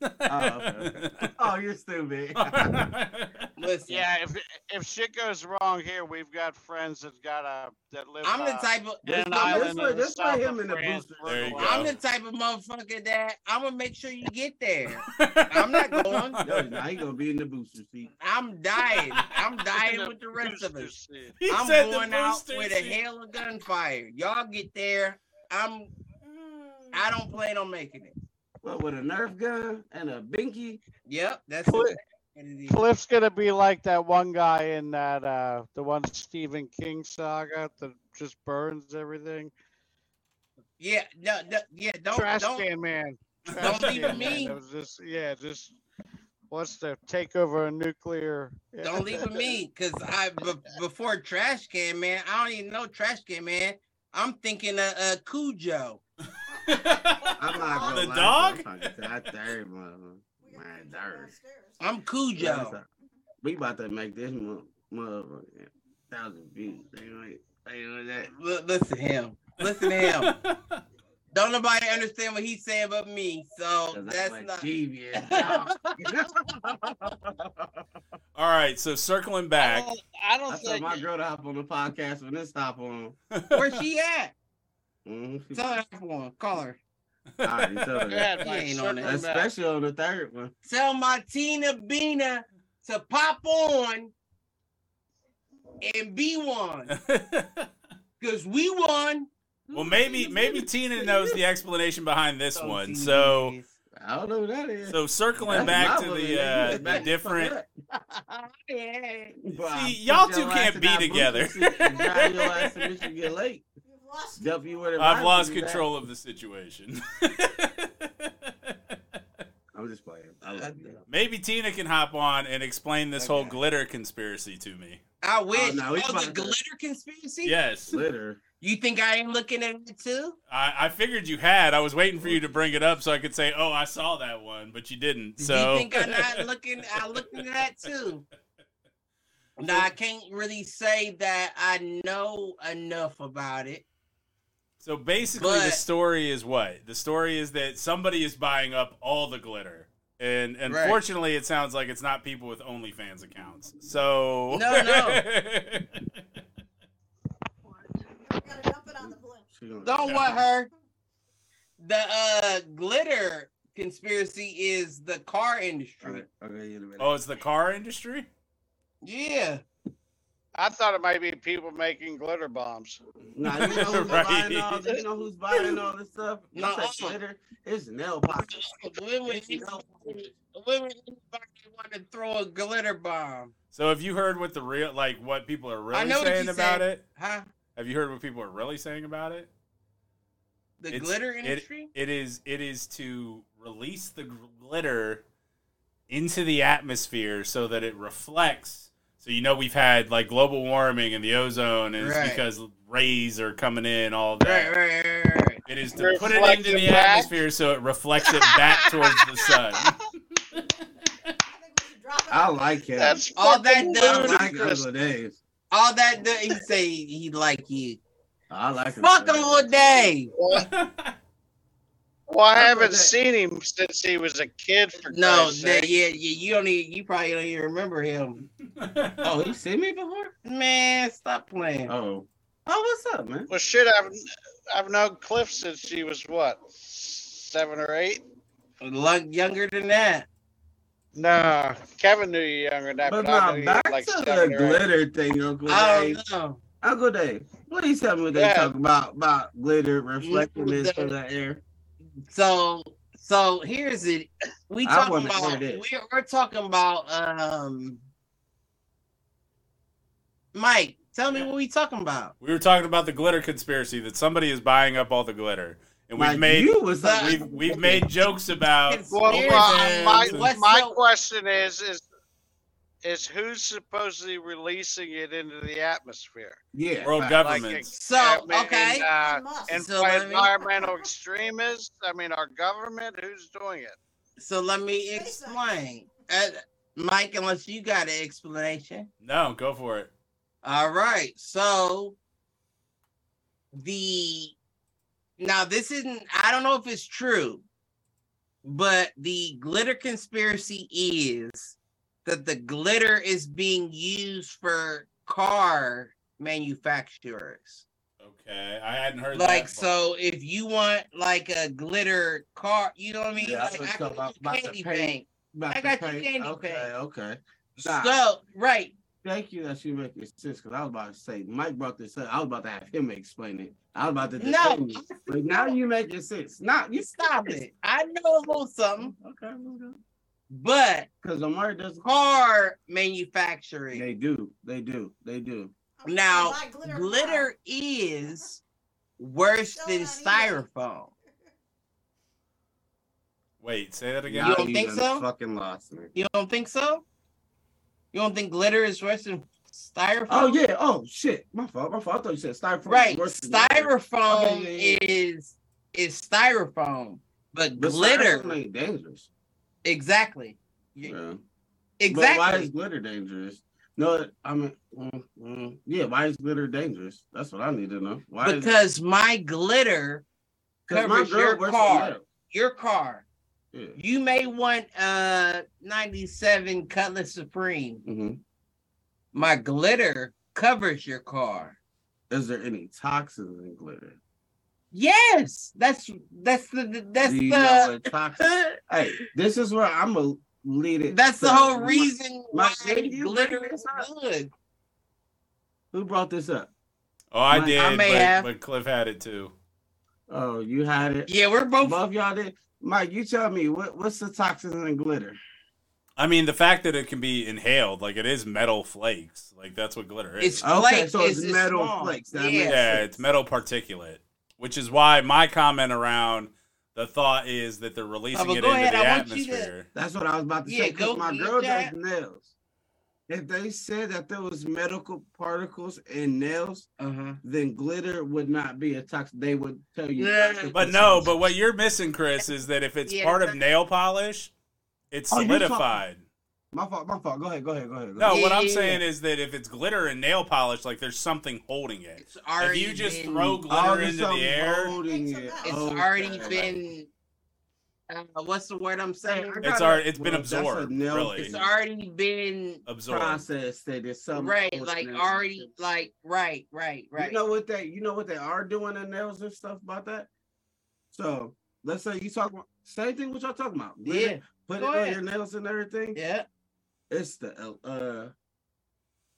Speaker 5: Oh, okay, Oh, you're stupid.
Speaker 2: Listen,
Speaker 7: Yeah, if if shit goes wrong here, we've got friends that got a that live.
Speaker 2: I'm the
Speaker 7: uh,
Speaker 2: type of
Speaker 7: in an
Speaker 5: That's why-
Speaker 7: island in the
Speaker 5: that's why
Speaker 7: south
Speaker 5: him
Speaker 7: of
Speaker 5: and the
Speaker 7: France,
Speaker 5: booster-
Speaker 1: There you
Speaker 7: Brooklyn.
Speaker 1: go.
Speaker 2: I'm the type of motherfucker that I'm gonna make sure you get there. I'm not going.
Speaker 5: Yo, now he gonna be in the booster seat.
Speaker 2: I'm dying. I'm
Speaker 7: In
Speaker 2: dying
Speaker 7: a
Speaker 2: with the rest of
Speaker 7: booster
Speaker 2: us.
Speaker 7: seat.
Speaker 1: He
Speaker 2: I'm
Speaker 1: said the
Speaker 2: going out
Speaker 1: booster
Speaker 2: with a
Speaker 1: seat.
Speaker 2: hail of gunfire. Y'all get there. I'm.
Speaker 1: Mm.
Speaker 2: I don't plan on making it.
Speaker 5: What with a Nerf gun and a binky?
Speaker 2: Yep, that's
Speaker 7: Cliff-
Speaker 2: it.
Speaker 7: Cliff's gonna be like that one guy in that uh the one Stephen King saga that just burns everything.
Speaker 2: Yeah, no, no, yeah. Don't
Speaker 7: Trash
Speaker 2: don't
Speaker 7: can man.
Speaker 2: don't
Speaker 7: Trash
Speaker 2: be
Speaker 7: can man.
Speaker 2: mean.
Speaker 7: That was just yeah, just wants to take over a nuclear. yeah.
Speaker 2: Don't leave with me, cause I b- before trash can man. I don't even know trash can man. I'm thinking of uh, Cujo.
Speaker 5: I'm not gonna
Speaker 1: The
Speaker 5: lie,
Speaker 1: dog?
Speaker 5: I'm fucking tired, third mother.
Speaker 6: We gotta
Speaker 5: Man,
Speaker 6: put you
Speaker 5: darn.
Speaker 6: downstairs.
Speaker 2: I'm Cujo.
Speaker 5: We about to make this mo- motherfucker thousand views. They like, they like that.
Speaker 2: L- listen to him. Listen to him. Don't nobody understand what he's saying but me. So
Speaker 5: 'Cause
Speaker 2: Oh, that's
Speaker 5: I'm a
Speaker 2: not.
Speaker 5: devious dog.
Speaker 1: All right, so circling
Speaker 7: I
Speaker 1: back.
Speaker 7: don't, I don't
Speaker 5: I told
Speaker 7: think
Speaker 5: my girl to hop on the podcast when this hop on.
Speaker 2: Where she at?
Speaker 5: Mhm.
Speaker 2: Tell her that one. Call her.
Speaker 5: I already told her
Speaker 7: Go
Speaker 5: that.
Speaker 7: ahead,
Speaker 2: He
Speaker 7: Mike,
Speaker 2: ain't on
Speaker 7: circle
Speaker 2: that.
Speaker 7: back.
Speaker 5: Especially on the third one.
Speaker 2: Tell my Tina Bina to pop on and be one, cause we won.
Speaker 1: well, maybe maybe Tina knows the explanation behind this
Speaker 2: So
Speaker 1: one.
Speaker 2: Tina
Speaker 1: So
Speaker 2: is-
Speaker 5: I don't know who that is.
Speaker 1: so circling
Speaker 5: That's
Speaker 1: back
Speaker 5: my
Speaker 1: to
Speaker 5: woman.
Speaker 1: the
Speaker 5: You
Speaker 1: uh,
Speaker 5: just
Speaker 1: the
Speaker 5: back the fuck
Speaker 1: different.
Speaker 5: up.
Speaker 1: See, y'all two can't be together.
Speaker 5: I've
Speaker 6: You've lost.
Speaker 1: I've lost control of the situation.
Speaker 5: I'm just playing. I love you.
Speaker 1: Maybe Tina can hop on and explain this whole
Speaker 5: Okay.
Speaker 1: glitter conspiracy to me.
Speaker 2: I wish. Oh,
Speaker 5: no, he's
Speaker 2: the
Speaker 5: fucking-
Speaker 2: glitter conspiracy.
Speaker 1: Yes,
Speaker 5: Glitter.
Speaker 2: You think I ain't looking at it too?
Speaker 1: I, I figured you had. I was waiting for you to bring it up so I could say, "Oh, I saw that one," but you didn't. So
Speaker 2: You think I'm not looking? I looked at that too. Now I can't really say that I know enough about it.
Speaker 1: So basically, the
Speaker 2: But-
Speaker 1: story is what? The story is that somebody is buying up all the glitter, and and
Speaker 2: Right.
Speaker 1: fortunately, it sounds like it's not people with OnlyFans accounts. So
Speaker 2: No,
Speaker 6: We gotta dump it on the balloon.
Speaker 5: She gonna-
Speaker 2: Don't want her. The uh glitter conspiracy is the car industry.
Speaker 5: Okay, okay, you in a minute.
Speaker 1: oh, it's the car industry.
Speaker 2: Yeah.
Speaker 7: I thought it might be people making glitter bombs.
Speaker 5: Nah, you know who's
Speaker 1: Right.
Speaker 5: buying all you know who's buying all this stuff? You
Speaker 2: Nuh-uh.
Speaker 5: said glitter. It's nail polish.
Speaker 2: Women, women,
Speaker 5: It's nail polish.
Speaker 2: anybody want to throw a glitter bomb,
Speaker 1: So have you heard what the real like what people are really
Speaker 2: know what
Speaker 1: saying
Speaker 2: you
Speaker 1: about
Speaker 2: said.
Speaker 1: it?
Speaker 2: huh?
Speaker 1: Have you heard what people are really saying about it?
Speaker 2: The
Speaker 1: It's-
Speaker 2: glitter
Speaker 1: it-
Speaker 2: industry?
Speaker 1: It is it is to release the glitter into the atmosphere so that it reflects. So you know we've had like global warming and the ozone, and
Speaker 2: Right.
Speaker 1: it's because rays are coming in. All that
Speaker 2: Right, right, right, right, right.
Speaker 1: it is to put it into
Speaker 7: Reflecting
Speaker 1: the
Speaker 7: back.
Speaker 1: atmosphere so it reflects it back towards the sun.
Speaker 6: I think we should drop it.
Speaker 5: I like it.
Speaker 7: That's
Speaker 2: All that
Speaker 7: fucking
Speaker 2: does-
Speaker 5: I like
Speaker 7: ludicrous.
Speaker 5: Uncle Dave's.
Speaker 2: All that do- he say he like you.
Speaker 5: I like him.
Speaker 2: Fuck all day.
Speaker 7: Well, well, I haven't
Speaker 2: that.
Speaker 7: seen him since he was a kid. For
Speaker 2: No,
Speaker 7: Christ's
Speaker 2: yeah,
Speaker 7: sake.
Speaker 2: yeah, you don't even, you probably don't even remember him.
Speaker 5: Oh, he seen me before?
Speaker 2: Man, stop playing.
Speaker 5: Oh. Oh, what's up, man?
Speaker 7: Well, shit, I've I've known Cliff since she was what seven or eight.
Speaker 2: Look younger than that.
Speaker 7: Nah, Kevin knew you younger than that,
Speaker 5: But
Speaker 7: but,
Speaker 5: now
Speaker 7: I knew you
Speaker 5: back
Speaker 7: were like
Speaker 5: to
Speaker 7: seven
Speaker 5: the
Speaker 7: or eight.
Speaker 5: glitter thing, Uncle
Speaker 2: I
Speaker 5: Dave.
Speaker 2: don't know.
Speaker 5: Uncle Dave, please tell me what they
Speaker 7: Yeah.
Speaker 5: talk about about glitter reflectiveness
Speaker 2: Mm-hmm.
Speaker 5: from the air.
Speaker 2: So, so here's it. We
Speaker 5: I
Speaker 2: talking
Speaker 5: wanna hear
Speaker 2: about
Speaker 5: this.
Speaker 2: we're, we're talking about um. Mike, tell me
Speaker 1: Yeah.
Speaker 2: what we talking about.
Speaker 1: We were talking about the glitter conspiracy that somebody is buying up all the glitter, and we've
Speaker 5: Like,
Speaker 1: made
Speaker 5: you was like,
Speaker 1: we've we've made jokes about.
Speaker 2: It's-
Speaker 7: Well,
Speaker 2: Here's
Speaker 7: my,
Speaker 1: it.
Speaker 7: my,
Speaker 2: What's
Speaker 7: my
Speaker 2: so-
Speaker 7: question is is is who's supposedly releasing it into the atmosphere?
Speaker 5: yeah,
Speaker 1: World
Speaker 5: right.
Speaker 1: governments.
Speaker 2: So
Speaker 7: I mean,
Speaker 2: okay,
Speaker 7: uh,
Speaker 6: Must.
Speaker 7: and
Speaker 2: So
Speaker 7: by
Speaker 2: let me-
Speaker 7: environmental extremists, I mean our government. Who's doing it?
Speaker 2: so let me
Speaker 6: Wait a second.
Speaker 2: explain, uh, Mike. Unless you got an explanation.
Speaker 1: No, go for it.
Speaker 2: All right. So the now this isn't I don't know if it's true, but the glitter conspiracy is that the glitter is being used for car manufacturers.
Speaker 1: Okay, I hadn't heard that.
Speaker 2: Like
Speaker 1: part.
Speaker 2: so if you want like a glitter car, you know what I mean?
Speaker 5: Yeah, I
Speaker 2: like,
Speaker 5: was
Speaker 2: I
Speaker 5: talking
Speaker 2: can
Speaker 5: about-
Speaker 2: do
Speaker 5: about the
Speaker 2: candy
Speaker 5: paint.
Speaker 2: paint.
Speaker 5: About
Speaker 2: I
Speaker 5: the
Speaker 2: got you
Speaker 5: paint.
Speaker 2: candy
Speaker 5: okay,
Speaker 2: paint.
Speaker 5: okay. Nah,
Speaker 2: So right.
Speaker 5: thank you that you make it sense because I was about to say Mike brought this up. I was about to have him explain it. I was about to
Speaker 2: No.
Speaker 5: defend you, but now you make it sense. Now you
Speaker 2: Stop it. I know a little something,
Speaker 5: Okay,
Speaker 2: but
Speaker 5: because Amari does.
Speaker 2: car manufacturing.
Speaker 5: They do, they do, they do.
Speaker 6: I'm gonna
Speaker 2: Now,
Speaker 6: buy glitter.
Speaker 2: Glitter is worse than styrofoam.
Speaker 1: Wait, say that
Speaker 5: Now
Speaker 1: again.
Speaker 2: You don't think
Speaker 5: done
Speaker 2: so?
Speaker 5: Fucking lost me.
Speaker 2: You don't think so? You don't think glitter is worse than styrofoam?
Speaker 5: Oh yeah. Oh shit. My fault. My fault. I thought you said styrofoam.
Speaker 2: Right.
Speaker 5: Worse than that.
Speaker 2: Styrofoam
Speaker 5: Okay,
Speaker 2: is is styrofoam, but,
Speaker 5: But
Speaker 2: glitter
Speaker 5: styrofoam ain't dangerous.
Speaker 2: exactly. You-
Speaker 5: Yeah. But why
Speaker 2: Exactly.
Speaker 5: is glitter dangerous? No, I mean, mm, mm, yeah. Why is glitter dangerous? That's what I need to know. Why? is-
Speaker 2: because my glitter,
Speaker 5: 'cause
Speaker 2: covers your
Speaker 5: wears
Speaker 2: car.
Speaker 5: glitter.
Speaker 2: your car,
Speaker 5: Yeah.
Speaker 2: you may want a 97 Cutlass Supreme.
Speaker 5: Mhm.
Speaker 2: My glitter covers your car.
Speaker 5: Is there any toxins in glitter?
Speaker 2: Yes, that's that's the that's
Speaker 5: Do you know
Speaker 2: the
Speaker 5: what toxins? hey, this is where I'm a lead it.
Speaker 2: that's the
Speaker 5: to
Speaker 2: whole
Speaker 5: my-
Speaker 2: reason
Speaker 5: my-
Speaker 2: why
Speaker 5: did you
Speaker 2: glitter
Speaker 5: bring
Speaker 2: is
Speaker 5: this up?
Speaker 2: good.
Speaker 5: Who brought this up?
Speaker 1: Oh, I
Speaker 5: I
Speaker 1: did,
Speaker 2: may
Speaker 1: but,
Speaker 2: have.
Speaker 1: but Cliff had it too.
Speaker 5: Oh, you had it.
Speaker 2: Yeah, we're both
Speaker 5: Both y'all did. Mike, you tell me what, what's the toxins in glitter?
Speaker 1: I mean, the fact that it can be inhaled, like it is metal flakes, like that's what glitter is.
Speaker 2: it's
Speaker 5: Okay,
Speaker 2: flakes.
Speaker 5: so it's metal
Speaker 2: small.
Speaker 5: flakes. That
Speaker 2: Yeah.
Speaker 5: makes
Speaker 1: yeah, it's metal particulate, which is why my comment around the thought is that they're releasing
Speaker 2: but
Speaker 1: it
Speaker 2: Oh, go
Speaker 1: into
Speaker 2: ahead,
Speaker 1: the
Speaker 2: I want you to-
Speaker 1: atmosphere.
Speaker 5: That's what I was about to
Speaker 2: Yeah,
Speaker 5: say.
Speaker 2: go
Speaker 5: Because my
Speaker 2: get
Speaker 5: girl does
Speaker 2: that.
Speaker 5: nails. If they said that there was medical particles in nails,
Speaker 2: Uh-huh.
Speaker 5: then glitter would not be a toxin. They would tell you.
Speaker 2: Yeah.
Speaker 5: not to
Speaker 1: But
Speaker 5: put
Speaker 1: no,
Speaker 5: toxins.
Speaker 1: but what you're missing, Chris, is that if it's
Speaker 2: Yeah,
Speaker 1: part of
Speaker 2: exactly.
Speaker 1: nail polish, it's
Speaker 5: Oh, you're talking-
Speaker 1: solidified.
Speaker 5: my fault, my fault. Go ahead, go ahead, go ahead. go
Speaker 1: No,
Speaker 5: ahead.
Speaker 1: what I'm
Speaker 2: Yeah.
Speaker 1: saying is that if it's glitter and nail polish, like there's something holding it.
Speaker 2: It's already
Speaker 1: if you just
Speaker 2: been,
Speaker 1: throw
Speaker 5: Oh,
Speaker 1: glitter
Speaker 5: there's
Speaker 1: into the
Speaker 5: something
Speaker 1: air,
Speaker 5: holding it. Oh,
Speaker 6: It's
Speaker 2: it's
Speaker 5: Okay.
Speaker 2: already been uh, what's the word I'm saying?
Speaker 5: I
Speaker 1: it's
Speaker 5: gotta-
Speaker 1: already it's been
Speaker 5: well, that's a
Speaker 1: absorbed,
Speaker 5: nail
Speaker 1: really
Speaker 2: It's already been
Speaker 1: absorbed.
Speaker 5: process that there's something
Speaker 2: right,
Speaker 5: holding
Speaker 2: like
Speaker 5: it.
Speaker 2: already like right, right, right.
Speaker 5: You know what they you know what they are doing in nails and stuff about that? So let's say you talk about same thing what y'all talking about. Glitter,
Speaker 2: yeah,
Speaker 5: Put
Speaker 2: Go
Speaker 5: it on
Speaker 2: ahead.
Speaker 5: your nails and everything.
Speaker 2: yeah.
Speaker 5: It's the uh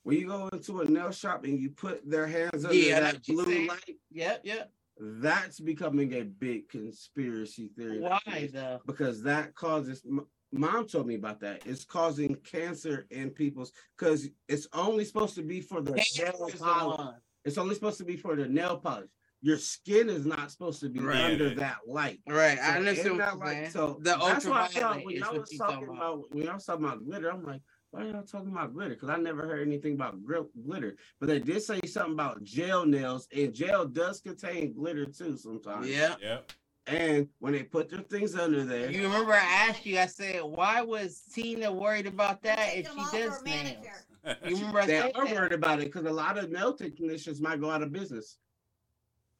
Speaker 5: when you go into a nail shop and you put their hands under
Speaker 2: Yeah, I know
Speaker 5: that
Speaker 2: what you're
Speaker 5: blue
Speaker 2: saying.
Speaker 5: light,
Speaker 2: Yep, yep.
Speaker 5: that's becoming a big conspiracy theory.
Speaker 2: Why though?
Speaker 5: Because that causes m- mom told me about that. It's causing cancer in people's because it's only supposed to be for the nail
Speaker 2: Cancer's the
Speaker 5: polish.
Speaker 2: one.
Speaker 5: It's only supposed to be for the nail polish. Your skin is not supposed to be
Speaker 2: Right.
Speaker 5: under that light.
Speaker 2: Right,
Speaker 5: So
Speaker 2: I
Speaker 5: in
Speaker 2: understand. What
Speaker 5: that
Speaker 2: you're
Speaker 5: light-
Speaker 2: saying.
Speaker 5: So
Speaker 2: the
Speaker 5: that's why I
Speaker 2: ultraviolet
Speaker 5: thought when
Speaker 2: is
Speaker 5: y'all
Speaker 2: what
Speaker 5: was
Speaker 2: you
Speaker 5: talking
Speaker 2: talking about.
Speaker 5: about when y'all was talking about glitter, I'm like, why y'all talking about glitter? Because I never heard anything about gri- glitter. But they did say something about gel nails, and gel does contain glitter too sometimes.
Speaker 2: Yeah.
Speaker 1: Yep.
Speaker 5: And when they put their things under there,
Speaker 2: You remember I asked you, I said, why was Tina worried about that
Speaker 6: Take
Speaker 2: if
Speaker 6: them
Speaker 2: she
Speaker 6: all for
Speaker 2: does
Speaker 6: a
Speaker 2: nails?
Speaker 6: manicure.
Speaker 2: You remember I
Speaker 5: they
Speaker 2: said
Speaker 5: are
Speaker 2: that?
Speaker 5: worried about it because a lot of nail technicians might go out of business.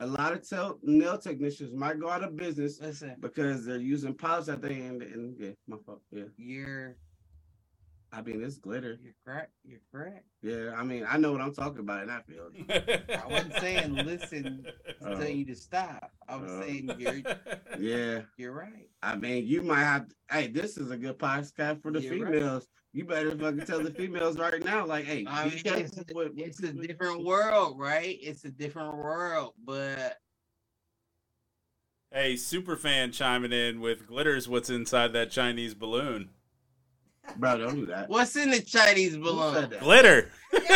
Speaker 5: a lot of tel- nail technicians might go out of business
Speaker 2: Listen,
Speaker 5: because they're using polish at the end. And yeah, my fault. Yeah,
Speaker 2: you're
Speaker 5: I mean it's glitter.
Speaker 2: you're correct. You're correct.
Speaker 5: Yeah, I mean I know what I'm talking about in that field.
Speaker 1: I
Speaker 2: wasn't saying listen I'm
Speaker 5: Oh.
Speaker 2: telling you to stop. I was
Speaker 5: Oh.
Speaker 2: saying you're
Speaker 5: Yeah,
Speaker 2: you're right.
Speaker 5: I mean you might have. Hey, this is a good podcast for the
Speaker 2: You're right.
Speaker 5: females. You better fucking tell the females right now. Like, hey,
Speaker 2: I
Speaker 5: be
Speaker 2: mean,
Speaker 5: careful with- with-
Speaker 2: It's a
Speaker 5: with-
Speaker 2: different world, right? It's a different world, but
Speaker 1: Hey, Superfan chiming in with glitters what's inside that Chinese balloon.
Speaker 5: Bro, don't do that.
Speaker 2: what's in the Chinese
Speaker 5: Who
Speaker 2: balloon?
Speaker 5: said that?
Speaker 1: Glitter.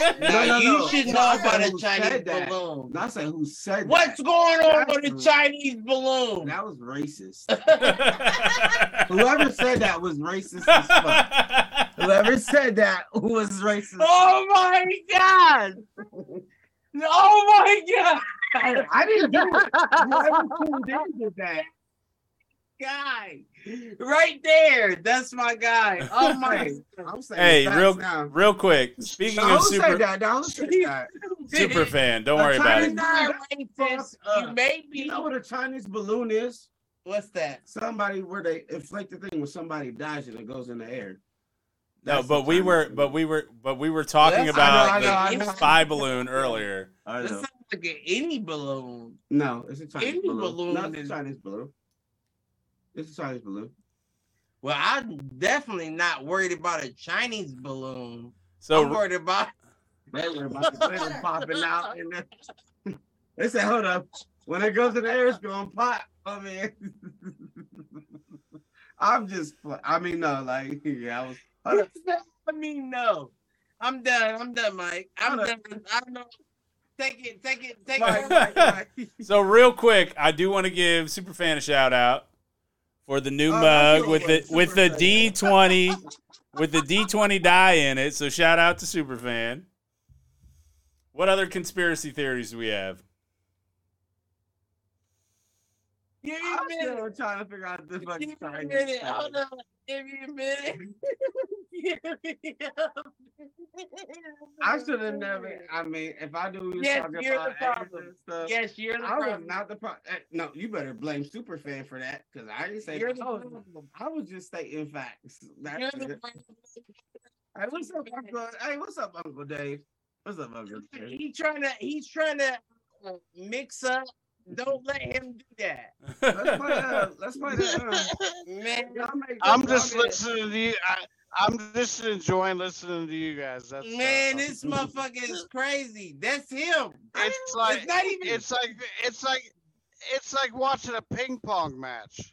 Speaker 5: No,
Speaker 2: Now,
Speaker 5: no,
Speaker 2: you
Speaker 5: no.
Speaker 2: should
Speaker 5: No,
Speaker 2: know
Speaker 5: I
Speaker 2: about a
Speaker 5: who
Speaker 2: Chinese
Speaker 5: said that.
Speaker 2: balloon.
Speaker 5: Not saying who said
Speaker 2: What's
Speaker 5: that.
Speaker 2: going on
Speaker 5: That's
Speaker 2: with
Speaker 5: rude.
Speaker 2: the Chinese balloon?
Speaker 5: That was racist. Whoever said that was racist as fuck. Whoever said that was racist.
Speaker 2: Oh my god! Oh my god!
Speaker 5: I, I didn't do it. Whoever tuned in did that.
Speaker 2: Guy, right there. That's my guy. Oh my!
Speaker 5: I'm saying
Speaker 1: hey,
Speaker 5: facts
Speaker 1: real
Speaker 5: now.
Speaker 1: real quick. Speaking
Speaker 5: Don't
Speaker 1: of
Speaker 5: say
Speaker 1: super
Speaker 5: that. Don't say that.
Speaker 1: super fan, don't
Speaker 5: A
Speaker 1: worry about
Speaker 5: Chinese-
Speaker 1: it.
Speaker 2: Not racist. You may
Speaker 5: You
Speaker 2: be.
Speaker 5: know what a Chinese balloon is?
Speaker 2: What's that?
Speaker 5: Somebody where they inflate the thing when somebody dies and it goes in the air.
Speaker 1: No,
Speaker 5: That's a
Speaker 1: but we
Speaker 5: Chinese
Speaker 1: were
Speaker 5: balloon.
Speaker 1: but we were but we were talking
Speaker 2: That's-
Speaker 5: I
Speaker 1: about
Speaker 5: know, I know,
Speaker 1: the
Speaker 5: I know.
Speaker 1: spy balloon earlier.
Speaker 2: That
Speaker 5: I know.
Speaker 2: sounds like an any balloon.
Speaker 5: No, it's a Chinese
Speaker 2: Any
Speaker 5: balloon.
Speaker 2: balloon
Speaker 5: No, it's
Speaker 2: is-
Speaker 5: a Chinese balloon. It's a Chinese balloon.
Speaker 2: Well, I'm definitely not worried about a Chinese balloon. I'm
Speaker 1: So
Speaker 2: worried about
Speaker 5: They were about to they were popping out and they- they said, "Hold up, when it goes in the air, it's going to pop." I mean, I'm just, pl- I mean, no, like, yeah, I was. Hold up.
Speaker 2: I mean, no. I'm done. I'm done, Mike. I'm
Speaker 5: Hold
Speaker 2: done. I'm done. Take it. Take it. Take
Speaker 1: Mike.
Speaker 2: it. Mike, Mike.
Speaker 1: so real quick, I do want to give Superfan a shout out for the new
Speaker 5: Oh, that's
Speaker 1: mug
Speaker 5: your
Speaker 1: with
Speaker 5: word,
Speaker 1: the with the
Speaker 5: Superfan.
Speaker 1: D twenty with the D twenty die in it. So shout out to Superfan. What other conspiracy theories do we have?
Speaker 2: Give me a
Speaker 5: I'm
Speaker 2: minute.
Speaker 5: still trying to figure out the
Speaker 2: Give me
Speaker 5: fucking
Speaker 2: a
Speaker 5: Chinese
Speaker 2: minute.
Speaker 5: stuff.
Speaker 2: Hold on. Give me a minute. Give me a
Speaker 5: I should have
Speaker 2: minute.
Speaker 5: never. I mean, if I do
Speaker 2: Yes,
Speaker 5: talking
Speaker 2: you're
Speaker 5: about
Speaker 2: the problem.
Speaker 5: Asian stuff,
Speaker 2: Yes, you're the
Speaker 5: I was
Speaker 2: problem.
Speaker 5: not the pro- eh, No, you better blame Superfan for that because I didn't say.
Speaker 2: You're the
Speaker 5: I was-
Speaker 2: problem.
Speaker 5: I was just stating facts. That's
Speaker 2: You're
Speaker 5: it.
Speaker 2: the problem.
Speaker 5: Hey, what's up, Uncle? Hey, what's up, Uncle Dave? What's up, Uncle Dave?
Speaker 2: He's trying to. He's trying to uh, mix up. Don't let him do that,
Speaker 5: Let's play that. Let's play that.
Speaker 2: man.
Speaker 7: I'm just listening to you. I, I'm just enjoying listening to you guys. That's
Speaker 2: Man,
Speaker 7: all.
Speaker 2: this motherfucker is crazy. That's him.
Speaker 7: It's like
Speaker 2: it's not even.
Speaker 7: it's like it's like it's like watching a ping pong match.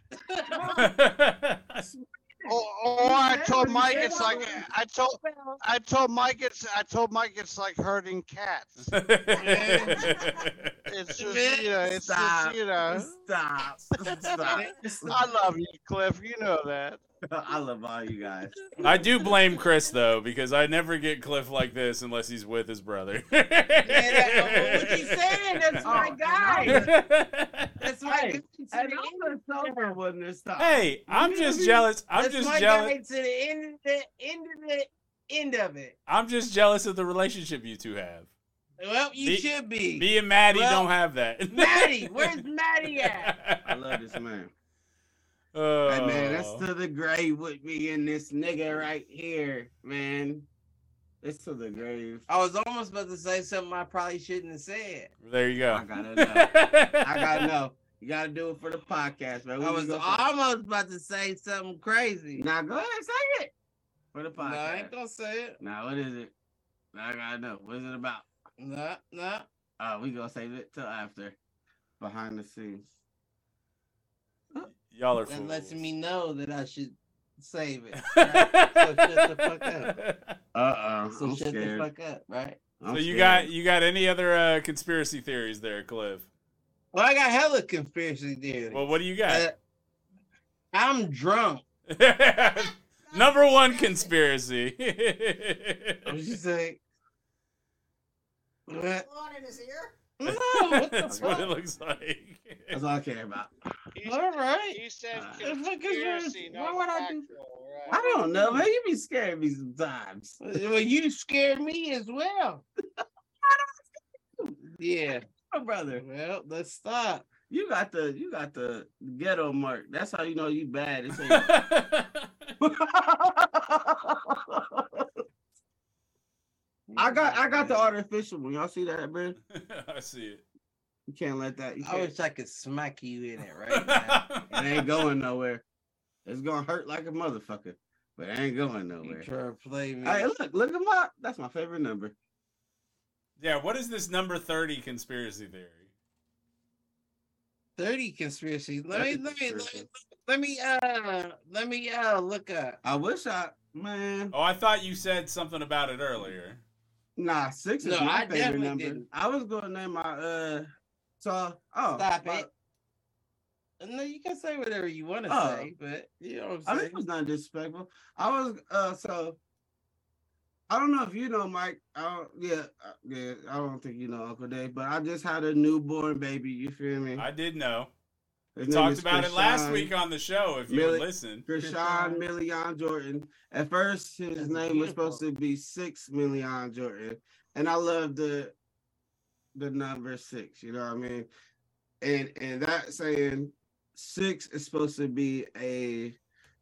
Speaker 7: Or, or I told Mike it's like I told I told Mike it's I told Mike it's like herding cats. It's just you know it's
Speaker 5: Stop.
Speaker 7: just you know.
Speaker 5: Stop. Stop.
Speaker 7: I love you, Cliff. You know that.
Speaker 5: I love all you guys.
Speaker 1: I do blame Chris though because I never get Cliff like this unless he's with his brother.
Speaker 2: Man, that- oh, what you saying? That's my
Speaker 5: Oh,
Speaker 2: guy.
Speaker 5: nice.
Speaker 2: That's my
Speaker 5: Hey,
Speaker 2: guy to
Speaker 5: And
Speaker 2: the
Speaker 5: I'm
Speaker 2: end.
Speaker 5: the sober one this time.
Speaker 1: hey, I'm just jealous. I'm
Speaker 2: That's
Speaker 1: just
Speaker 2: my
Speaker 1: jealous.
Speaker 2: guy to the end of the end of the end of it.
Speaker 1: I'm just jealous of the relationship you two have.
Speaker 2: Well, you
Speaker 1: Be-
Speaker 2: should be.
Speaker 1: Me and Maddie
Speaker 2: Well,
Speaker 1: don't have that.
Speaker 2: Maddie, where's Maddie at?
Speaker 5: I love this man.
Speaker 1: Oh.
Speaker 5: Hey man, that's to the grave with me and this nigga right here, man. It's to the grave.
Speaker 2: I was almost about to say something I probably shouldn't have said.
Speaker 1: there you go.
Speaker 5: I gotta know. I gotta know. You gotta do it for the podcast, man. We
Speaker 2: I
Speaker 5: can
Speaker 2: was
Speaker 5: go for-
Speaker 2: almost about to say something crazy.
Speaker 5: Now go ahead, say it for the
Speaker 2: no, I ain't
Speaker 5: podcast.
Speaker 2: gonna say it.
Speaker 5: Now what is it? Now I gotta know. What is it about?
Speaker 2: No, no.
Speaker 5: Uh, we gonna save it till after, behind the scenes.
Speaker 1: Y'all are
Speaker 2: That
Speaker 1: fools.
Speaker 2: lets me know that I should save it. right?
Speaker 1: shut
Speaker 2: the fuck up.
Speaker 5: Uh oh,
Speaker 2: So
Speaker 5: I'm
Speaker 2: shut
Speaker 5: scared.
Speaker 2: the fuck up, right?
Speaker 5: I'm
Speaker 1: So you
Speaker 5: scared.
Speaker 1: got you got any other uh, conspiracy theories there, Cliff?
Speaker 2: Well, I got hella conspiracy theories.
Speaker 1: Well, what do you
Speaker 2: Uh,
Speaker 1: got?
Speaker 2: I'm drunk. Uh,
Speaker 1: Number one conspiracy.
Speaker 2: What you say? What?
Speaker 6: in his ear.
Speaker 2: No, what the
Speaker 1: That's what it
Speaker 2: fuck?
Speaker 1: looks like.
Speaker 5: That's all I care about.
Speaker 7: He,
Speaker 2: All right.
Speaker 7: he said
Speaker 5: Uh,
Speaker 7: conspiracy,
Speaker 2: why
Speaker 7: not
Speaker 2: would I do-
Speaker 7: factual,
Speaker 5: I
Speaker 7: right?
Speaker 5: don't know, man. You be scaring me sometimes.
Speaker 2: Well, you scared me as well. yeah.
Speaker 5: I'm brother. Well, let's stop. You got the you got the ghetto mark. That's how you know you bad. It's ain't- I got I got the artificial one. Y'all see that, man?
Speaker 1: I see it.
Speaker 5: You can't let that. You
Speaker 2: I
Speaker 5: can't,
Speaker 2: wish I could smack you in it right now.
Speaker 5: it ain't going nowhere. It's gonna hurt like a motherfucker, but it ain't going nowhere.
Speaker 2: you try to play me.
Speaker 5: Hey, look, look him up. That's my favorite number.
Speaker 1: yeah, what is this number 30 conspiracy theory?
Speaker 2: 30 conspiracy. Let me, let
Speaker 5: That's
Speaker 2: me,
Speaker 5: a
Speaker 2: let me,
Speaker 5: conspiracy.
Speaker 2: let me, uh, let me, uh, look up.
Speaker 5: I wish I man.
Speaker 1: Oh, I thought you said something about it earlier.
Speaker 5: Nah, six is
Speaker 2: No,
Speaker 5: my
Speaker 2: I
Speaker 5: favorite
Speaker 2: definitely
Speaker 5: number.
Speaker 2: didn't.
Speaker 5: I was gonna name my uh. So oh,
Speaker 2: Stop
Speaker 5: my-
Speaker 2: it. No, you can say whatever you want to
Speaker 5: Oh.
Speaker 2: say, but you know what
Speaker 5: I
Speaker 2: I'm
Speaker 5: mean,
Speaker 2: saying?
Speaker 5: it was not disrespectful. I was uh so. I don't know if you know, Mike. I don't, yeah, uh, yeah. I don't think you know Uncle Dave, but I just had a newborn baby. You feel me?
Speaker 1: I did know.
Speaker 5: His
Speaker 1: We
Speaker 5: name
Speaker 1: talked
Speaker 5: is
Speaker 1: about it last
Speaker 5: Krishan-
Speaker 1: week on the show if you
Speaker 5: Really?
Speaker 1: would listen.
Speaker 5: Krishan Million Jordan. At first, his
Speaker 2: That's
Speaker 5: name was
Speaker 2: beautiful.
Speaker 5: supposed to be Six Million Jordan, and I love the the number six. You know what I mean? And and that saying six is supposed to be a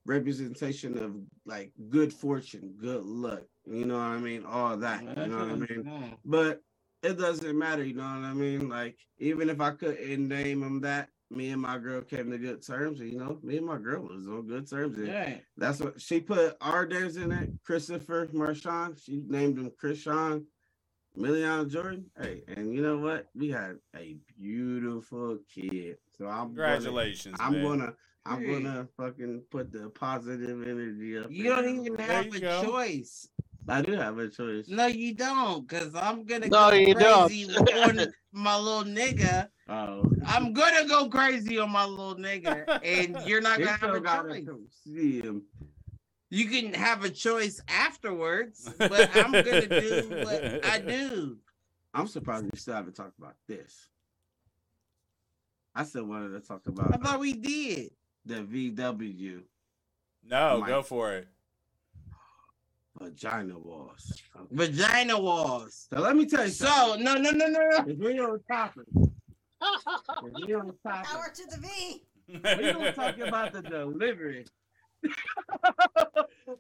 Speaker 5: representation of like good fortune, good luck. You know what I mean? All that. You know what I mean? but it doesn't matter, you know what I mean? Like, even if I couldn't name him that, me and my girl came to good terms, and, you know. Me and my girl was on good terms. and
Speaker 2: Right.
Speaker 5: That's what she put our names in it. Christopher Marshawn. She named him Krishan Million Jordan. Hey, and you know what? We had a beautiful kid. So I'm gonna-
Speaker 1: Congratulations.
Speaker 5: I'm
Speaker 1: man.
Speaker 5: gonna I'm
Speaker 2: Hey.
Speaker 5: gonna fucking put the positive energy up.
Speaker 2: You
Speaker 5: in
Speaker 2: don't
Speaker 5: him.
Speaker 2: even
Speaker 1: There
Speaker 2: have
Speaker 1: you
Speaker 2: a
Speaker 1: go.
Speaker 2: choice.
Speaker 5: I do have a choice.
Speaker 2: No, you don't, because I'm gonna
Speaker 7: No,
Speaker 2: go
Speaker 7: you don't.
Speaker 2: crazy on my little nigga.
Speaker 5: Oh,
Speaker 2: I'm gonna go crazy on my little nigga, and you're not
Speaker 5: You
Speaker 2: gonna have
Speaker 5: still
Speaker 2: a
Speaker 5: gotta
Speaker 2: choice.
Speaker 5: come see him.
Speaker 2: You can have a choice afterwards, but I'm gonna do what I do.
Speaker 5: I'm surprised we still haven't talked about this. I still wanted to talk
Speaker 2: I
Speaker 5: about
Speaker 2: thought we did.
Speaker 5: the VW
Speaker 1: No,
Speaker 5: Mike.
Speaker 1: go for it.
Speaker 5: vagina walls. Okay.
Speaker 2: Vagina walls.
Speaker 5: So let me tell you
Speaker 2: So no, no, no, no, no.
Speaker 5: something. If we on topic, if we on
Speaker 6: Power
Speaker 5: topic,
Speaker 6: to the V.
Speaker 5: we gonna talk about the delivery.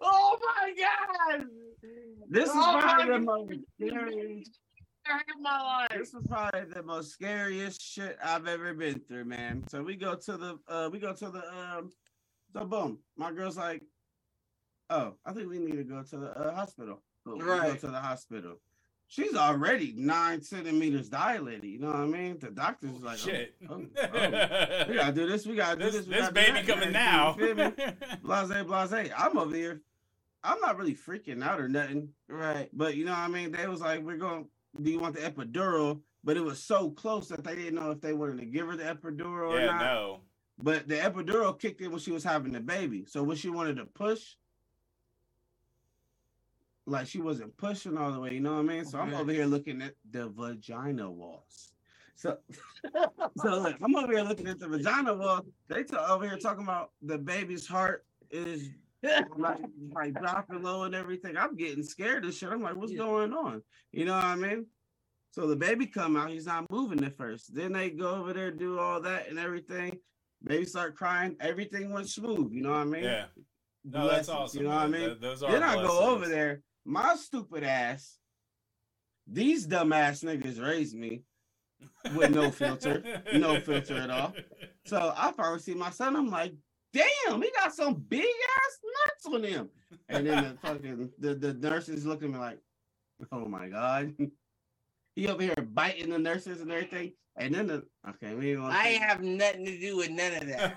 Speaker 5: oh my god! This is
Speaker 2: Oh my
Speaker 5: probably the most scary This is probably the most scariest shit I've ever been through, man. So we go to the uh we go to the um so boom. My girl's like, Oh, I think we need to go to the uh, hospital. Boom, we
Speaker 2: Right.
Speaker 5: go to the hospital. She's already nine centimeters dilated, you know what I mean? The doctor's like oh,
Speaker 1: Shit.
Speaker 5: Oh, oh. We gotta do this, we gotta do
Speaker 1: this this,
Speaker 5: this. we gotta do
Speaker 1: baby
Speaker 5: that.
Speaker 1: coming now.
Speaker 5: You feel me? blase, blase. I'm over here. I'm not really freaking out or nothing.
Speaker 2: Right.
Speaker 5: But you know what I mean? They was like, we're going, do you want the epidural? But it was so close that they didn't know if they wanted to give her the epidural or
Speaker 1: yeah,
Speaker 5: not.
Speaker 1: no.
Speaker 5: But the epidural kicked in when she was having the baby. So when she wanted to push, like she wasn't pushing all the way, you know what I mean? So I'm
Speaker 2: Okay.
Speaker 5: over here looking at the vagina walls. So, so look, I'm over here looking at the vagina wall. They t- over here talking about the baby's heart is like, like dropping low and everything. I'm getting scared of shit. I'm like, what's going on? You know what I mean? So the baby come out, he's not moving at first. Then they go over there, do all that and everything. Baby start crying. Everything went smooth. You know what I mean?
Speaker 1: Yeah. No, that's
Speaker 5: Blessings,
Speaker 1: awesome.
Speaker 5: You know what I
Speaker 1: man.
Speaker 5: mean?
Speaker 1: Th- Those are
Speaker 5: then I go
Speaker 1: blessings.
Speaker 5: over there. My stupid ass. These dumbass niggas raised me. with no filter. No filter at all. So I finally see my son. I'm like, damn, he got some big ass nuts on him. And then the fucking the, the nurses look at me like, oh my God. he over here biting the nurses and everything. And then the okay, we ain't gonna
Speaker 2: I
Speaker 5: say-
Speaker 2: have nothing to do with none of that.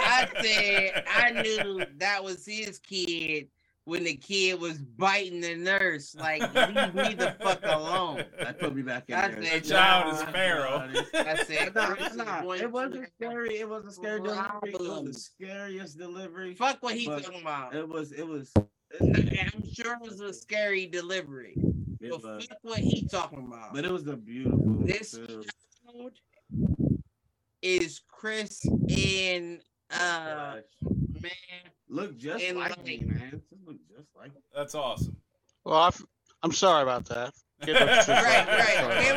Speaker 2: I said I knew that was his kid when the kid was biting the nurse. Like, leave me the fuck alone.
Speaker 5: that put me back in
Speaker 2: I
Speaker 5: there.
Speaker 1: The
Speaker 2: said,
Speaker 1: child is
Speaker 2: Nah.
Speaker 1: feral.
Speaker 2: I said,
Speaker 5: Nah,
Speaker 2: Chris is
Speaker 5: nah,
Speaker 2: going
Speaker 5: It wasn't
Speaker 2: to-
Speaker 5: scary. It was a scary delivery. It was the
Speaker 2: Problems.
Speaker 5: scariest delivery.
Speaker 2: Fuck what he
Speaker 5: But-
Speaker 2: talking about.
Speaker 5: It was. It was.
Speaker 2: I'm sure it was a scary delivery.
Speaker 5: It
Speaker 2: But
Speaker 5: was.
Speaker 2: fuck what he talking about.
Speaker 5: But it was a beautiful.
Speaker 2: This-
Speaker 5: film.
Speaker 2: is Chris in uh man
Speaker 5: look just
Speaker 2: and
Speaker 5: like
Speaker 2: like-
Speaker 5: me, man. This look just like. me.
Speaker 1: That's awesome.
Speaker 7: Well, I've, I'm sorry about that. Give her two
Speaker 2: Right, right. Can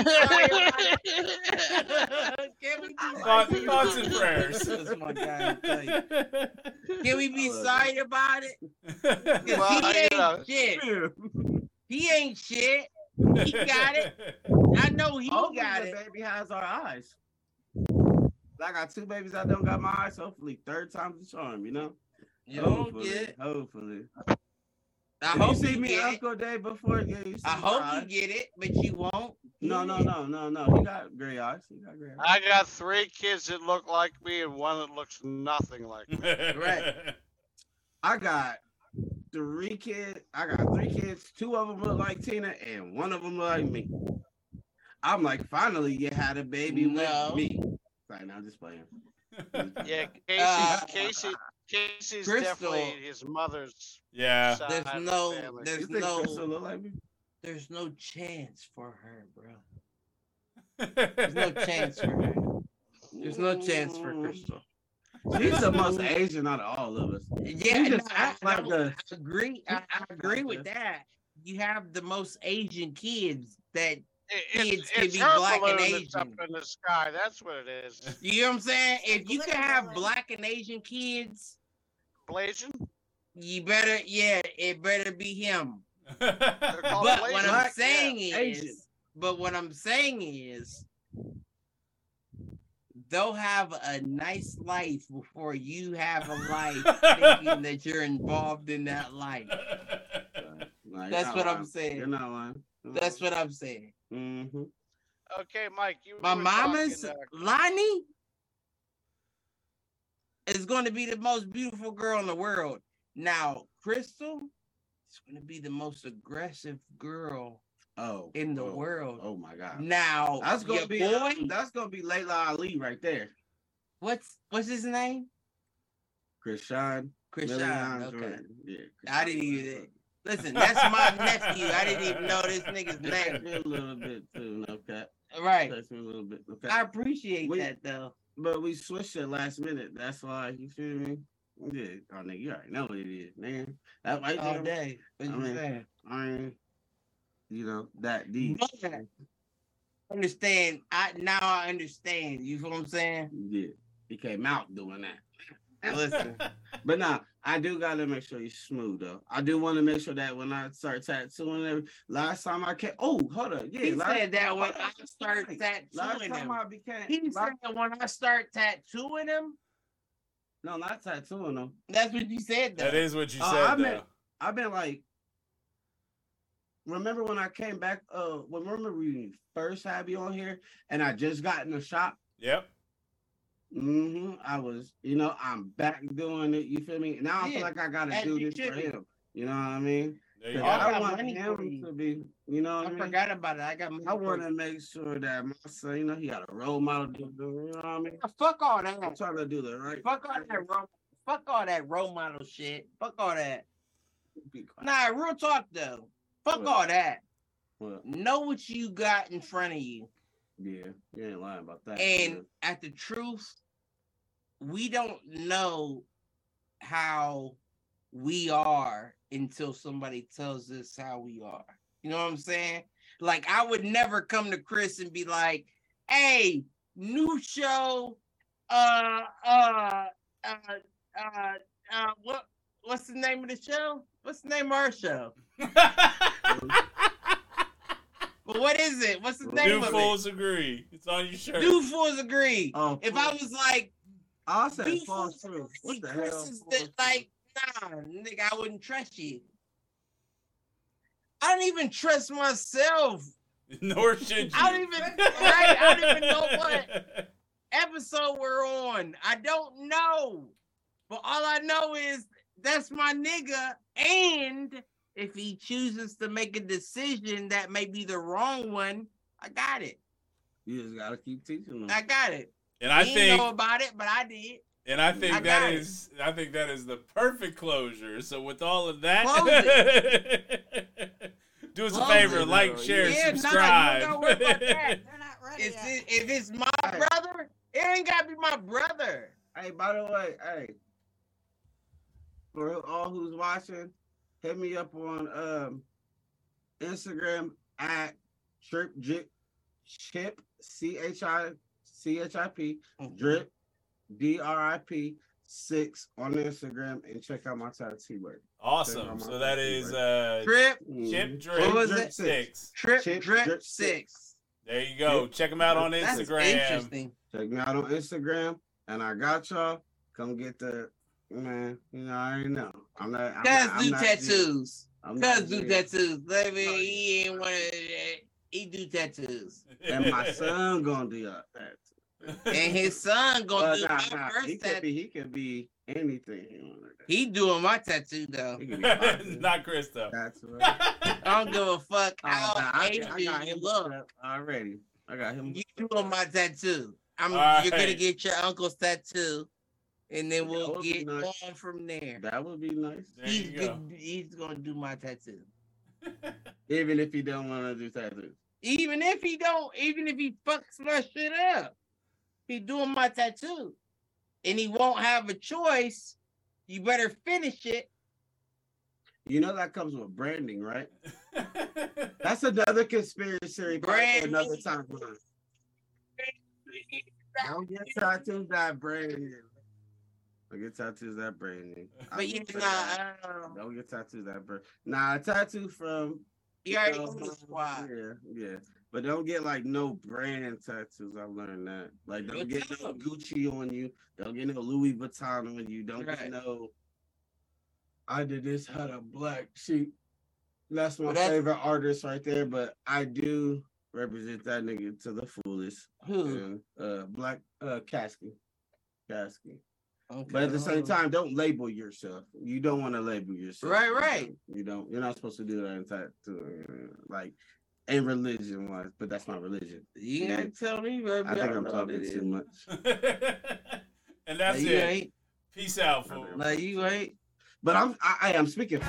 Speaker 2: we be? Can we? Be fire? Can we be?
Speaker 1: Thought- thoughts and prayers.
Speaker 2: Oh my God, like, can we be sorry about it? 'Cause
Speaker 7: Well,
Speaker 2: he
Speaker 7: you
Speaker 2: ain't
Speaker 7: know,
Speaker 2: shit. He ain't shit. He got it. I know he
Speaker 5: Hopefully
Speaker 2: got
Speaker 5: the
Speaker 2: it.
Speaker 5: baby has our eyes. I got two babies I don't got my eyes. Hopefully, third time's the charm. You know.
Speaker 2: You don't
Speaker 5: hopefully,
Speaker 2: get it.
Speaker 5: hopefully.
Speaker 2: I
Speaker 5: If you
Speaker 2: hope
Speaker 5: see
Speaker 2: you
Speaker 5: me
Speaker 2: get it.
Speaker 5: Uncle Day before. Yeah, you see
Speaker 2: I
Speaker 5: my
Speaker 2: hope
Speaker 5: eyes.
Speaker 2: you get it, but you won't.
Speaker 5: No, no, no, no, no. He got gray eyes. He got gray eyes.
Speaker 7: I got three kids that look like me and one that looks nothing like me.
Speaker 1: right.
Speaker 5: I got three kids. I got three kids. Two of them look like Tina, and one of them look like me. I'm like, finally, you had a baby
Speaker 2: No.
Speaker 5: with me. Right now, I'm just playing.
Speaker 7: Yeah, Casey,
Speaker 2: Uh,
Speaker 7: Casey, Casey's
Speaker 2: Crystal.
Speaker 7: definitely his mother's
Speaker 1: Yeah.
Speaker 7: side
Speaker 2: There's
Speaker 7: of the
Speaker 2: no-
Speaker 7: family.
Speaker 5: You
Speaker 2: there's-
Speaker 5: think
Speaker 2: no-
Speaker 5: Crystal look like me?
Speaker 2: There's no chance for her, bro. There's no chance for Mm. her. There's no chance for Crystal.
Speaker 5: She's the most Asian out of all of us.
Speaker 2: Yeah,
Speaker 5: She just
Speaker 2: no, I,
Speaker 5: acts like
Speaker 2: no,
Speaker 5: a-
Speaker 2: I agree. I, I agree with that. You have the most Asian kids that
Speaker 7: It-
Speaker 2: kids
Speaker 7: It's,
Speaker 2: can
Speaker 7: it's
Speaker 2: be
Speaker 7: her
Speaker 2: black and
Speaker 7: balloon that's up
Speaker 2: Asian.
Speaker 7: in the sky. That's what it is.
Speaker 2: you know what I'm saying. If you could have
Speaker 6: Literally.
Speaker 2: black and Asian kids,
Speaker 7: Blazing.
Speaker 2: you better yeah, it better be him.
Speaker 7: They're called
Speaker 2: But
Speaker 7: blazing.
Speaker 2: what I'm
Speaker 5: Black,
Speaker 2: saying
Speaker 5: yeah,
Speaker 2: is,
Speaker 5: Asian.
Speaker 2: but what I'm saying is, they'll have a nice life before you have a life, thinking that you're involved in that life.
Speaker 5: Like,
Speaker 2: That's
Speaker 5: you're
Speaker 2: what
Speaker 5: not
Speaker 2: I'm
Speaker 5: lying.
Speaker 2: saying.
Speaker 5: You're not lying.
Speaker 2: That's what I'm saying.
Speaker 5: hmm
Speaker 7: Okay, Mike. You
Speaker 2: My
Speaker 7: were
Speaker 2: mama's
Speaker 7: talking, uh,
Speaker 2: Lonnie is going to be the most beautiful girl in the world. Now, Crystal is going to be the most aggressive girl
Speaker 5: Oh,
Speaker 2: in the
Speaker 5: oh,
Speaker 2: world.
Speaker 5: Oh my God.
Speaker 2: Now,
Speaker 5: That's gonna
Speaker 2: your
Speaker 5: be uh,
Speaker 2: boy.
Speaker 5: that's gonna be Layla Ali right there.
Speaker 2: what's what's his name?
Speaker 5: Krishan.
Speaker 2: Krishan. Okay.
Speaker 5: Yeah.
Speaker 2: I didn't even- Listen, that's my nephew. I didn't even know this nigga's name.
Speaker 5: Touched me a little bit too, okay.
Speaker 2: Right.
Speaker 5: Touched me a little bit, okay.
Speaker 2: I appreciate
Speaker 5: We-
Speaker 2: that though.
Speaker 5: but we switched it last minute. That's why you feel me. Yeah, oh nigga, you already know what it is, man. That right
Speaker 2: All
Speaker 5: there,
Speaker 2: day. What
Speaker 5: I
Speaker 2: you
Speaker 5: mean,
Speaker 2: saying?
Speaker 5: I mean, you know that deep.
Speaker 2: But, understand. I now I understand. You feel what I'm saying?
Speaker 5: Yeah, he came out doing that.
Speaker 2: Listen.
Speaker 5: But nah, I do gotta make sure you smooth though. I do want to make sure that when I start tattooing, every, last time I came, oh hold up, yeah,
Speaker 2: He
Speaker 5: last,
Speaker 2: said that when I
Speaker 5: last time-
Speaker 2: start
Speaker 5: Last
Speaker 2: tattooing
Speaker 5: time
Speaker 2: him.
Speaker 5: I became,
Speaker 2: He
Speaker 5: last-
Speaker 2: said when I start tattooing him.
Speaker 5: no, not tattooing them.
Speaker 2: That's what you said though.
Speaker 1: That is what you
Speaker 5: Uh,
Speaker 1: said,
Speaker 5: I
Speaker 1: though.
Speaker 5: meant- I've been like, remember when I came back? Uh, when remember we first had you on here, and I just got in the shop.
Speaker 1: Yep.
Speaker 5: hmm I was, you know, I'm back doing it. You feel me? Now I feel
Speaker 2: Yeah,
Speaker 5: like I gotta
Speaker 2: and
Speaker 5: do
Speaker 2: you
Speaker 5: this for
Speaker 2: should be.
Speaker 5: him. You know what I mean?
Speaker 1: There you
Speaker 5: 'Cause
Speaker 1: go.
Speaker 2: Yeah.
Speaker 5: I
Speaker 2: got
Speaker 5: want
Speaker 2: money for
Speaker 5: him
Speaker 2: you.
Speaker 5: to be, you know what I
Speaker 2: I
Speaker 5: mean?
Speaker 2: forgot about it. I got. money
Speaker 5: I
Speaker 2: for
Speaker 5: want
Speaker 2: it.
Speaker 5: to make sure that my son, you know, he got a role model. You know what I mean?
Speaker 2: Fuck all that.
Speaker 5: I'm trying to do the right.
Speaker 2: Fuck all that role. Fuck all that role model shit. Fuck all that.
Speaker 5: Be quiet.
Speaker 2: Nah, real talk though. Fuck
Speaker 5: What?
Speaker 2: all that.
Speaker 5: Well,
Speaker 2: Know what you got in front of you.
Speaker 5: yeah, you ain't lying about that.
Speaker 2: And at the truth, we don't know how we are until somebody tells us how we are. You know what I'm saying? Like I would never come to Chris and be like, "Hey, new show, uh, uh, uh, uh, uh what, what's the name of the show? What's the name of our show? But what is it? What's the name
Speaker 1: New
Speaker 2: of
Speaker 1: fools agree. It's on your
Speaker 2: it?
Speaker 1: shirt.
Speaker 2: Do fools agree?
Speaker 5: oh,
Speaker 2: If I was like,
Speaker 5: I'll say
Speaker 2: Dude,
Speaker 5: false truth. What the
Speaker 2: Chris
Speaker 5: hell?
Speaker 2: is the, like, nah, nigga, I wouldn't trust you. I don't even trust myself.
Speaker 1: Nor should you.
Speaker 2: I don't even right. I don't even know what episode we're on. I don't know, but all I know is that's my nigga. And if he chooses to make a decision that may be the wrong one, I got it.
Speaker 5: you just gotta keep teaching them.
Speaker 2: I got it.
Speaker 1: And I
Speaker 2: he didn't know
Speaker 1: think,
Speaker 2: about it, but I did.
Speaker 1: and I
Speaker 5: I
Speaker 1: think
Speaker 2: got
Speaker 1: that
Speaker 2: it.
Speaker 1: is, I think that is the perfect closure. So with all of that,
Speaker 2: Close
Speaker 1: do us
Speaker 2: Close
Speaker 1: a favor,
Speaker 5: it.
Speaker 1: like, share,
Speaker 2: Yeah, nah, you
Speaker 1: subscribe.
Speaker 2: don't worry about that.
Speaker 6: They're not ready
Speaker 2: Is
Speaker 6: yet.
Speaker 2: it, if it's my brother, it ain't gotta be my brother.
Speaker 5: hey, by the way, hey, for all who's watching, hit me up on um Instagram at Trip Jip Chip C H I C H I P
Speaker 2: Mm-hmm.
Speaker 5: Drip D R I P six on Instagram and check out my tattoo work.
Speaker 1: Awesome. So that is uh,
Speaker 2: Trip,
Speaker 5: Mm-hmm.
Speaker 1: Chip
Speaker 2: What was
Speaker 1: Drip
Speaker 2: it?
Speaker 1: Six.
Speaker 2: trip,
Speaker 5: Chip,
Speaker 2: drip,
Speaker 5: drip,
Speaker 2: six.
Speaker 1: There you go. Check him out on
Speaker 2: That's
Speaker 1: Instagram.
Speaker 2: interesting.
Speaker 5: Check me out on Instagram and I got y'all. Come get the man. You know I already know. I'm not. I'm
Speaker 2: Cuz
Speaker 5: not- I'm
Speaker 2: do
Speaker 5: not-
Speaker 2: tattoos.
Speaker 5: I'm not Oh,
Speaker 2: Cuz do
Speaker 5: G.
Speaker 2: tattoos. Let me. He ain't one of that. He do tattoos,
Speaker 5: And my son gonna do y'all that.
Speaker 2: and his son gonna
Speaker 5: Well,
Speaker 2: do
Speaker 5: nah,
Speaker 2: my
Speaker 5: nah, He
Speaker 2: first
Speaker 5: could
Speaker 2: tattoo.
Speaker 5: be. He could be anything. He wanna do.
Speaker 2: He doing my tattoo though.
Speaker 5: He could be artist.
Speaker 1: Not Chris though.
Speaker 5: That's right.
Speaker 2: I don't give a fuck
Speaker 5: Oh,
Speaker 2: how
Speaker 5: nah, I,
Speaker 2: Asian
Speaker 5: I got him
Speaker 2: you look.
Speaker 5: set up already. I got him.
Speaker 2: You doing my tattoo? I'm.
Speaker 1: All
Speaker 2: You're gonna
Speaker 1: right.
Speaker 2: get your uncle's tattoo, and then
Speaker 5: Yeah,
Speaker 2: we'll
Speaker 5: that would be
Speaker 2: get
Speaker 5: nice.
Speaker 2: on from there.
Speaker 5: That would be nice.
Speaker 1: There
Speaker 2: he's
Speaker 1: you go.
Speaker 2: gonna, he's gonna do my tattoo.
Speaker 5: Even if he don't want to do tattoos.
Speaker 2: Even if he don't, even if he fucks my shit up, he doing my tattoo, and he won't have a choice. You better finish it.
Speaker 5: You know that comes with branding, right? That's another conspiracy theory part for another time. Don't get tattoos that branding. Don't get tattoos that branding. I
Speaker 2: But you
Speaker 5: will say that.
Speaker 2: know, um,
Speaker 5: Don't get tattoos that brand. Nah, a tattoo from.
Speaker 2: you already
Speaker 5: know,
Speaker 2: on the squad.
Speaker 5: um, Yeah, yeah. But don't get like no brand tattoos. I learned that. Like don't get no Gucci on you. Don't get no Louis Vuitton on you. Don't
Speaker 2: Right.
Speaker 5: get no. I did this had a black sheep. That's my
Speaker 2: Well, that's-
Speaker 5: favorite artist right there. But I do represent that nigga to the fullest.
Speaker 2: Who?
Speaker 5: And, uh, black uh, Caskey. Caskey.
Speaker 2: Okay,
Speaker 5: But at the same
Speaker 2: hold on.
Speaker 5: time, don't label yourself. You don't want to label yourself.
Speaker 2: Right, right.
Speaker 5: You don't. You're not supposed to do that in tattoo, like in religion wise. But that's my religion.
Speaker 2: you ain't tell me. Baby.
Speaker 5: I think I'm
Speaker 2: know
Speaker 5: talking
Speaker 2: what it
Speaker 5: too
Speaker 2: is.
Speaker 5: much.
Speaker 1: and that's
Speaker 2: Like, you
Speaker 1: it.
Speaker 2: ain't,
Speaker 1: Peace out, fool.
Speaker 2: like you ain't.
Speaker 5: But I'm. I, I am speaking.